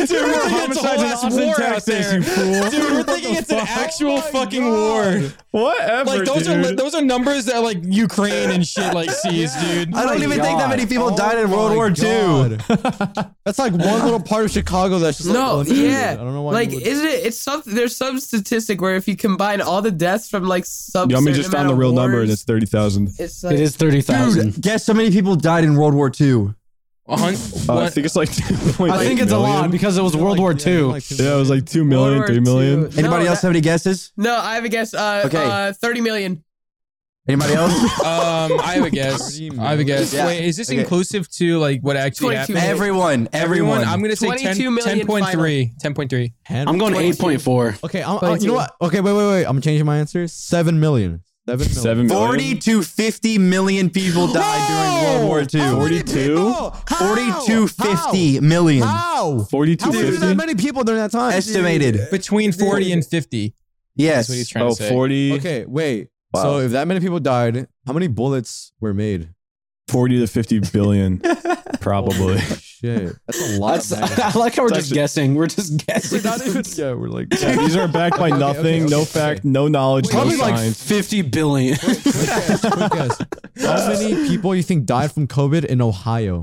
[SPEAKER 3] Dude, we're thinking it's a whole ass war out there.
[SPEAKER 2] you fool. <laughs>
[SPEAKER 3] Dude, we're thinking it's an
[SPEAKER 2] Oh
[SPEAKER 3] actual fucking war.
[SPEAKER 2] Whatever.
[SPEAKER 3] Like those
[SPEAKER 2] dude.
[SPEAKER 3] are li- those are numbers that like Ukraine and shit like sees, dude.
[SPEAKER 6] I don't even think that many people
[SPEAKER 5] Oh
[SPEAKER 6] died in World
[SPEAKER 5] my
[SPEAKER 6] War II.
[SPEAKER 3] <laughs>
[SPEAKER 5] God. that's like one little part of Chicago that's just
[SPEAKER 4] No,
[SPEAKER 5] like, unaffected.
[SPEAKER 4] yeah.
[SPEAKER 5] I don't know why.
[SPEAKER 4] Like,
[SPEAKER 5] you would-
[SPEAKER 4] isn't it? It's something. There's some statistic where if you combine all the deaths from like some.
[SPEAKER 2] Yummy
[SPEAKER 4] certain
[SPEAKER 2] just found
[SPEAKER 4] amount
[SPEAKER 2] the
[SPEAKER 4] of
[SPEAKER 2] real number and
[SPEAKER 4] wars,
[SPEAKER 2] it's 30,000.
[SPEAKER 4] it's
[SPEAKER 1] It
[SPEAKER 4] like,
[SPEAKER 1] is 30,000.
[SPEAKER 6] Dude, guess how many people died in World War II?
[SPEAKER 3] A
[SPEAKER 2] Uh,
[SPEAKER 3] hun-
[SPEAKER 2] I
[SPEAKER 3] what-
[SPEAKER 2] think it's like <laughs> 2.8
[SPEAKER 1] I think it's a
[SPEAKER 2] million.
[SPEAKER 1] lot because it was
[SPEAKER 5] Like,
[SPEAKER 1] World War
[SPEAKER 5] yeah,
[SPEAKER 1] II.
[SPEAKER 5] like two
[SPEAKER 2] Yeah, it was like 2
[SPEAKER 4] World
[SPEAKER 2] million,
[SPEAKER 4] War
[SPEAKER 2] 3 million.
[SPEAKER 4] II.
[SPEAKER 6] Anybody
[SPEAKER 4] No,
[SPEAKER 6] else
[SPEAKER 4] that-
[SPEAKER 6] have any guesses?
[SPEAKER 4] no, I have a guess. Uh,
[SPEAKER 6] Okay.
[SPEAKER 4] uh, thirty million.
[SPEAKER 6] Anybody else?
[SPEAKER 3] um, I <laughs> have a guess. I have a guess.
[SPEAKER 6] Yeah.
[SPEAKER 3] Wait, is this
[SPEAKER 6] Okay.
[SPEAKER 3] inclusive to like what actually
[SPEAKER 4] 22
[SPEAKER 3] happened?
[SPEAKER 6] <laughs>
[SPEAKER 4] million.
[SPEAKER 6] everyone, everyone.
[SPEAKER 3] I'm gonna say 10,
[SPEAKER 4] 22 million
[SPEAKER 3] 10.3. 10.3.
[SPEAKER 5] hand-
[SPEAKER 7] I'm going 8.4.
[SPEAKER 5] Okay, I'm, I,
[SPEAKER 4] 22.
[SPEAKER 5] you know what? Okay, wait, wait, wait. I'm changing my answer. Seven million. Seven million.
[SPEAKER 2] 7 million.
[SPEAKER 6] Forty to fifty million people died during World War II.
[SPEAKER 2] 42?
[SPEAKER 6] Forty-two fifty million
[SPEAKER 5] How?
[SPEAKER 2] 42,
[SPEAKER 5] How were there that
[SPEAKER 2] 50?
[SPEAKER 5] many people during that time?
[SPEAKER 6] estimated.
[SPEAKER 3] Between 40 and 50. That's
[SPEAKER 6] Yes.
[SPEAKER 3] what he's trying
[SPEAKER 2] Oh,
[SPEAKER 3] to say.
[SPEAKER 2] 40,
[SPEAKER 5] Okay, wait.
[SPEAKER 2] Wow.
[SPEAKER 5] So if that many people died, how many bullets were made?
[SPEAKER 2] 40 to 50 billion, probably.
[SPEAKER 5] Holy shit, that's a lot.
[SPEAKER 1] That's, <laughs>
[SPEAKER 5] of math.
[SPEAKER 1] I like how we're
[SPEAKER 2] It's
[SPEAKER 1] just
[SPEAKER 2] actually-
[SPEAKER 1] guessing. We're just
[SPEAKER 5] We're
[SPEAKER 1] guessing.
[SPEAKER 5] not even. Yeah, we're like.
[SPEAKER 2] Yeah, <laughs> these are backed by
[SPEAKER 5] Okay, okay,
[SPEAKER 2] nothing,
[SPEAKER 5] okay,
[SPEAKER 2] no
[SPEAKER 5] okay.
[SPEAKER 2] fact, no knowledge,
[SPEAKER 1] Probably
[SPEAKER 2] no
[SPEAKER 1] like
[SPEAKER 2] science.
[SPEAKER 1] 50 billion. <laughs>
[SPEAKER 5] Quick guess, quick guess. How many people you think died from COVID in Ohio?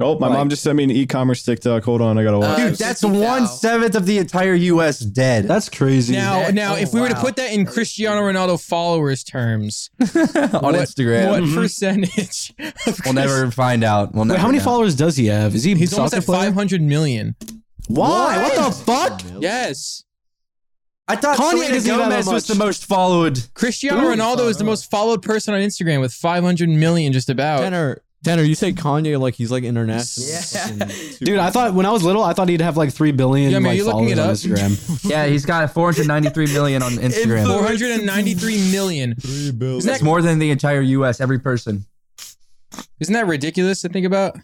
[SPEAKER 2] Oh, my mom just sent me an e-commerce TikTok. Hold on, I gotta watch.
[SPEAKER 6] Dude,
[SPEAKER 2] this.
[SPEAKER 6] that's
[SPEAKER 4] 50,000.
[SPEAKER 6] one seventh of the entire U.S. dead.
[SPEAKER 1] That's crazy.
[SPEAKER 3] Now,
[SPEAKER 4] That-
[SPEAKER 3] now,
[SPEAKER 4] oh,
[SPEAKER 3] if we were to
[SPEAKER 4] wow.
[SPEAKER 3] put that in Cristiano Ronaldo followers terms,
[SPEAKER 6] on Instagram.
[SPEAKER 4] Mm-hmm.
[SPEAKER 3] what percentage? <laughs> of
[SPEAKER 6] We'll never find out. We'll never
[SPEAKER 1] Wait, how many
[SPEAKER 6] know.
[SPEAKER 1] followers does he have? Is he
[SPEAKER 3] He's almost at
[SPEAKER 1] five?
[SPEAKER 3] 500 million.
[SPEAKER 1] Why? What? the fuck?
[SPEAKER 3] Yes.
[SPEAKER 6] I thought
[SPEAKER 1] Kanye
[SPEAKER 6] Selena
[SPEAKER 1] doesn't even have
[SPEAKER 6] Gomez
[SPEAKER 1] that
[SPEAKER 6] was the
[SPEAKER 1] much.
[SPEAKER 6] most followed.
[SPEAKER 3] Cristiano Ronaldo is the most followed person on Instagram with 500 million just about.
[SPEAKER 5] Tanner, Tanner, you say Kanye like he's like international.
[SPEAKER 4] Yeah.
[SPEAKER 5] fucking
[SPEAKER 1] Dude, I thought when I was little, I thought he'd have like 3 billion
[SPEAKER 3] Yeah, I mean, are
[SPEAKER 1] like,
[SPEAKER 3] you looking
[SPEAKER 1] followers
[SPEAKER 3] it
[SPEAKER 1] on
[SPEAKER 3] up?
[SPEAKER 6] <laughs>
[SPEAKER 1] Instagram.
[SPEAKER 6] Yeah, he's got 493 million <laughs> on Instagram.
[SPEAKER 3] 493 million.
[SPEAKER 5] three billion.
[SPEAKER 3] Isn't
[SPEAKER 6] It's
[SPEAKER 3] that,
[SPEAKER 6] more than the entire U.S. Every person.
[SPEAKER 3] isn't that ridiculous to think about?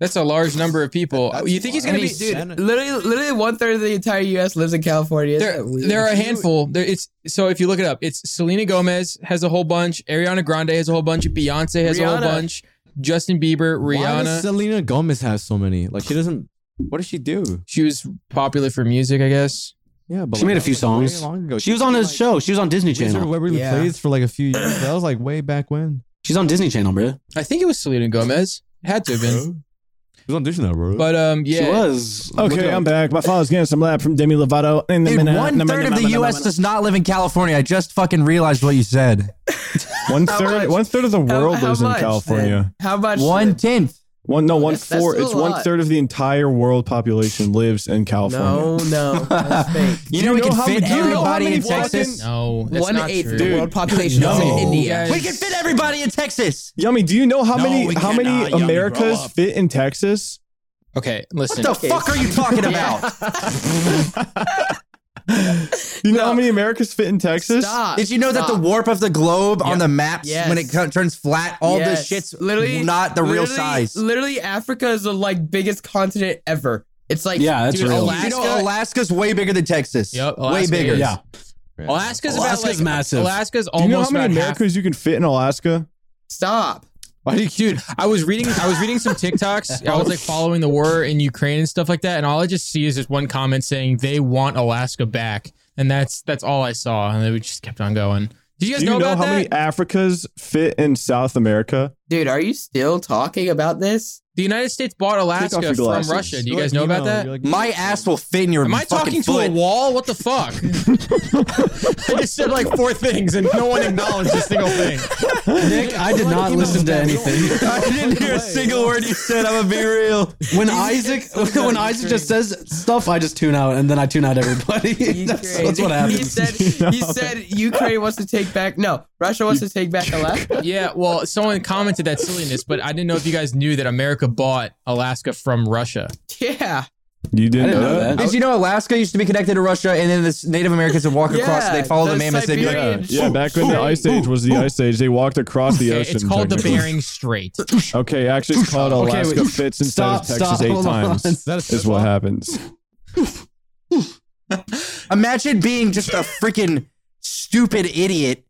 [SPEAKER 3] That's a large number of people. Oh, you think he's going to be. Dude,
[SPEAKER 4] <laughs>
[SPEAKER 5] Dude,
[SPEAKER 4] Literally, literally one third of the entire U.S. lives in California. Isn't
[SPEAKER 3] there,
[SPEAKER 4] that weird?
[SPEAKER 3] there are a handful. There, it's so if you look it up, it's Selena Gomez has a whole bunch. Ariana Grande has a whole bunch. Beyonce has a whole
[SPEAKER 4] Rihanna.
[SPEAKER 3] bunch. Justin Bieber,
[SPEAKER 5] Why does
[SPEAKER 3] Rihanna.
[SPEAKER 5] Selena Gomez has so many? Like she doesn't. What does she do?
[SPEAKER 3] She was popular for music, I guess.
[SPEAKER 5] Yeah, but
[SPEAKER 1] She
[SPEAKER 5] like,
[SPEAKER 1] made a
[SPEAKER 5] that
[SPEAKER 1] few
[SPEAKER 5] was, like, way
[SPEAKER 1] songs.
[SPEAKER 5] long ago.
[SPEAKER 1] She was on his show. She was on Disney
[SPEAKER 5] Wizard
[SPEAKER 1] Channel.
[SPEAKER 5] Waverly
[SPEAKER 4] Yeah.
[SPEAKER 5] Place for like a few years. That was like way back when.
[SPEAKER 1] She's on Disney Channel, bro.
[SPEAKER 3] I think it was Selena Gomez. Had to have been.
[SPEAKER 5] She was on Disney now, bro.
[SPEAKER 3] But um, yeah.
[SPEAKER 1] She was. Look
[SPEAKER 2] Okay,
[SPEAKER 1] it up.
[SPEAKER 2] I'm back. My father's getting some lab from Demi Lovato. In the
[SPEAKER 6] Dude,
[SPEAKER 2] minute.
[SPEAKER 6] one third of the U.S. does not live in California. I just fucking realized what you said.
[SPEAKER 2] One third,
[SPEAKER 4] much?
[SPEAKER 2] one third of the
[SPEAKER 4] How-
[SPEAKER 2] world
[SPEAKER 4] how
[SPEAKER 2] lives
[SPEAKER 4] much,
[SPEAKER 2] in California.
[SPEAKER 4] then? How much?
[SPEAKER 6] One tenth.
[SPEAKER 2] One, no, one
[SPEAKER 4] That's- that's
[SPEAKER 2] four.
[SPEAKER 4] still
[SPEAKER 2] It's
[SPEAKER 4] a
[SPEAKER 2] one
[SPEAKER 4] lot.
[SPEAKER 2] third of the entire world population lives in California.
[SPEAKER 4] No, no, that's fake.
[SPEAKER 6] You know we can
[SPEAKER 2] how-
[SPEAKER 6] fit
[SPEAKER 2] do you know how
[SPEAKER 6] everybody
[SPEAKER 2] many
[SPEAKER 6] in
[SPEAKER 2] fucking-
[SPEAKER 6] Texas.
[SPEAKER 3] No, that's
[SPEAKER 4] One
[SPEAKER 3] not
[SPEAKER 4] eighth
[SPEAKER 3] true.
[SPEAKER 4] of the world population is in
[SPEAKER 2] no.
[SPEAKER 4] India.
[SPEAKER 3] Guys,
[SPEAKER 6] We can fit everybody
[SPEAKER 3] <laughs>
[SPEAKER 6] in Texas.
[SPEAKER 2] Yummy, do you know how
[SPEAKER 6] No, we
[SPEAKER 2] many how many
[SPEAKER 6] cannot, Yummy,
[SPEAKER 2] Americas
[SPEAKER 6] grow up.
[SPEAKER 2] fit in Texas?
[SPEAKER 3] Okay,
[SPEAKER 6] What
[SPEAKER 3] listen.
[SPEAKER 6] the fuck are you talking about?
[SPEAKER 2] Do you know
[SPEAKER 4] No.
[SPEAKER 2] how many Americas fit in Texas?
[SPEAKER 4] <laughs> Stop.
[SPEAKER 6] Did you know that the warp of the globe on the maps
[SPEAKER 4] Yes.
[SPEAKER 6] when it co- turns flat, all
[SPEAKER 4] Yes.
[SPEAKER 6] this shit's literally not the real
[SPEAKER 4] literally-
[SPEAKER 6] size?
[SPEAKER 4] Literally, Africa is the like biggest continent ever. It's like
[SPEAKER 7] Yeah, that's
[SPEAKER 4] dude,
[SPEAKER 7] real.
[SPEAKER 4] Alaska-
[SPEAKER 6] you know, Alaska's way bigger than Texas.
[SPEAKER 3] Yep,
[SPEAKER 6] way
[SPEAKER 3] Alaska
[SPEAKER 6] bigger.
[SPEAKER 3] is.
[SPEAKER 7] Yeah.
[SPEAKER 3] Alaska's,
[SPEAKER 7] Alaska's
[SPEAKER 3] about like,
[SPEAKER 7] massive.
[SPEAKER 3] Alaska's
[SPEAKER 2] Do
[SPEAKER 3] almost
[SPEAKER 2] you know how many
[SPEAKER 3] about half-
[SPEAKER 2] Americas you can fit in Alaska?
[SPEAKER 4] Stop.
[SPEAKER 3] Why do you, dude? I was reading. I was reading some TikToks. I was like following the war in Ukraine and stuff like that. And all I just see is this one comment saying they want Alaska back, and that's that's all I saw. And then we just kept on going. Did you guys
[SPEAKER 2] Do you
[SPEAKER 3] know,
[SPEAKER 2] know,
[SPEAKER 3] about
[SPEAKER 2] how
[SPEAKER 3] that?
[SPEAKER 2] many Africas fit in South America?
[SPEAKER 4] Dude, are you still talking about this?
[SPEAKER 3] the United States bought
[SPEAKER 2] off
[SPEAKER 3] Alaska
[SPEAKER 2] your
[SPEAKER 3] from
[SPEAKER 2] glasses.
[SPEAKER 3] Russia. Do you guys know about that?
[SPEAKER 6] My ass will fit in your
[SPEAKER 3] Am I talking
[SPEAKER 6] fucking
[SPEAKER 3] to a
[SPEAKER 6] foot.
[SPEAKER 3] wall? What
[SPEAKER 2] <laughs>
[SPEAKER 3] the fuck? I just said like four things, and no one acknowledged a single thing.
[SPEAKER 1] Nick, I did not listen to
[SPEAKER 6] <laughs>
[SPEAKER 1] anything.
[SPEAKER 6] I didn't hear a single word you said. I'm gonna
[SPEAKER 3] <laughs>
[SPEAKER 6] be real.
[SPEAKER 1] When Isaac <laughs> when Isaac just says stuff, I just tune out and then I tune out everybody. <laughs> that's, that's what
[SPEAKER 4] He
[SPEAKER 1] happens.
[SPEAKER 4] said, he said Ukraine wants to take back. No, Russia wants to take back Alaska. <laughs>
[SPEAKER 3] Yeah, well, someone commented that silliness, but I didn't know if you guys knew that America bought Alaska from Russia.
[SPEAKER 4] Yeah.
[SPEAKER 2] You didn't,
[SPEAKER 7] I didn't know that.
[SPEAKER 6] Did you know Alaska used to be connected to Russia, and then the Native Americans would walk
[SPEAKER 4] <laughs> Yeah,
[SPEAKER 6] across, and they'd follow the
[SPEAKER 4] the
[SPEAKER 6] mammoths. They'd be like,
[SPEAKER 4] Siberian-
[SPEAKER 2] Yeah, back when the Ice Age was the Ice Age, they walked across the
[SPEAKER 3] Okay,
[SPEAKER 2] ocean.
[SPEAKER 3] it's called the
[SPEAKER 2] technically.
[SPEAKER 3] Bering Strait.
[SPEAKER 2] Okay, actually, it's called
[SPEAKER 1] Okay,
[SPEAKER 2] Alaska
[SPEAKER 1] wait.
[SPEAKER 2] fits instead
[SPEAKER 1] Stop,
[SPEAKER 2] of Texas
[SPEAKER 1] stop,
[SPEAKER 2] eight
[SPEAKER 1] hold on.
[SPEAKER 2] times.
[SPEAKER 1] Is
[SPEAKER 5] that a
[SPEAKER 2] Is what happens.
[SPEAKER 6] imagine being just a freaking stupid idiot.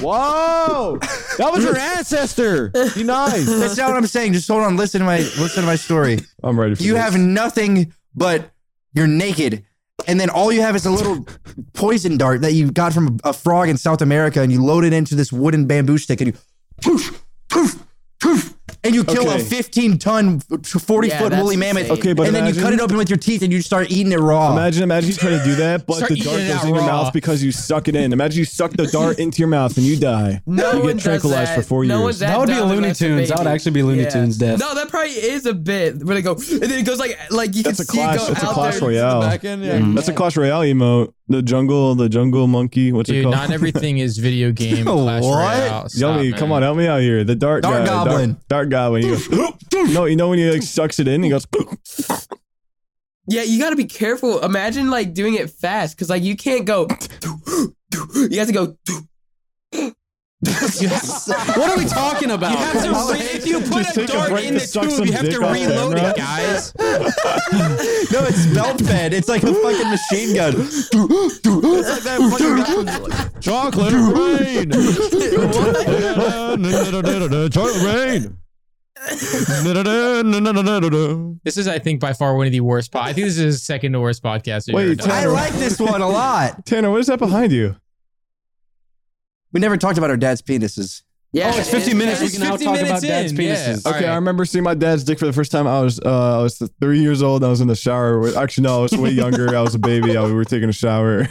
[SPEAKER 5] Whoa! That was your ancestor. Be nice.
[SPEAKER 6] That's not what I'm saying. Just hold on, listen to my listen to my story.
[SPEAKER 2] I'm ready for
[SPEAKER 6] You
[SPEAKER 2] this.
[SPEAKER 6] have nothing but you're naked, and then all you have is a little poison dart that you got from a frog in South America, and you load it into this wooden bamboo stick, and you poof, poof, poof, and you kill a
[SPEAKER 2] Okay.
[SPEAKER 6] 15 ton, 40
[SPEAKER 4] Yeah,
[SPEAKER 6] foot
[SPEAKER 4] that's
[SPEAKER 6] woolly mammoth.
[SPEAKER 4] insane.
[SPEAKER 2] Okay, but
[SPEAKER 6] and then you cut
[SPEAKER 2] imagine-
[SPEAKER 6] it open with your teeth, and you start eating it raw.
[SPEAKER 2] Imagine, imagine you trying to do that, but
[SPEAKER 3] Start
[SPEAKER 2] the
[SPEAKER 3] eating
[SPEAKER 2] dart
[SPEAKER 3] it
[SPEAKER 2] goes
[SPEAKER 3] out
[SPEAKER 2] in your
[SPEAKER 3] raw.
[SPEAKER 2] mouth because you suck it in. Imagine you suck the dart into your mouth and you die.
[SPEAKER 4] No
[SPEAKER 2] you
[SPEAKER 4] one
[SPEAKER 2] get
[SPEAKER 4] does
[SPEAKER 2] tranquilized
[SPEAKER 4] that.
[SPEAKER 2] for four
[SPEAKER 4] No
[SPEAKER 2] years.
[SPEAKER 4] one's
[SPEAKER 1] That would be a
[SPEAKER 4] dumb
[SPEAKER 1] Looney
[SPEAKER 4] unless they're
[SPEAKER 1] Tunes. That would
[SPEAKER 4] baby.
[SPEAKER 1] actually be Looney
[SPEAKER 4] Yeah.
[SPEAKER 1] Tunes death.
[SPEAKER 4] No, that probably is a bit where they go, and then it goes like, like you
[SPEAKER 2] That's a
[SPEAKER 4] can see it
[SPEAKER 2] clash.
[SPEAKER 4] go
[SPEAKER 2] That's a
[SPEAKER 4] out
[SPEAKER 2] clash
[SPEAKER 4] there.
[SPEAKER 2] royale.
[SPEAKER 5] end,
[SPEAKER 6] Mm.
[SPEAKER 2] That's a Clash Royale emote. The jungle, the jungle monkey. What's it
[SPEAKER 3] Dude,
[SPEAKER 2] called?
[SPEAKER 3] not everything is video game. Clash
[SPEAKER 6] What?
[SPEAKER 3] Royale.
[SPEAKER 2] <laughs>
[SPEAKER 3] Stop,
[SPEAKER 2] Yummy,
[SPEAKER 3] man.
[SPEAKER 2] come on, help me out here. The dart,
[SPEAKER 6] Dart
[SPEAKER 2] guy,
[SPEAKER 6] goblin.
[SPEAKER 2] Dart, dart goblin. He goes, <gasps> no, you know when he like sucks it in, he goes.
[SPEAKER 4] Yeah, you got to be careful. Imagine like doing it fast because like you can't go. You have to go.
[SPEAKER 1] Oh, What are we talking about?
[SPEAKER 3] You have to re-
[SPEAKER 2] <laughs>
[SPEAKER 3] if you put
[SPEAKER 2] Just
[SPEAKER 3] a
[SPEAKER 2] take a
[SPEAKER 3] dart
[SPEAKER 2] break
[SPEAKER 3] in
[SPEAKER 2] to
[SPEAKER 3] the
[SPEAKER 2] suck
[SPEAKER 3] tube,
[SPEAKER 2] some
[SPEAKER 3] you have
[SPEAKER 2] dick
[SPEAKER 3] to
[SPEAKER 2] off
[SPEAKER 3] reload
[SPEAKER 2] camera.
[SPEAKER 3] it, guys.
[SPEAKER 6] No, it's belt fed. It's like a fucking machine gun.
[SPEAKER 2] <laughs>
[SPEAKER 6] It's like that fucking-
[SPEAKER 5] Chocolate rain. Chocolate rain.
[SPEAKER 3] <laughs> This is, I think, by far one of the worst. Po- I think this is the second to worst podcast. we've
[SPEAKER 2] Wait,
[SPEAKER 3] ever done.
[SPEAKER 6] I like this one a lot.
[SPEAKER 2] Tanner, what is that behind you?
[SPEAKER 6] We never talked about our dad's penises.
[SPEAKER 4] Yeah,
[SPEAKER 1] Oh, it's 15 minutes. We
[SPEAKER 3] It's
[SPEAKER 1] can now
[SPEAKER 3] 50
[SPEAKER 1] talk about
[SPEAKER 3] minutes
[SPEAKER 1] dad's
[SPEAKER 3] in, yeah.
[SPEAKER 1] penises.
[SPEAKER 3] All
[SPEAKER 2] Okay,
[SPEAKER 3] right.
[SPEAKER 2] I remember seeing my dad's dick for the first time. I was uh, I was three years old. I was in the shower. With, actually, no, I was <laughs> way younger. I was a baby. I, we were taking a shower.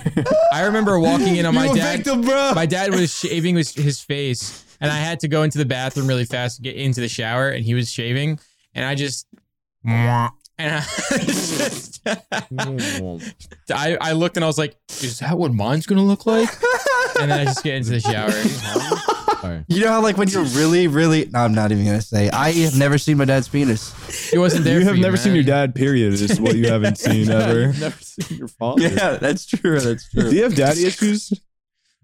[SPEAKER 3] I remember walking <laughs> in on my
[SPEAKER 6] You a
[SPEAKER 3] dad.
[SPEAKER 6] victim, bro.
[SPEAKER 3] My dad was shaving his, his face, and I had to go into the bathroom really fast to get into the shower, and he was shaving, and I just. And I, <laughs> just- I, I looked and I was like, is that what mine's gonna look like? And then I just get into the shower.
[SPEAKER 6] You know how like when you're really, really no, I'm not even gonna say. I have never seen my dad's penis.
[SPEAKER 3] He wasn't there.
[SPEAKER 2] you
[SPEAKER 3] for
[SPEAKER 2] have never seen
[SPEAKER 3] man.
[SPEAKER 2] your dad. Period is what you haven't
[SPEAKER 5] <laughs>
[SPEAKER 2] seen ever.
[SPEAKER 5] Never seen your father.
[SPEAKER 6] that's true. That's
[SPEAKER 2] Do you have
[SPEAKER 5] <laughs>
[SPEAKER 2] daddy issues?
[SPEAKER 6] <laughs>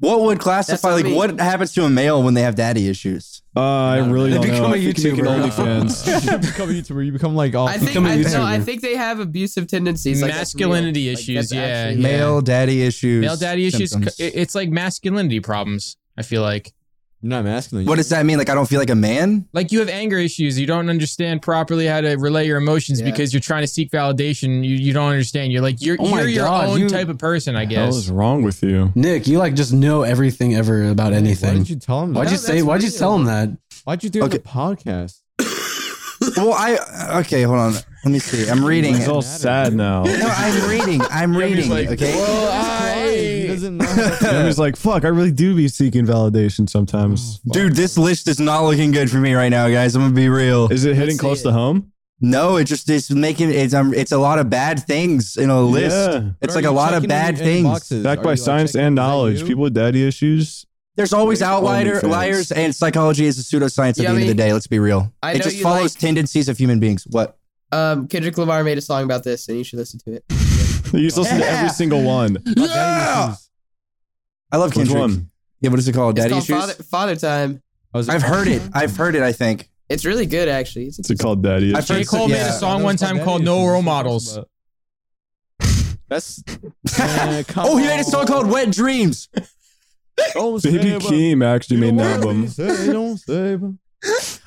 [SPEAKER 6] What would classify
[SPEAKER 4] That's
[SPEAKER 6] like
[SPEAKER 4] me.
[SPEAKER 6] what happens to a male when they have daddy issues?
[SPEAKER 2] Uh, I really
[SPEAKER 1] They
[SPEAKER 2] don't
[SPEAKER 1] become
[SPEAKER 2] know.
[SPEAKER 1] a
[SPEAKER 2] I think you make an
[SPEAKER 1] YouTuber.
[SPEAKER 5] <laughs>
[SPEAKER 2] OnlyFans.
[SPEAKER 5] you become a YouTuber. You become like oh, all.
[SPEAKER 4] I think
[SPEAKER 1] Becoming
[SPEAKER 4] I, no,
[SPEAKER 1] YouTuber.
[SPEAKER 4] I think they have abusive tendencies, like that's real.
[SPEAKER 3] Masculinity
[SPEAKER 4] Like,
[SPEAKER 3] issues,
[SPEAKER 4] that's
[SPEAKER 3] yeah,
[SPEAKER 4] actually-
[SPEAKER 3] yeah.
[SPEAKER 6] Male daddy issues.
[SPEAKER 3] Male daddy issues.
[SPEAKER 6] symptoms.
[SPEAKER 3] it- It's like masculinity problems. I feel like,
[SPEAKER 5] You're not masculine.
[SPEAKER 6] What does that mean? Like I don't feel like a man?
[SPEAKER 3] like you have anger issues. You don't understand properly how to relay your emotions
[SPEAKER 4] Yeah.
[SPEAKER 3] because you're trying to seek validation. You, you don't understand. You're like you're
[SPEAKER 1] Oh my
[SPEAKER 3] you're your
[SPEAKER 1] God,
[SPEAKER 3] own
[SPEAKER 1] you-
[SPEAKER 3] type of person. I
[SPEAKER 2] What is
[SPEAKER 3] guess.
[SPEAKER 2] wrong with you?
[SPEAKER 1] Nick, you like just know everything ever about
[SPEAKER 5] Why
[SPEAKER 1] anything.
[SPEAKER 5] did you tell him?
[SPEAKER 1] Why'd
[SPEAKER 5] That?
[SPEAKER 1] you say? Why'd you tell him that?
[SPEAKER 5] Why'd you do it on
[SPEAKER 6] Okay.
[SPEAKER 5] the podcast?
[SPEAKER 6] well, I okay, hold on. Let me see. I'm reading.
[SPEAKER 2] He's all
[SPEAKER 6] No,
[SPEAKER 2] sad now.
[SPEAKER 6] I'm reading. I'm reading. okay.
[SPEAKER 5] He doesn't know.
[SPEAKER 6] <laughs>
[SPEAKER 5] how to-
[SPEAKER 2] Jimmy's like, fuck, I really do be seeking validation sometimes.
[SPEAKER 5] Oh.
[SPEAKER 6] Dude, this list is not looking good for me right now, guys. I'm gonna be real.
[SPEAKER 2] Is it hitting close to home?
[SPEAKER 6] No, it just it's making it's um, it's a lot of bad things in a list.
[SPEAKER 2] Yeah.
[SPEAKER 6] It's
[SPEAKER 5] Are
[SPEAKER 6] like a
[SPEAKER 5] you
[SPEAKER 6] lot of
[SPEAKER 5] checking in
[SPEAKER 6] bad
[SPEAKER 5] your
[SPEAKER 6] things.
[SPEAKER 5] inboxes? Are
[SPEAKER 2] Backed by
[SPEAKER 5] you, like,
[SPEAKER 2] science
[SPEAKER 5] checking-
[SPEAKER 2] and
[SPEAKER 5] is that
[SPEAKER 2] knowledge.
[SPEAKER 5] you?
[SPEAKER 2] People with daddy issues.
[SPEAKER 6] There's always outlier
[SPEAKER 2] OnlyFans.
[SPEAKER 6] liars, and psychology is a pseudoscience at the
[SPEAKER 4] Yeah, I
[SPEAKER 6] end of the
[SPEAKER 4] mean,
[SPEAKER 6] day. Let's be real.
[SPEAKER 4] I
[SPEAKER 6] It
[SPEAKER 4] know
[SPEAKER 6] just
[SPEAKER 4] you
[SPEAKER 6] follows tendencies of human beings. What?
[SPEAKER 4] Um, Kendrick Lamar made a song about this, and you should listen to it.
[SPEAKER 2] You used to listen to every single one.
[SPEAKER 5] Yeah.
[SPEAKER 6] I love
[SPEAKER 2] Which
[SPEAKER 6] Kendrick.
[SPEAKER 2] one?
[SPEAKER 6] Yeah, what is it called?
[SPEAKER 4] It's
[SPEAKER 6] Daddy
[SPEAKER 4] called
[SPEAKER 6] issues.
[SPEAKER 4] father, father Time.
[SPEAKER 6] I've heard it. I've heard it. I think.
[SPEAKER 4] It's really good, actually. It's,
[SPEAKER 2] What's it called, Daddy?
[SPEAKER 6] I've
[SPEAKER 3] J.
[SPEAKER 6] heard-
[SPEAKER 3] Cole made
[SPEAKER 6] yeah.
[SPEAKER 3] a song one time called No Role Models.
[SPEAKER 5] That's
[SPEAKER 6] <laughs> oh, he made a song called Wet Dreams.
[SPEAKER 2] Baby Keem actually made an album.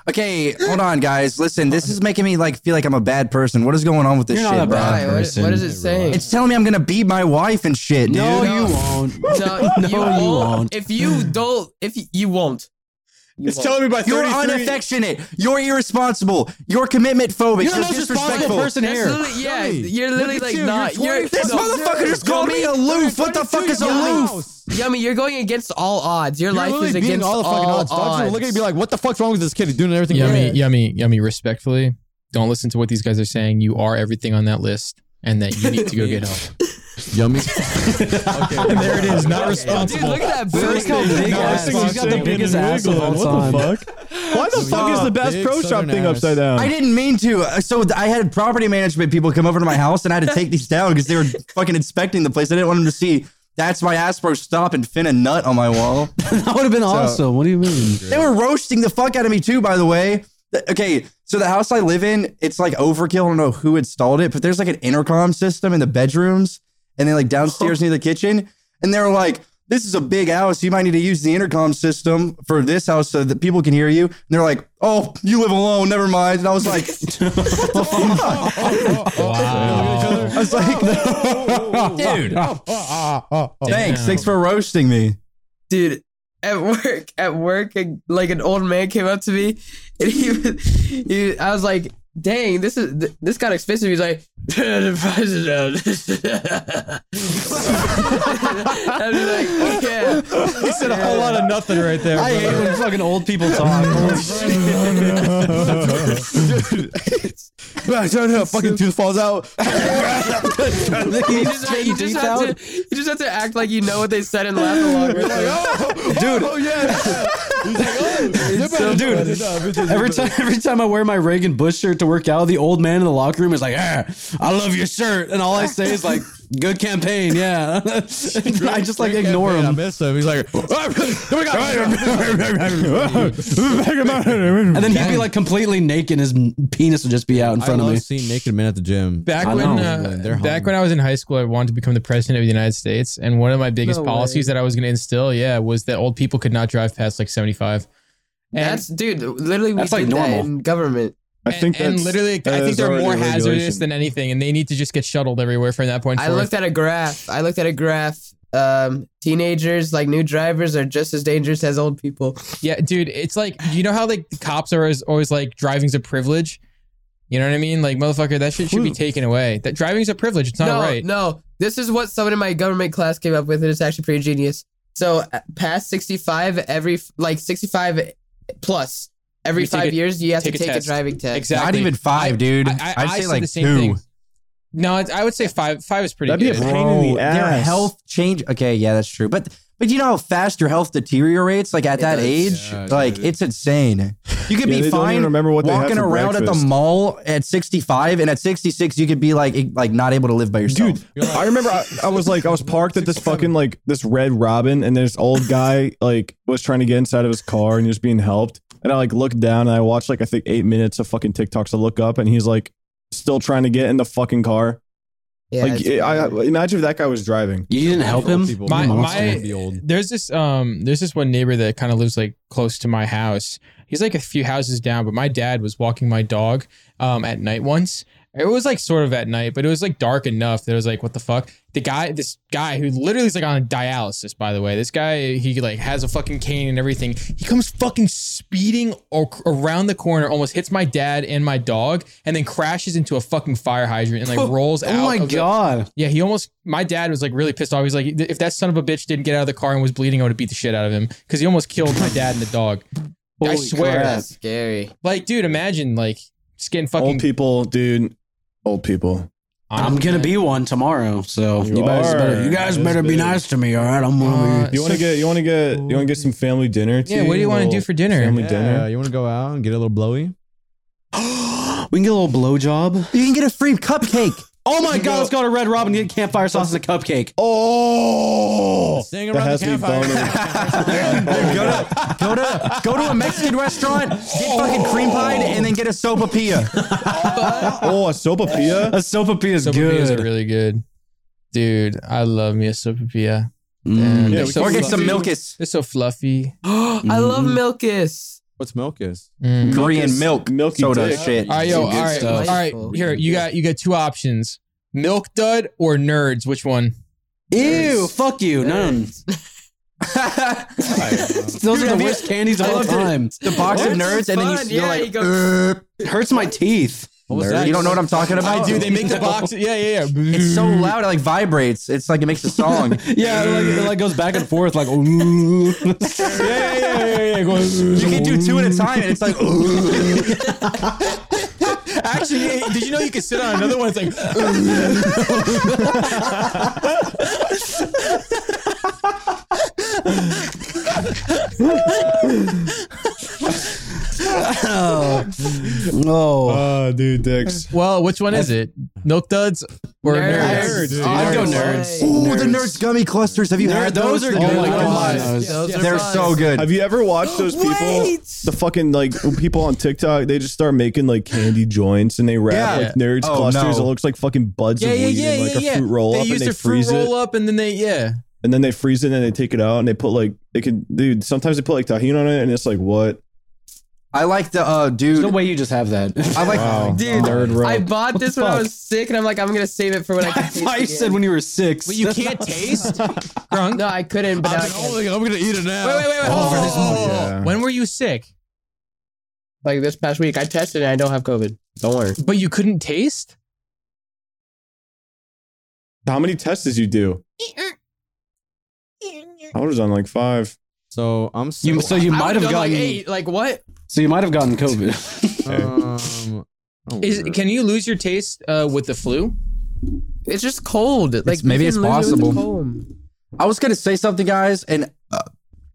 [SPEAKER 6] Okay, hold on, guys. Listen, this is making me like feel like I'm a bad person. What is going on with this
[SPEAKER 7] You're
[SPEAKER 6] shit,
[SPEAKER 7] not a
[SPEAKER 6] bro?
[SPEAKER 4] <laughs>
[SPEAKER 7] bad
[SPEAKER 4] Why? What,
[SPEAKER 7] person.
[SPEAKER 4] what is it saying?
[SPEAKER 6] It's telling me I'm gonna beat my wife and shit, dude.
[SPEAKER 7] No, you won't.
[SPEAKER 1] <laughs>
[SPEAKER 5] <laughs>
[SPEAKER 4] no,
[SPEAKER 7] No,
[SPEAKER 4] you
[SPEAKER 7] you
[SPEAKER 4] won't.
[SPEAKER 7] won't.
[SPEAKER 4] If you don't, if you, you won't. You
[SPEAKER 5] It's
[SPEAKER 4] won't.
[SPEAKER 5] telling me by
[SPEAKER 6] You're
[SPEAKER 5] 33
[SPEAKER 6] unaffectionate. You're irresponsible. You're commitment phobic.
[SPEAKER 1] You're
[SPEAKER 6] You're,
[SPEAKER 1] the most responsible
[SPEAKER 6] disrespectful.
[SPEAKER 1] person
[SPEAKER 4] That's
[SPEAKER 1] here.
[SPEAKER 4] literally, yeah,
[SPEAKER 5] Johnny,
[SPEAKER 4] you're literally
[SPEAKER 5] look at
[SPEAKER 4] like
[SPEAKER 5] you, you're
[SPEAKER 4] not. You're,
[SPEAKER 5] 24.
[SPEAKER 6] This
[SPEAKER 4] no,
[SPEAKER 6] motherfucker just called me aloof. What the fuck is aloof?
[SPEAKER 4] Yummy, you're going against all odds. Your
[SPEAKER 5] You're
[SPEAKER 4] life
[SPEAKER 5] literally
[SPEAKER 4] is
[SPEAKER 5] beating
[SPEAKER 4] against
[SPEAKER 5] all the fucking odds. Dogs are looking at me like, what the fuck's wrong with this kid? He's doing everything.
[SPEAKER 3] Yummy,
[SPEAKER 5] right."
[SPEAKER 3] yummy, yummy. Respectfully, don't listen to what these guys are saying. You are everything on that list, and that you need to go get help.
[SPEAKER 5] Yummy.
[SPEAKER 3] <laughs> there it
[SPEAKER 1] <laughs>
[SPEAKER 3] is. Not
[SPEAKER 4] Dude, look at that
[SPEAKER 1] First how
[SPEAKER 4] booty.
[SPEAKER 1] big
[SPEAKER 5] No,
[SPEAKER 1] ass.
[SPEAKER 5] this thing
[SPEAKER 1] He's got the
[SPEAKER 5] is
[SPEAKER 1] biggest ass of all time.
[SPEAKER 2] What the fuck? Why the fuck is the best
[SPEAKER 5] Big
[SPEAKER 2] pro shop
[SPEAKER 5] southern
[SPEAKER 2] thing
[SPEAKER 5] ass.
[SPEAKER 2] upside down?
[SPEAKER 6] I didn't mean to. Uh, So th- I had property management people come over to my house, and I had to take these down because they were fucking inspecting the place. I didn't want them to see. That's why Aspro stop and fin a nut on my wall.
[SPEAKER 1] That would have been awesome. What do you mean?
[SPEAKER 6] They were roasting the fuck out of me too, by the way. Th- Okay, so the house I live in, it's like overkill. I don't know who installed it, but there's like an intercom system in the bedrooms and then like downstairs near the kitchen. And they're like, this is a big house. You might need to use the intercom system for this house so that people can hear you. And they're like, oh, you live alone. Never mind. And I was like,
[SPEAKER 3] Wow.
[SPEAKER 6] I was like, <laughs>
[SPEAKER 2] <laughs>
[SPEAKER 6] dude, thanks. Thanks for roasting me.
[SPEAKER 4] dude at work at work a- like an old man came up to me and he, was- he i was like dang this is th- this got expensive he's like <laughs> the price is down <laughs> i was like yeah
[SPEAKER 3] He said a
[SPEAKER 7] "Oh,
[SPEAKER 3] whole lot of nothing right there.
[SPEAKER 1] I hate when fucking old people talk.
[SPEAKER 5] <laughs> fucking tooth falls out.
[SPEAKER 4] you just, you, just have to, you just have to act like you know what they said and laugh along with
[SPEAKER 7] <laughs>
[SPEAKER 4] it
[SPEAKER 5] Dude. Oh, yeah.
[SPEAKER 1] dude, every time <laughs> every time I wear my Reagan Bush shirt to work out, the old man in the locker room is like, ah, I love your shirt. And all I say is like, good campaign, yeah. <laughs> And I just like ignore
[SPEAKER 5] I
[SPEAKER 1] him.
[SPEAKER 5] miss him. He's like,
[SPEAKER 2] <laughs>
[SPEAKER 1] And then he'd be like completely naked and his penis would just be out in front
[SPEAKER 5] I
[SPEAKER 1] of
[SPEAKER 5] love
[SPEAKER 1] me.
[SPEAKER 5] seeing naked men at the gym.
[SPEAKER 3] Back
[SPEAKER 1] I
[SPEAKER 3] when
[SPEAKER 1] know.
[SPEAKER 3] uh,
[SPEAKER 5] They're
[SPEAKER 3] back
[SPEAKER 5] hungry.
[SPEAKER 3] when I was in high school, I wanted to become the president of the United States, and one of my biggest
[SPEAKER 4] No
[SPEAKER 3] policies
[SPEAKER 4] way.
[SPEAKER 3] that I was going to instill, yeah, was that old people could not drive past like seventy five.
[SPEAKER 4] that's dude literally we
[SPEAKER 7] That's, like,
[SPEAKER 4] did that
[SPEAKER 7] normal.
[SPEAKER 4] in government
[SPEAKER 2] I think
[SPEAKER 3] and, and
[SPEAKER 2] that's
[SPEAKER 3] literally, I
[SPEAKER 2] that
[SPEAKER 3] think
[SPEAKER 2] is
[SPEAKER 3] they're
[SPEAKER 2] already
[SPEAKER 3] more
[SPEAKER 2] a
[SPEAKER 3] hazardous
[SPEAKER 2] regulation.
[SPEAKER 3] than anything, and they need to just get shuttled everywhere from that point
[SPEAKER 4] I
[SPEAKER 3] forth.
[SPEAKER 4] looked at a graph. I looked at a graph. Um, teenagers, like new drivers, are just as dangerous as old people.
[SPEAKER 3] yeah, dude, it's like you know how like cops are always, always like driving's a privilege. You know what I mean? Like motherfucker, that shit should be taken away. That driving's a privilege. It's not
[SPEAKER 4] no,
[SPEAKER 3] right.
[SPEAKER 4] no. This is what someone in my government class came up with, and it's actually pretty genius. So, uh, past sixty-five, every like sixty-five plus every
[SPEAKER 3] You take
[SPEAKER 4] five
[SPEAKER 3] a-
[SPEAKER 4] years, you have
[SPEAKER 3] take a
[SPEAKER 4] to take a,
[SPEAKER 3] test.
[SPEAKER 4] driving test.
[SPEAKER 3] Exactly.
[SPEAKER 6] Not even five,
[SPEAKER 3] I-
[SPEAKER 6] dude.
[SPEAKER 3] I,
[SPEAKER 6] I,
[SPEAKER 3] I,
[SPEAKER 6] would
[SPEAKER 3] I
[SPEAKER 6] say
[SPEAKER 3] said
[SPEAKER 6] like
[SPEAKER 3] the same
[SPEAKER 6] two.
[SPEAKER 3] Thing. No, it's, I would say five. Five is pretty
[SPEAKER 2] That'd be a
[SPEAKER 3] good.
[SPEAKER 2] pain in the
[SPEAKER 6] their
[SPEAKER 2] ass.
[SPEAKER 6] health change. Okay, yeah, that's true. But but you know how fast your health deteriorates, like at that
[SPEAKER 4] does.
[SPEAKER 6] age,
[SPEAKER 5] Yeah,
[SPEAKER 6] like
[SPEAKER 5] dude.
[SPEAKER 6] it's insane. You could
[SPEAKER 2] Yeah,
[SPEAKER 6] be
[SPEAKER 2] they don't even
[SPEAKER 6] fine
[SPEAKER 2] remember what they had
[SPEAKER 6] walking
[SPEAKER 2] for
[SPEAKER 6] around at
[SPEAKER 2] breakfast.
[SPEAKER 6] the mall at 65, and at 66 you could be like i- like not able to live by yourself.
[SPEAKER 2] Dude, I remember I, I was like, I was parked at this fucking like this red robin, and this old guy like was trying to get inside of his car, and he was being helped. And I like looked down, and I watched like I think eight minutes of fucking TikToks. I look up, and he's like still trying to get in the fucking car.
[SPEAKER 4] Yeah,
[SPEAKER 2] like,
[SPEAKER 4] it's-
[SPEAKER 2] I, I imagine if that guy was driving.
[SPEAKER 7] You didn't help him.
[SPEAKER 5] People-
[SPEAKER 3] My-
[SPEAKER 5] People
[SPEAKER 3] my-
[SPEAKER 5] won't be old.
[SPEAKER 3] there's this um there's this one neighbor that kind of lives like close to my house. He's like a few houses down, but my dad was walking my dog um at night once. It was like sort of at night, but it was like dark enough that it was like, what the fuck? The guy, this guy who literally is like on dialysis, by the way. This guy, he like has a fucking cane and everything. He comes fucking speeding or, around the corner, almost hits my dad and my dog, and then crashes into a fucking fire hydrant and like rolls
[SPEAKER 1] <laughs>
[SPEAKER 3] out.
[SPEAKER 1] Oh my
[SPEAKER 3] of the-
[SPEAKER 1] god.
[SPEAKER 3] yeah, he almost. My dad was like really pissed off. He's like, if that son of a bitch didn't get out of the car and was bleeding, I would have beat the shit out of him because he almost killed my dad and the dog. I
[SPEAKER 1] Holy
[SPEAKER 3] swear.
[SPEAKER 1] crap.
[SPEAKER 4] that's scary. <gasps>
[SPEAKER 3] Like, dude, imagine like just getting
[SPEAKER 2] Old
[SPEAKER 3] fucking.
[SPEAKER 2] people, dude. Old people.
[SPEAKER 1] I'm gonna be one tomorrow, so you,
[SPEAKER 2] You
[SPEAKER 1] guys
[SPEAKER 2] are.
[SPEAKER 1] better, you guys
[SPEAKER 2] That is
[SPEAKER 1] better be
[SPEAKER 2] big.
[SPEAKER 1] nice to me, all right? I'm gonna
[SPEAKER 3] Uh,
[SPEAKER 1] be.
[SPEAKER 2] You want to get? You want to get? You want to get some family dinner?
[SPEAKER 3] Yeah, what do you want to do for dinner?
[SPEAKER 2] Family
[SPEAKER 5] Yeah,
[SPEAKER 2] dinner.
[SPEAKER 5] You want to go out and get a little blowy?
[SPEAKER 1] we can get a little blowjob.
[SPEAKER 2] <laughs>
[SPEAKER 6] You can get a free cupcake.
[SPEAKER 1] Oh my god, let's go to Red Robin and get campfire sauce and a cupcake.
[SPEAKER 2] Oh,
[SPEAKER 5] Sing
[SPEAKER 2] that
[SPEAKER 5] around
[SPEAKER 2] has
[SPEAKER 5] the
[SPEAKER 2] me
[SPEAKER 3] <laughs>
[SPEAKER 5] campfire.
[SPEAKER 2] boner.
[SPEAKER 6] Go to, go to go to a Mexican restaurant, get fucking cream pie, and then get a sopapilla.
[SPEAKER 2] oh, a sopapilla.
[SPEAKER 1] A sopapilla is
[SPEAKER 3] Sopapillas are
[SPEAKER 1] good.
[SPEAKER 3] really good. Dude, I love me a sopapilla. And
[SPEAKER 1] Mm.
[SPEAKER 2] Yeah,
[SPEAKER 3] they're
[SPEAKER 2] we
[SPEAKER 3] so
[SPEAKER 6] Or get some
[SPEAKER 3] fluffy.
[SPEAKER 6] milkus.
[SPEAKER 3] They're so fluffy.
[SPEAKER 4] I love Milkus.
[SPEAKER 5] What's milk
[SPEAKER 2] <gasps>
[SPEAKER 5] is?
[SPEAKER 3] Mm.
[SPEAKER 6] Korean milk,
[SPEAKER 2] Milky
[SPEAKER 6] soda
[SPEAKER 2] dick.
[SPEAKER 6] shit.
[SPEAKER 3] All right, yo, all
[SPEAKER 7] good
[SPEAKER 3] right,
[SPEAKER 7] stuff.
[SPEAKER 3] all right. Here, you got you got two options: milk dud or nerds. Which one?
[SPEAKER 1] Ew, fuck you. No, no. Those are the
[SPEAKER 6] have you-
[SPEAKER 1] worst candies of all
[SPEAKER 6] loved it.
[SPEAKER 1] time.
[SPEAKER 6] the <laughs> box of
[SPEAKER 4] Nerds
[SPEAKER 6] nerds,
[SPEAKER 4] is
[SPEAKER 6] and then you
[SPEAKER 4] fun.
[SPEAKER 6] you're
[SPEAKER 4] Yeah,
[SPEAKER 6] like,
[SPEAKER 4] you go-
[SPEAKER 1] It hurts my teeth.
[SPEAKER 5] What was
[SPEAKER 6] "Ugh."
[SPEAKER 5] that?
[SPEAKER 6] you don't know what I'm talking about?
[SPEAKER 3] I do. They make the box. <laughs> Yeah, yeah, yeah.
[SPEAKER 6] It's so loud, it like vibrates. It's like it makes a song.
[SPEAKER 1] <laughs> Yeah, it like, it like goes back and forth like <laughs> ooh.
[SPEAKER 3] yeah, yeah, yeah, yeah, yeah. Going,
[SPEAKER 6] You can do two at a time, and it's <laughs> like,
[SPEAKER 3] Actually, yeah, did you know you could sit on another one? It's like,
[SPEAKER 1] <laughs> No.
[SPEAKER 2] Oh, dude, dicks.
[SPEAKER 3] well, which one is it? Milk duds or nerds?
[SPEAKER 4] Nerds.
[SPEAKER 2] Nerds.
[SPEAKER 1] I'd go nerds.
[SPEAKER 4] Hey.
[SPEAKER 6] ooh, the nerds gummy clusters. Have you
[SPEAKER 1] Nerd-
[SPEAKER 6] had those?
[SPEAKER 1] those are
[SPEAKER 6] They're
[SPEAKER 1] good.
[SPEAKER 6] good.
[SPEAKER 1] Oh my
[SPEAKER 3] God.
[SPEAKER 1] Those-
[SPEAKER 4] Those are
[SPEAKER 6] They're
[SPEAKER 4] fun.
[SPEAKER 6] so good.
[SPEAKER 2] Have you ever watched those people?
[SPEAKER 4] Wait.
[SPEAKER 2] The fucking like people on TikTok, they just start making like candy joints and they wrap
[SPEAKER 6] Yeah.
[SPEAKER 2] like nerds
[SPEAKER 6] Oh,
[SPEAKER 2] clusters.
[SPEAKER 6] no.
[SPEAKER 2] It looks like fucking buds
[SPEAKER 3] Yeah,
[SPEAKER 2] of
[SPEAKER 3] yeah,
[SPEAKER 2] weed
[SPEAKER 3] yeah,
[SPEAKER 2] and
[SPEAKER 3] yeah,
[SPEAKER 2] like
[SPEAKER 3] yeah.
[SPEAKER 2] a fruit roll up
[SPEAKER 3] They
[SPEAKER 2] and
[SPEAKER 3] use
[SPEAKER 2] they
[SPEAKER 3] the fruit
[SPEAKER 2] freeze it.
[SPEAKER 3] roll up and then they yeah.
[SPEAKER 2] and then they freeze it and they take it out and they put like they can dude sometimes they put like tahini on it and it's like what
[SPEAKER 6] I like the uh, dude.
[SPEAKER 1] There's no way you just have that.
[SPEAKER 6] I like <laughs>
[SPEAKER 4] Dude, I bought this when I
[SPEAKER 1] fuck?
[SPEAKER 4] was sick, and I'm like, I'm gonna save it for when I
[SPEAKER 1] I
[SPEAKER 6] <laughs>
[SPEAKER 4] can taste
[SPEAKER 1] thought you
[SPEAKER 4] it
[SPEAKER 1] said
[SPEAKER 4] again.
[SPEAKER 1] when you were six.
[SPEAKER 3] But you can't taste. Drunk.
[SPEAKER 4] No, I couldn't. But now I can.
[SPEAKER 5] I'm gonna eat it now.
[SPEAKER 3] Wait, wait, wait.
[SPEAKER 2] Oh,
[SPEAKER 3] Hold on.
[SPEAKER 2] this-
[SPEAKER 3] hold on, hold on.
[SPEAKER 2] yeah.
[SPEAKER 3] When were you sick?
[SPEAKER 4] like this past week, I tested and I don't have COVID. Don't worry.
[SPEAKER 3] But you couldn't taste.
[SPEAKER 2] how many tests did you
[SPEAKER 3] <laughs>
[SPEAKER 2] do i was on like five
[SPEAKER 5] So I'm so,
[SPEAKER 1] You- so you
[SPEAKER 4] I
[SPEAKER 1] might
[SPEAKER 4] would've
[SPEAKER 1] have
[SPEAKER 4] done,
[SPEAKER 1] gotten
[SPEAKER 4] like eight. Like what?
[SPEAKER 1] so you might have gotten <laughs> COVID.
[SPEAKER 5] um, oh,
[SPEAKER 3] Is
[SPEAKER 5] weird.
[SPEAKER 3] can you lose your taste uh, with the flu?
[SPEAKER 4] It's just cold. Like you
[SPEAKER 6] maybe it's
[SPEAKER 4] can lose it with the
[SPEAKER 6] possible.
[SPEAKER 4] comb.
[SPEAKER 6] I was gonna say something, guys, and uh,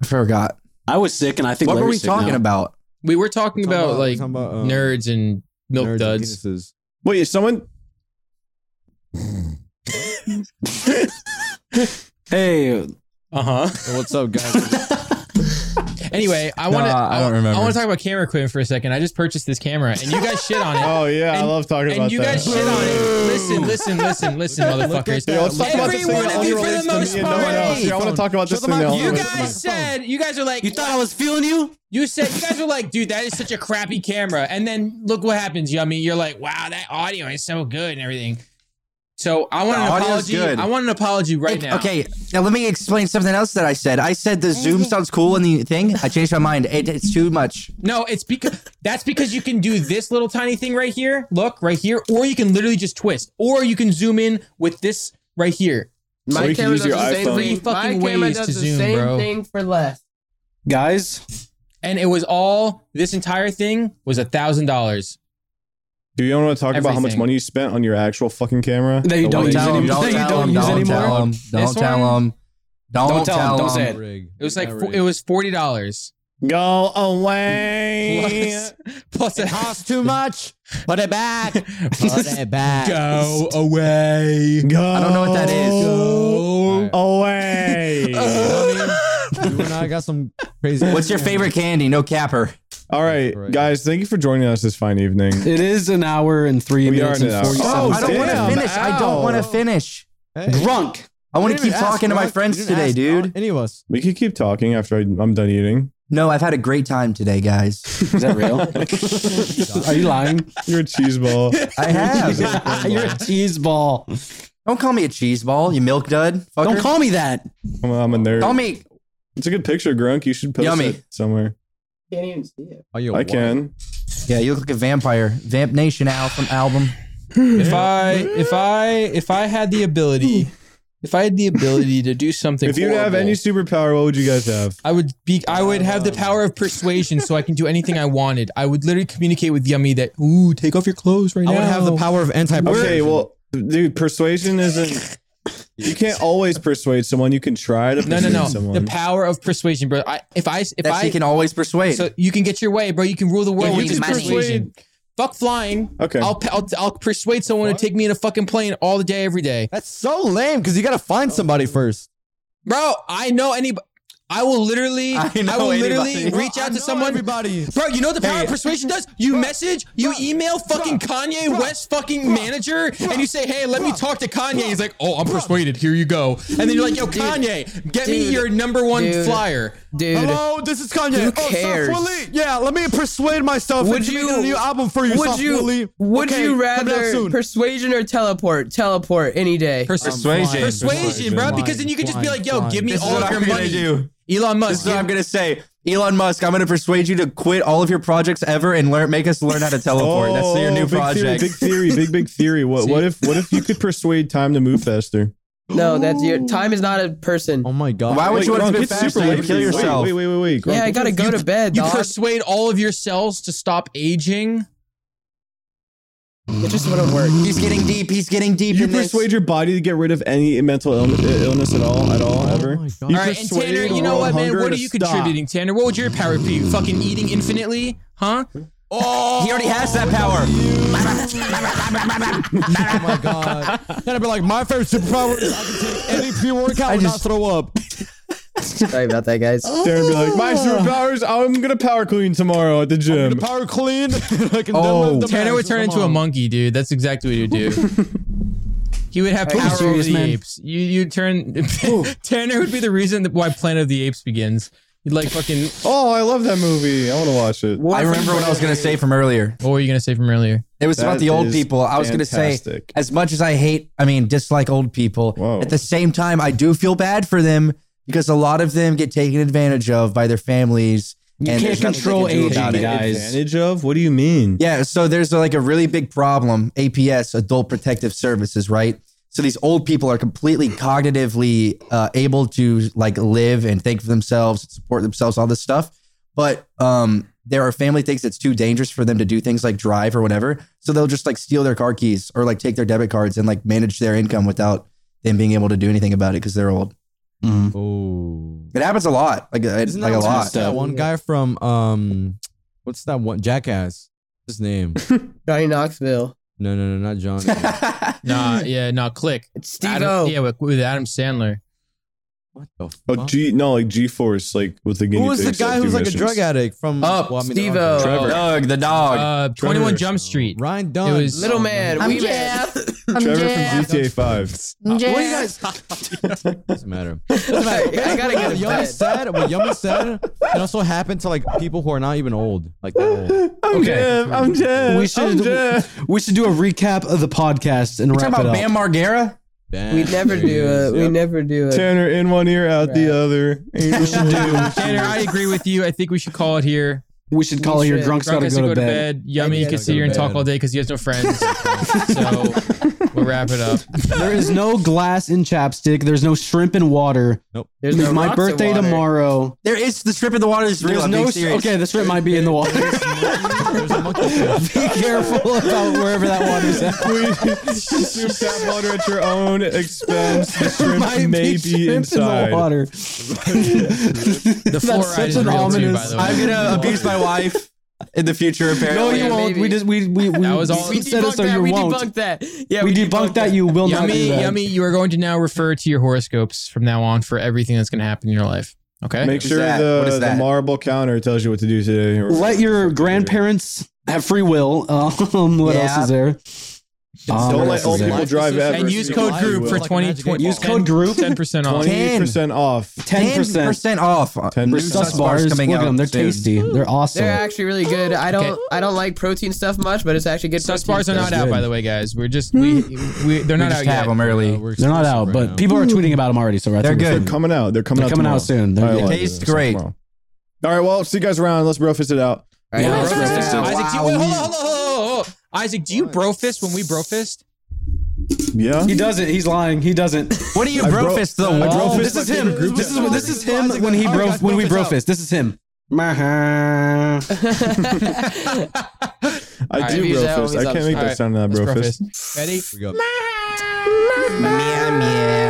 [SPEAKER 6] I forgot.
[SPEAKER 7] I was sick, and I think
[SPEAKER 6] What were
[SPEAKER 7] Larry's
[SPEAKER 6] we
[SPEAKER 7] sick now.
[SPEAKER 6] talking about?
[SPEAKER 3] We were talking,
[SPEAKER 5] Talking
[SPEAKER 3] about,
[SPEAKER 5] about-
[SPEAKER 3] like
[SPEAKER 5] talking about, um,
[SPEAKER 3] nerds and milk
[SPEAKER 5] Nerds and
[SPEAKER 3] duds.
[SPEAKER 5] penises.
[SPEAKER 2] wait is someone
[SPEAKER 7] Hey,
[SPEAKER 3] Uh huh.
[SPEAKER 5] What's up, guys?
[SPEAKER 6] <laughs>
[SPEAKER 3] Anyway, I want to.
[SPEAKER 5] Nah, I
[SPEAKER 3] I
[SPEAKER 5] don't remember.
[SPEAKER 3] I want to talk about camera equipment for a second. I just purchased this camera, and you guys shit on
[SPEAKER 2] <laughs>
[SPEAKER 3] it.
[SPEAKER 2] oh yeah i
[SPEAKER 3] And-
[SPEAKER 2] love talking
[SPEAKER 3] and
[SPEAKER 2] about
[SPEAKER 3] you
[SPEAKER 2] that
[SPEAKER 3] guys shit on it. Listen, listen, listen, listen, motherfuckers.
[SPEAKER 2] Yo, let's talk about this thing
[SPEAKER 3] Every
[SPEAKER 2] that
[SPEAKER 3] one of
[SPEAKER 2] only
[SPEAKER 3] you, for
[SPEAKER 2] relates
[SPEAKER 3] the
[SPEAKER 2] to me
[SPEAKER 3] most
[SPEAKER 2] and no one else.
[SPEAKER 3] part,
[SPEAKER 2] Yeah, I want to talk about this thing. that only
[SPEAKER 3] you
[SPEAKER 2] relates to me.
[SPEAKER 3] guys said you guys are like
[SPEAKER 1] you thought I was feeling you?
[SPEAKER 3] You said you guys were like, dude, that is such a crappy camera. And then look what happens. You know what I mean? You're like, wow, that audio is so good and everything. So I want
[SPEAKER 6] The
[SPEAKER 3] an
[SPEAKER 6] audio's
[SPEAKER 3] apology.
[SPEAKER 6] good.
[SPEAKER 3] I want an apology right
[SPEAKER 6] It-
[SPEAKER 3] now.
[SPEAKER 6] Okay, now let me explain something else that I said. I said the
[SPEAKER 5] <laughs>
[SPEAKER 6] Zoom sounds cool in the thing. I changed my mind. It, it's too much.
[SPEAKER 3] No, it's because that's because you can do this little tiny thing right here. Look right here, or you can literally just twist, or you can zoom in with this right here.
[SPEAKER 2] So you can use your
[SPEAKER 4] the
[SPEAKER 2] iPhone.
[SPEAKER 4] same thing.
[SPEAKER 3] Fucking
[SPEAKER 4] My camera
[SPEAKER 3] ways
[SPEAKER 4] does
[SPEAKER 3] to
[SPEAKER 4] the
[SPEAKER 3] zoom,
[SPEAKER 4] same
[SPEAKER 3] bro.
[SPEAKER 4] thing for less.
[SPEAKER 1] Guys,
[SPEAKER 3] And it was all this entire thing was a thousand dollars.
[SPEAKER 2] Do you want to talk about how much
[SPEAKER 3] Everything.
[SPEAKER 2] money you spent on your actual fucking camera?
[SPEAKER 1] That you
[SPEAKER 2] The
[SPEAKER 1] don't
[SPEAKER 2] one
[SPEAKER 1] use
[SPEAKER 6] Tell 'em,
[SPEAKER 1] any-
[SPEAKER 6] don't
[SPEAKER 1] you
[SPEAKER 6] tell
[SPEAKER 1] don't
[SPEAKER 6] him.
[SPEAKER 1] use
[SPEAKER 6] Don't
[SPEAKER 1] anymore?
[SPEAKER 6] tell him.
[SPEAKER 3] This
[SPEAKER 6] Don't tell him. Don't tell him.
[SPEAKER 1] don't say it.
[SPEAKER 5] Rig.
[SPEAKER 3] It was like
[SPEAKER 5] That
[SPEAKER 3] fo-
[SPEAKER 5] rig.
[SPEAKER 3] it was forty dollars
[SPEAKER 2] Go away.
[SPEAKER 3] plus <laughs> plus a
[SPEAKER 5] costs too much. Put it back. Put it back.
[SPEAKER 3] go away.
[SPEAKER 2] Go
[SPEAKER 6] I don't know what that is.
[SPEAKER 4] Oh.
[SPEAKER 3] Go.
[SPEAKER 2] away.
[SPEAKER 6] <laughs>
[SPEAKER 5] You and I got some crazy.
[SPEAKER 6] What's your favorite candy? No capper.
[SPEAKER 2] All right,
[SPEAKER 5] Right.
[SPEAKER 2] guys, thank you for joining us this fine evening.
[SPEAKER 1] It is an hour and three
[SPEAKER 2] We are
[SPEAKER 1] minutes
[SPEAKER 2] in
[SPEAKER 1] and
[SPEAKER 2] an hour.
[SPEAKER 1] forty seven.
[SPEAKER 2] Oh,
[SPEAKER 6] I don't want to
[SPEAKER 2] damn.
[SPEAKER 6] finish. I
[SPEAKER 2] Ow.
[SPEAKER 6] don't want to finish.
[SPEAKER 1] <laughs> Drunk.
[SPEAKER 6] I want to keep talking to my friends today, dude.
[SPEAKER 5] Any of us.
[SPEAKER 2] We could keep talking after I, I'm done eating.
[SPEAKER 6] No, I've had a great time today, guys.
[SPEAKER 1] Is that real? <laughs> Are you lying?
[SPEAKER 2] You're a cheese <laughs> ball.
[SPEAKER 6] I
[SPEAKER 1] <laughs>
[SPEAKER 6] have.
[SPEAKER 1] You're a cheese ball.
[SPEAKER 6] don't call me a cheese ball, you milk dud. Fucker.
[SPEAKER 1] Don't call me that.
[SPEAKER 2] I'm, I'm a nerd.
[SPEAKER 6] Call me.
[SPEAKER 2] It's a good picture, Grunk. You should post
[SPEAKER 6] Yummy.
[SPEAKER 2] it somewhere.
[SPEAKER 4] Can't even see it.
[SPEAKER 5] Are you
[SPEAKER 2] I can.
[SPEAKER 6] Yeah, you look like a vampire. Vamp Nation album. album.
[SPEAKER 3] if I if I if I had the ability, if I had the ability to do something,
[SPEAKER 2] If you'd have
[SPEAKER 3] horrible,
[SPEAKER 2] any superpower, what would you guys have?
[SPEAKER 3] I would be. I would have the power of persuasion, so I can do anything I wanted. I would literally communicate with Yummy that, "Ooh, take off your clothes right
[SPEAKER 5] I
[SPEAKER 3] now."
[SPEAKER 5] would have the power of anti.
[SPEAKER 2] Okay, well, dude, persuasion isn't. You can't always persuade someone. You can try to
[SPEAKER 3] No,
[SPEAKER 2] persuade
[SPEAKER 3] no, no.
[SPEAKER 2] someone.
[SPEAKER 3] The power of persuasion, bro. I, if I, if
[SPEAKER 6] That
[SPEAKER 3] I,
[SPEAKER 6] she can always persuade.
[SPEAKER 3] so you can get your way, bro. You can rule the world
[SPEAKER 6] If
[SPEAKER 3] with
[SPEAKER 6] you
[SPEAKER 3] just
[SPEAKER 6] just
[SPEAKER 3] persuasion. Fuck flying.
[SPEAKER 2] Okay.
[SPEAKER 3] I'll pa- I'll, I'll persuade someone to take me in a fucking plane all the day, every day,
[SPEAKER 5] That's so lame because you gotta find somebody first.
[SPEAKER 3] bro. I know anybody. I will literally. I,
[SPEAKER 6] I know
[SPEAKER 3] will
[SPEAKER 6] anybody.
[SPEAKER 3] literally reach out to someone.
[SPEAKER 5] Everybody.
[SPEAKER 3] Bro, you know what the power of persuasion does? You message, you email fucking Kanye West fucking manager, and you say, hey, let me talk to Kanye. He's like, oh, I'm persuaded. Here you go. And then you're like, yo, Kanye, get me
[SPEAKER 4] Dude.
[SPEAKER 3] your number one
[SPEAKER 4] Dude.
[SPEAKER 3] flyer.
[SPEAKER 4] dude.
[SPEAKER 5] Hello, this is Kanye.
[SPEAKER 4] Who
[SPEAKER 5] Oh,
[SPEAKER 4] cares?
[SPEAKER 5] Saf Wali. Yeah, let me persuade myself
[SPEAKER 4] Would
[SPEAKER 5] into
[SPEAKER 4] you-
[SPEAKER 5] making a new album for you.
[SPEAKER 4] Would
[SPEAKER 5] Saf Wali.
[SPEAKER 4] you would
[SPEAKER 5] Okay,
[SPEAKER 4] you
[SPEAKER 5] coming out
[SPEAKER 4] rather
[SPEAKER 5] soon.
[SPEAKER 4] persuasion or teleport? Teleport any day.
[SPEAKER 5] Um,
[SPEAKER 8] Persuasion.
[SPEAKER 3] Persuasion,
[SPEAKER 5] Oh
[SPEAKER 3] bro, because then you could just be like, yo, give me
[SPEAKER 6] This is
[SPEAKER 3] all
[SPEAKER 6] what
[SPEAKER 3] of your
[SPEAKER 6] I'm gonna
[SPEAKER 3] money.
[SPEAKER 6] do.
[SPEAKER 3] Elon
[SPEAKER 6] This
[SPEAKER 3] Musk.
[SPEAKER 6] is what
[SPEAKER 3] give-
[SPEAKER 6] I'm gonna say. Elon Musk, I'm gonna persuade you to quit all of your projects ever and learn make us learn how to teleport. That's your new
[SPEAKER 2] Oh, big theory,
[SPEAKER 6] project.
[SPEAKER 2] big theory, big big theory.
[SPEAKER 3] <laughs>
[SPEAKER 2] What what if what if you could persuade time to move faster?
[SPEAKER 4] No, that's your time is not a person.
[SPEAKER 5] Oh my god.
[SPEAKER 6] Why would you
[SPEAKER 2] Wait,
[SPEAKER 6] want
[SPEAKER 2] Gronk,
[SPEAKER 6] to do it
[SPEAKER 2] it's
[SPEAKER 6] faster?
[SPEAKER 2] late
[SPEAKER 6] You'd
[SPEAKER 2] for
[SPEAKER 6] kill
[SPEAKER 2] you. Wait,
[SPEAKER 6] yourself.
[SPEAKER 2] Wait, wait, wait, wait. Gronk,
[SPEAKER 4] yeah, I gotta go to bed,
[SPEAKER 3] You
[SPEAKER 4] dog.
[SPEAKER 3] persuade all of your cells to stop aging.
[SPEAKER 4] it just wouldn't work.
[SPEAKER 6] He's getting deep. He's getting deep.
[SPEAKER 2] You
[SPEAKER 6] in this.
[SPEAKER 2] persuade your body to get rid of any mental illness, illness at all, at all, ever.
[SPEAKER 5] Oh my God.
[SPEAKER 2] You
[SPEAKER 3] all right, and
[SPEAKER 2] persuade
[SPEAKER 3] Tanner, you know
[SPEAKER 2] world
[SPEAKER 3] what, man?
[SPEAKER 2] hunger
[SPEAKER 3] What are
[SPEAKER 2] to
[SPEAKER 3] you
[SPEAKER 2] stop.
[SPEAKER 3] contributing, Tanner? What would your power be? Fucking eating infinitely?
[SPEAKER 5] <laughs>
[SPEAKER 3] Huh?
[SPEAKER 6] He already has that power.
[SPEAKER 5] Oh my god. Then I'd be like, my favorite superpower is I can take any pre-workout and not throw up.
[SPEAKER 4] Sorry about that, guys.
[SPEAKER 2] Tanner would be like,
[SPEAKER 5] Oh.
[SPEAKER 2] my superpowers. I'm gonna power clean tomorrow at the
[SPEAKER 5] The
[SPEAKER 2] gym.
[SPEAKER 5] power clean. <laughs> I can
[SPEAKER 6] Oh.
[SPEAKER 5] deadlift the
[SPEAKER 3] Tanner
[SPEAKER 5] bench.
[SPEAKER 3] would turn
[SPEAKER 5] Come
[SPEAKER 3] into a
[SPEAKER 5] on.
[SPEAKER 3] monkey, dude. That's exactly what he would <laughs> do. he would have power over
[SPEAKER 1] serious,
[SPEAKER 3] the
[SPEAKER 1] man?
[SPEAKER 3] apes. You you turn <laughs> Tanner would be the reason that why Planet of the Apes begins. You'd like fucking.
[SPEAKER 2] Oh, I love that movie. I want to watch it.
[SPEAKER 6] I remember what I was gonna say from earlier.
[SPEAKER 3] What were you gonna say from earlier?
[SPEAKER 6] It was about
[SPEAKER 2] That
[SPEAKER 6] the old
[SPEAKER 2] is
[SPEAKER 6] people. I was going to say,
[SPEAKER 2] fantastic.
[SPEAKER 6] as much as I hate, I mean, dislike old people,
[SPEAKER 2] Whoa.
[SPEAKER 6] at the same time, I do feel bad for them because a lot of them get taken advantage of by their families. You and
[SPEAKER 1] can't
[SPEAKER 6] there's nothing they
[SPEAKER 1] control
[SPEAKER 6] can do about
[SPEAKER 1] aging,
[SPEAKER 6] it.
[SPEAKER 1] guys.
[SPEAKER 2] Advantage of? What do you mean?
[SPEAKER 6] Yeah, so there's like a really big problem APS, Adult Protective Services, right? So these old people are completely cognitively uh, able to like live and think for themselves, support themselves, all this stuff. But um, there are family things that's too dangerous for them to do things like drive or whatever. So they'll just like steal their car keys or like take their debit cards and like manage their income without them being able to do anything about it because they're old.
[SPEAKER 1] Mm-hmm.
[SPEAKER 5] Oh.
[SPEAKER 6] It happens a lot, like uh,
[SPEAKER 5] Isn't
[SPEAKER 6] like a
[SPEAKER 5] that
[SPEAKER 6] lot.
[SPEAKER 5] That one guy from um, what's that one? Jackass. What's his <laughs> name?
[SPEAKER 4] Johnny Knoxville.
[SPEAKER 5] No, no, no, not John.
[SPEAKER 3] <laughs> Nah, yeah, nah, click.
[SPEAKER 4] It's Steve O.
[SPEAKER 3] Adam, yeah, with, with Adam Sandler.
[SPEAKER 5] what the fuck?
[SPEAKER 2] Oh, G no, like G Force, like with the guinea
[SPEAKER 5] <laughs> Who was the
[SPEAKER 2] pigs that
[SPEAKER 5] guy
[SPEAKER 2] do
[SPEAKER 5] who's like a
[SPEAKER 2] missions.
[SPEAKER 5] drug addict from?
[SPEAKER 4] Up, Steve-O.
[SPEAKER 5] Trevor.
[SPEAKER 6] Doug, Oh, the dog.
[SPEAKER 3] Uh, Twenty One Jump Street.
[SPEAKER 5] Ryan Dunn.
[SPEAKER 3] It was-
[SPEAKER 4] Little man,
[SPEAKER 9] I'm
[SPEAKER 4] wee man.
[SPEAKER 5] <laughs>
[SPEAKER 9] Jeff. I'm
[SPEAKER 2] Trevor
[SPEAKER 9] Jeff.
[SPEAKER 2] from GTA Five.
[SPEAKER 9] I'm Jeff.
[SPEAKER 5] What do you guys? Doesn't <laughs> matter. Doesn't matter.
[SPEAKER 4] I gotta
[SPEAKER 5] Basically,
[SPEAKER 4] get
[SPEAKER 5] what
[SPEAKER 4] a
[SPEAKER 5] Yummy
[SPEAKER 4] bed.
[SPEAKER 5] said. What Yummy said. It also happened to like people who are not even old, like that old.
[SPEAKER 2] I'm Jeff. I'm Jeff.
[SPEAKER 1] We should-
[SPEAKER 2] I'm Jeff.
[SPEAKER 1] We should do a recap of the podcast and
[SPEAKER 6] Talking
[SPEAKER 1] wrap it
[SPEAKER 6] about
[SPEAKER 1] up.
[SPEAKER 6] Bam Margera?
[SPEAKER 5] Damn,
[SPEAKER 4] We never
[SPEAKER 5] there he
[SPEAKER 4] do
[SPEAKER 5] is.
[SPEAKER 4] a. We never do a.
[SPEAKER 2] Tanner in one ear, out the
[SPEAKER 1] <laughs>
[SPEAKER 2] other.
[SPEAKER 3] Tanner, I agree with you. I think we should call it here.
[SPEAKER 1] We should call it your
[SPEAKER 4] should.
[SPEAKER 1] drunks
[SPEAKER 3] Drunk
[SPEAKER 1] gotta
[SPEAKER 3] has
[SPEAKER 1] go to, bed.
[SPEAKER 3] Yummy, you
[SPEAKER 4] gotta
[SPEAKER 3] can
[SPEAKER 4] go
[SPEAKER 3] sit
[SPEAKER 5] to
[SPEAKER 3] here and talk
[SPEAKER 5] bed.
[SPEAKER 3] all day because he has no friends. so we'll wrap it up.
[SPEAKER 1] There is no glass in chapstick. There's no shrimp in water.
[SPEAKER 4] There's
[SPEAKER 1] it's
[SPEAKER 4] no
[SPEAKER 1] my
[SPEAKER 4] rocks in
[SPEAKER 1] birthday
[SPEAKER 4] water.
[SPEAKER 1] tomorrow.
[SPEAKER 6] There is the strip in the water is real.
[SPEAKER 1] There's
[SPEAKER 6] I'm
[SPEAKER 1] no
[SPEAKER 6] being serious.
[SPEAKER 1] okay. The shrimp might be in the water. <laughs>
[SPEAKER 5] There's a monkey. there.
[SPEAKER 1] be careful about wherever that water's at.
[SPEAKER 2] Scoop that water at your own expense.
[SPEAKER 1] <laughs>
[SPEAKER 2] The <laughs> shrimp
[SPEAKER 1] Might
[SPEAKER 2] may be,
[SPEAKER 1] be shrimp
[SPEAKER 2] inside.
[SPEAKER 1] in the water.
[SPEAKER 3] The
[SPEAKER 1] That's
[SPEAKER 3] fluoride
[SPEAKER 1] such
[SPEAKER 3] is
[SPEAKER 1] an
[SPEAKER 3] real too, by
[SPEAKER 1] ominous.
[SPEAKER 3] the way.
[SPEAKER 6] I'm gonna abuse my wife in the future.
[SPEAKER 1] No,
[SPEAKER 6] Apparently,
[SPEAKER 1] you
[SPEAKER 4] Yeah,
[SPEAKER 1] won't.
[SPEAKER 4] maybe.
[SPEAKER 1] We just we we we,
[SPEAKER 3] That was all-
[SPEAKER 1] we
[SPEAKER 4] We
[SPEAKER 1] said it
[SPEAKER 4] debunked
[SPEAKER 1] so
[SPEAKER 4] that.
[SPEAKER 1] you
[SPEAKER 4] we
[SPEAKER 1] won't.
[SPEAKER 4] debunked that. Yeah,
[SPEAKER 1] we debunked that. You will not
[SPEAKER 3] Yummy,
[SPEAKER 1] do that.
[SPEAKER 3] yummy. You are going to now refer to your horoscopes from now on for everything that's going to happen in your life. Okay.
[SPEAKER 2] Make sure
[SPEAKER 6] that? What
[SPEAKER 2] the,
[SPEAKER 6] is
[SPEAKER 2] the
[SPEAKER 6] that?
[SPEAKER 2] marble counter tells you what to do today.
[SPEAKER 1] Let your grandparents have free will. <laughs> Um, what
[SPEAKER 6] Yeah.
[SPEAKER 1] else is there? Um,
[SPEAKER 2] Don't
[SPEAKER 1] what
[SPEAKER 2] let
[SPEAKER 1] else
[SPEAKER 2] old
[SPEAKER 1] is there?
[SPEAKER 2] people drive ever.
[SPEAKER 3] and use code
[SPEAKER 5] Why
[SPEAKER 3] group
[SPEAKER 5] will.
[SPEAKER 3] for
[SPEAKER 5] Like
[SPEAKER 3] twenty
[SPEAKER 5] magic eight
[SPEAKER 3] twenty.
[SPEAKER 5] ball.
[SPEAKER 1] Use code group.
[SPEAKER 3] ten percent
[SPEAKER 2] <laughs>
[SPEAKER 3] off.
[SPEAKER 2] Twenty percent off.
[SPEAKER 1] ten percent.
[SPEAKER 6] percent off.
[SPEAKER 2] 10%.
[SPEAKER 6] New
[SPEAKER 2] Sus
[SPEAKER 1] Sus
[SPEAKER 6] Sus
[SPEAKER 1] bars. Look
[SPEAKER 6] coming
[SPEAKER 1] at
[SPEAKER 6] out.
[SPEAKER 1] them. They're
[SPEAKER 6] soon.
[SPEAKER 1] tasty. They're awesome.
[SPEAKER 4] They're actually really good. I don't.
[SPEAKER 3] Okay.
[SPEAKER 4] I don't like protein stuff much, but it's actually good.
[SPEAKER 3] Sus
[SPEAKER 4] protein
[SPEAKER 3] bars are
[SPEAKER 4] stuff.
[SPEAKER 3] not out, by the way, guys. We're just we, we they're
[SPEAKER 6] We
[SPEAKER 3] not out
[SPEAKER 6] just have
[SPEAKER 3] yet.
[SPEAKER 6] them early.
[SPEAKER 5] Uh, we're
[SPEAKER 1] They're not out,
[SPEAKER 5] exclusive
[SPEAKER 1] but
[SPEAKER 5] right
[SPEAKER 1] people are tweeting about them already. So I
[SPEAKER 6] They're
[SPEAKER 1] think we're
[SPEAKER 6] good.
[SPEAKER 1] good.
[SPEAKER 2] Coming out. They're coming
[SPEAKER 1] They're
[SPEAKER 2] out.
[SPEAKER 1] coming out
[SPEAKER 2] tomorrow.
[SPEAKER 1] soon. They're
[SPEAKER 2] I
[SPEAKER 1] good.
[SPEAKER 2] like it.
[SPEAKER 6] Tastes
[SPEAKER 2] It's
[SPEAKER 6] great.
[SPEAKER 2] tomorrow. All right. Well, see you guys around. Let's bro fist it out.
[SPEAKER 4] All right,
[SPEAKER 1] Yeah,
[SPEAKER 4] let's
[SPEAKER 1] bro
[SPEAKER 4] wrap
[SPEAKER 1] fist
[SPEAKER 4] it
[SPEAKER 1] is
[SPEAKER 4] up.
[SPEAKER 3] Isaac, do you, wait, hold on, hold on, hold on, hold on. Isaac, do you bro fist when we bro fist?
[SPEAKER 2] Yeah.
[SPEAKER 1] He doesn't. He's lying. He <laughs> doesn't.
[SPEAKER 6] What do you
[SPEAKER 2] I bro-
[SPEAKER 6] bro fist the
[SPEAKER 2] I bro
[SPEAKER 6] wall?
[SPEAKER 2] fist
[SPEAKER 1] Oh, This is him. This is this is him when he bro when we bro fist. This is him.
[SPEAKER 2] I
[SPEAKER 3] All
[SPEAKER 2] do
[SPEAKER 4] right.
[SPEAKER 2] bro
[SPEAKER 4] He's out,
[SPEAKER 2] fist.
[SPEAKER 4] he's
[SPEAKER 2] I
[SPEAKER 4] out.
[SPEAKER 2] can't make
[SPEAKER 3] All
[SPEAKER 2] that
[SPEAKER 3] right.
[SPEAKER 2] sound in that
[SPEAKER 3] Let's
[SPEAKER 2] bro
[SPEAKER 3] bro
[SPEAKER 2] fist.
[SPEAKER 3] fist. Ready?
[SPEAKER 5] We go.
[SPEAKER 6] Meow, meow.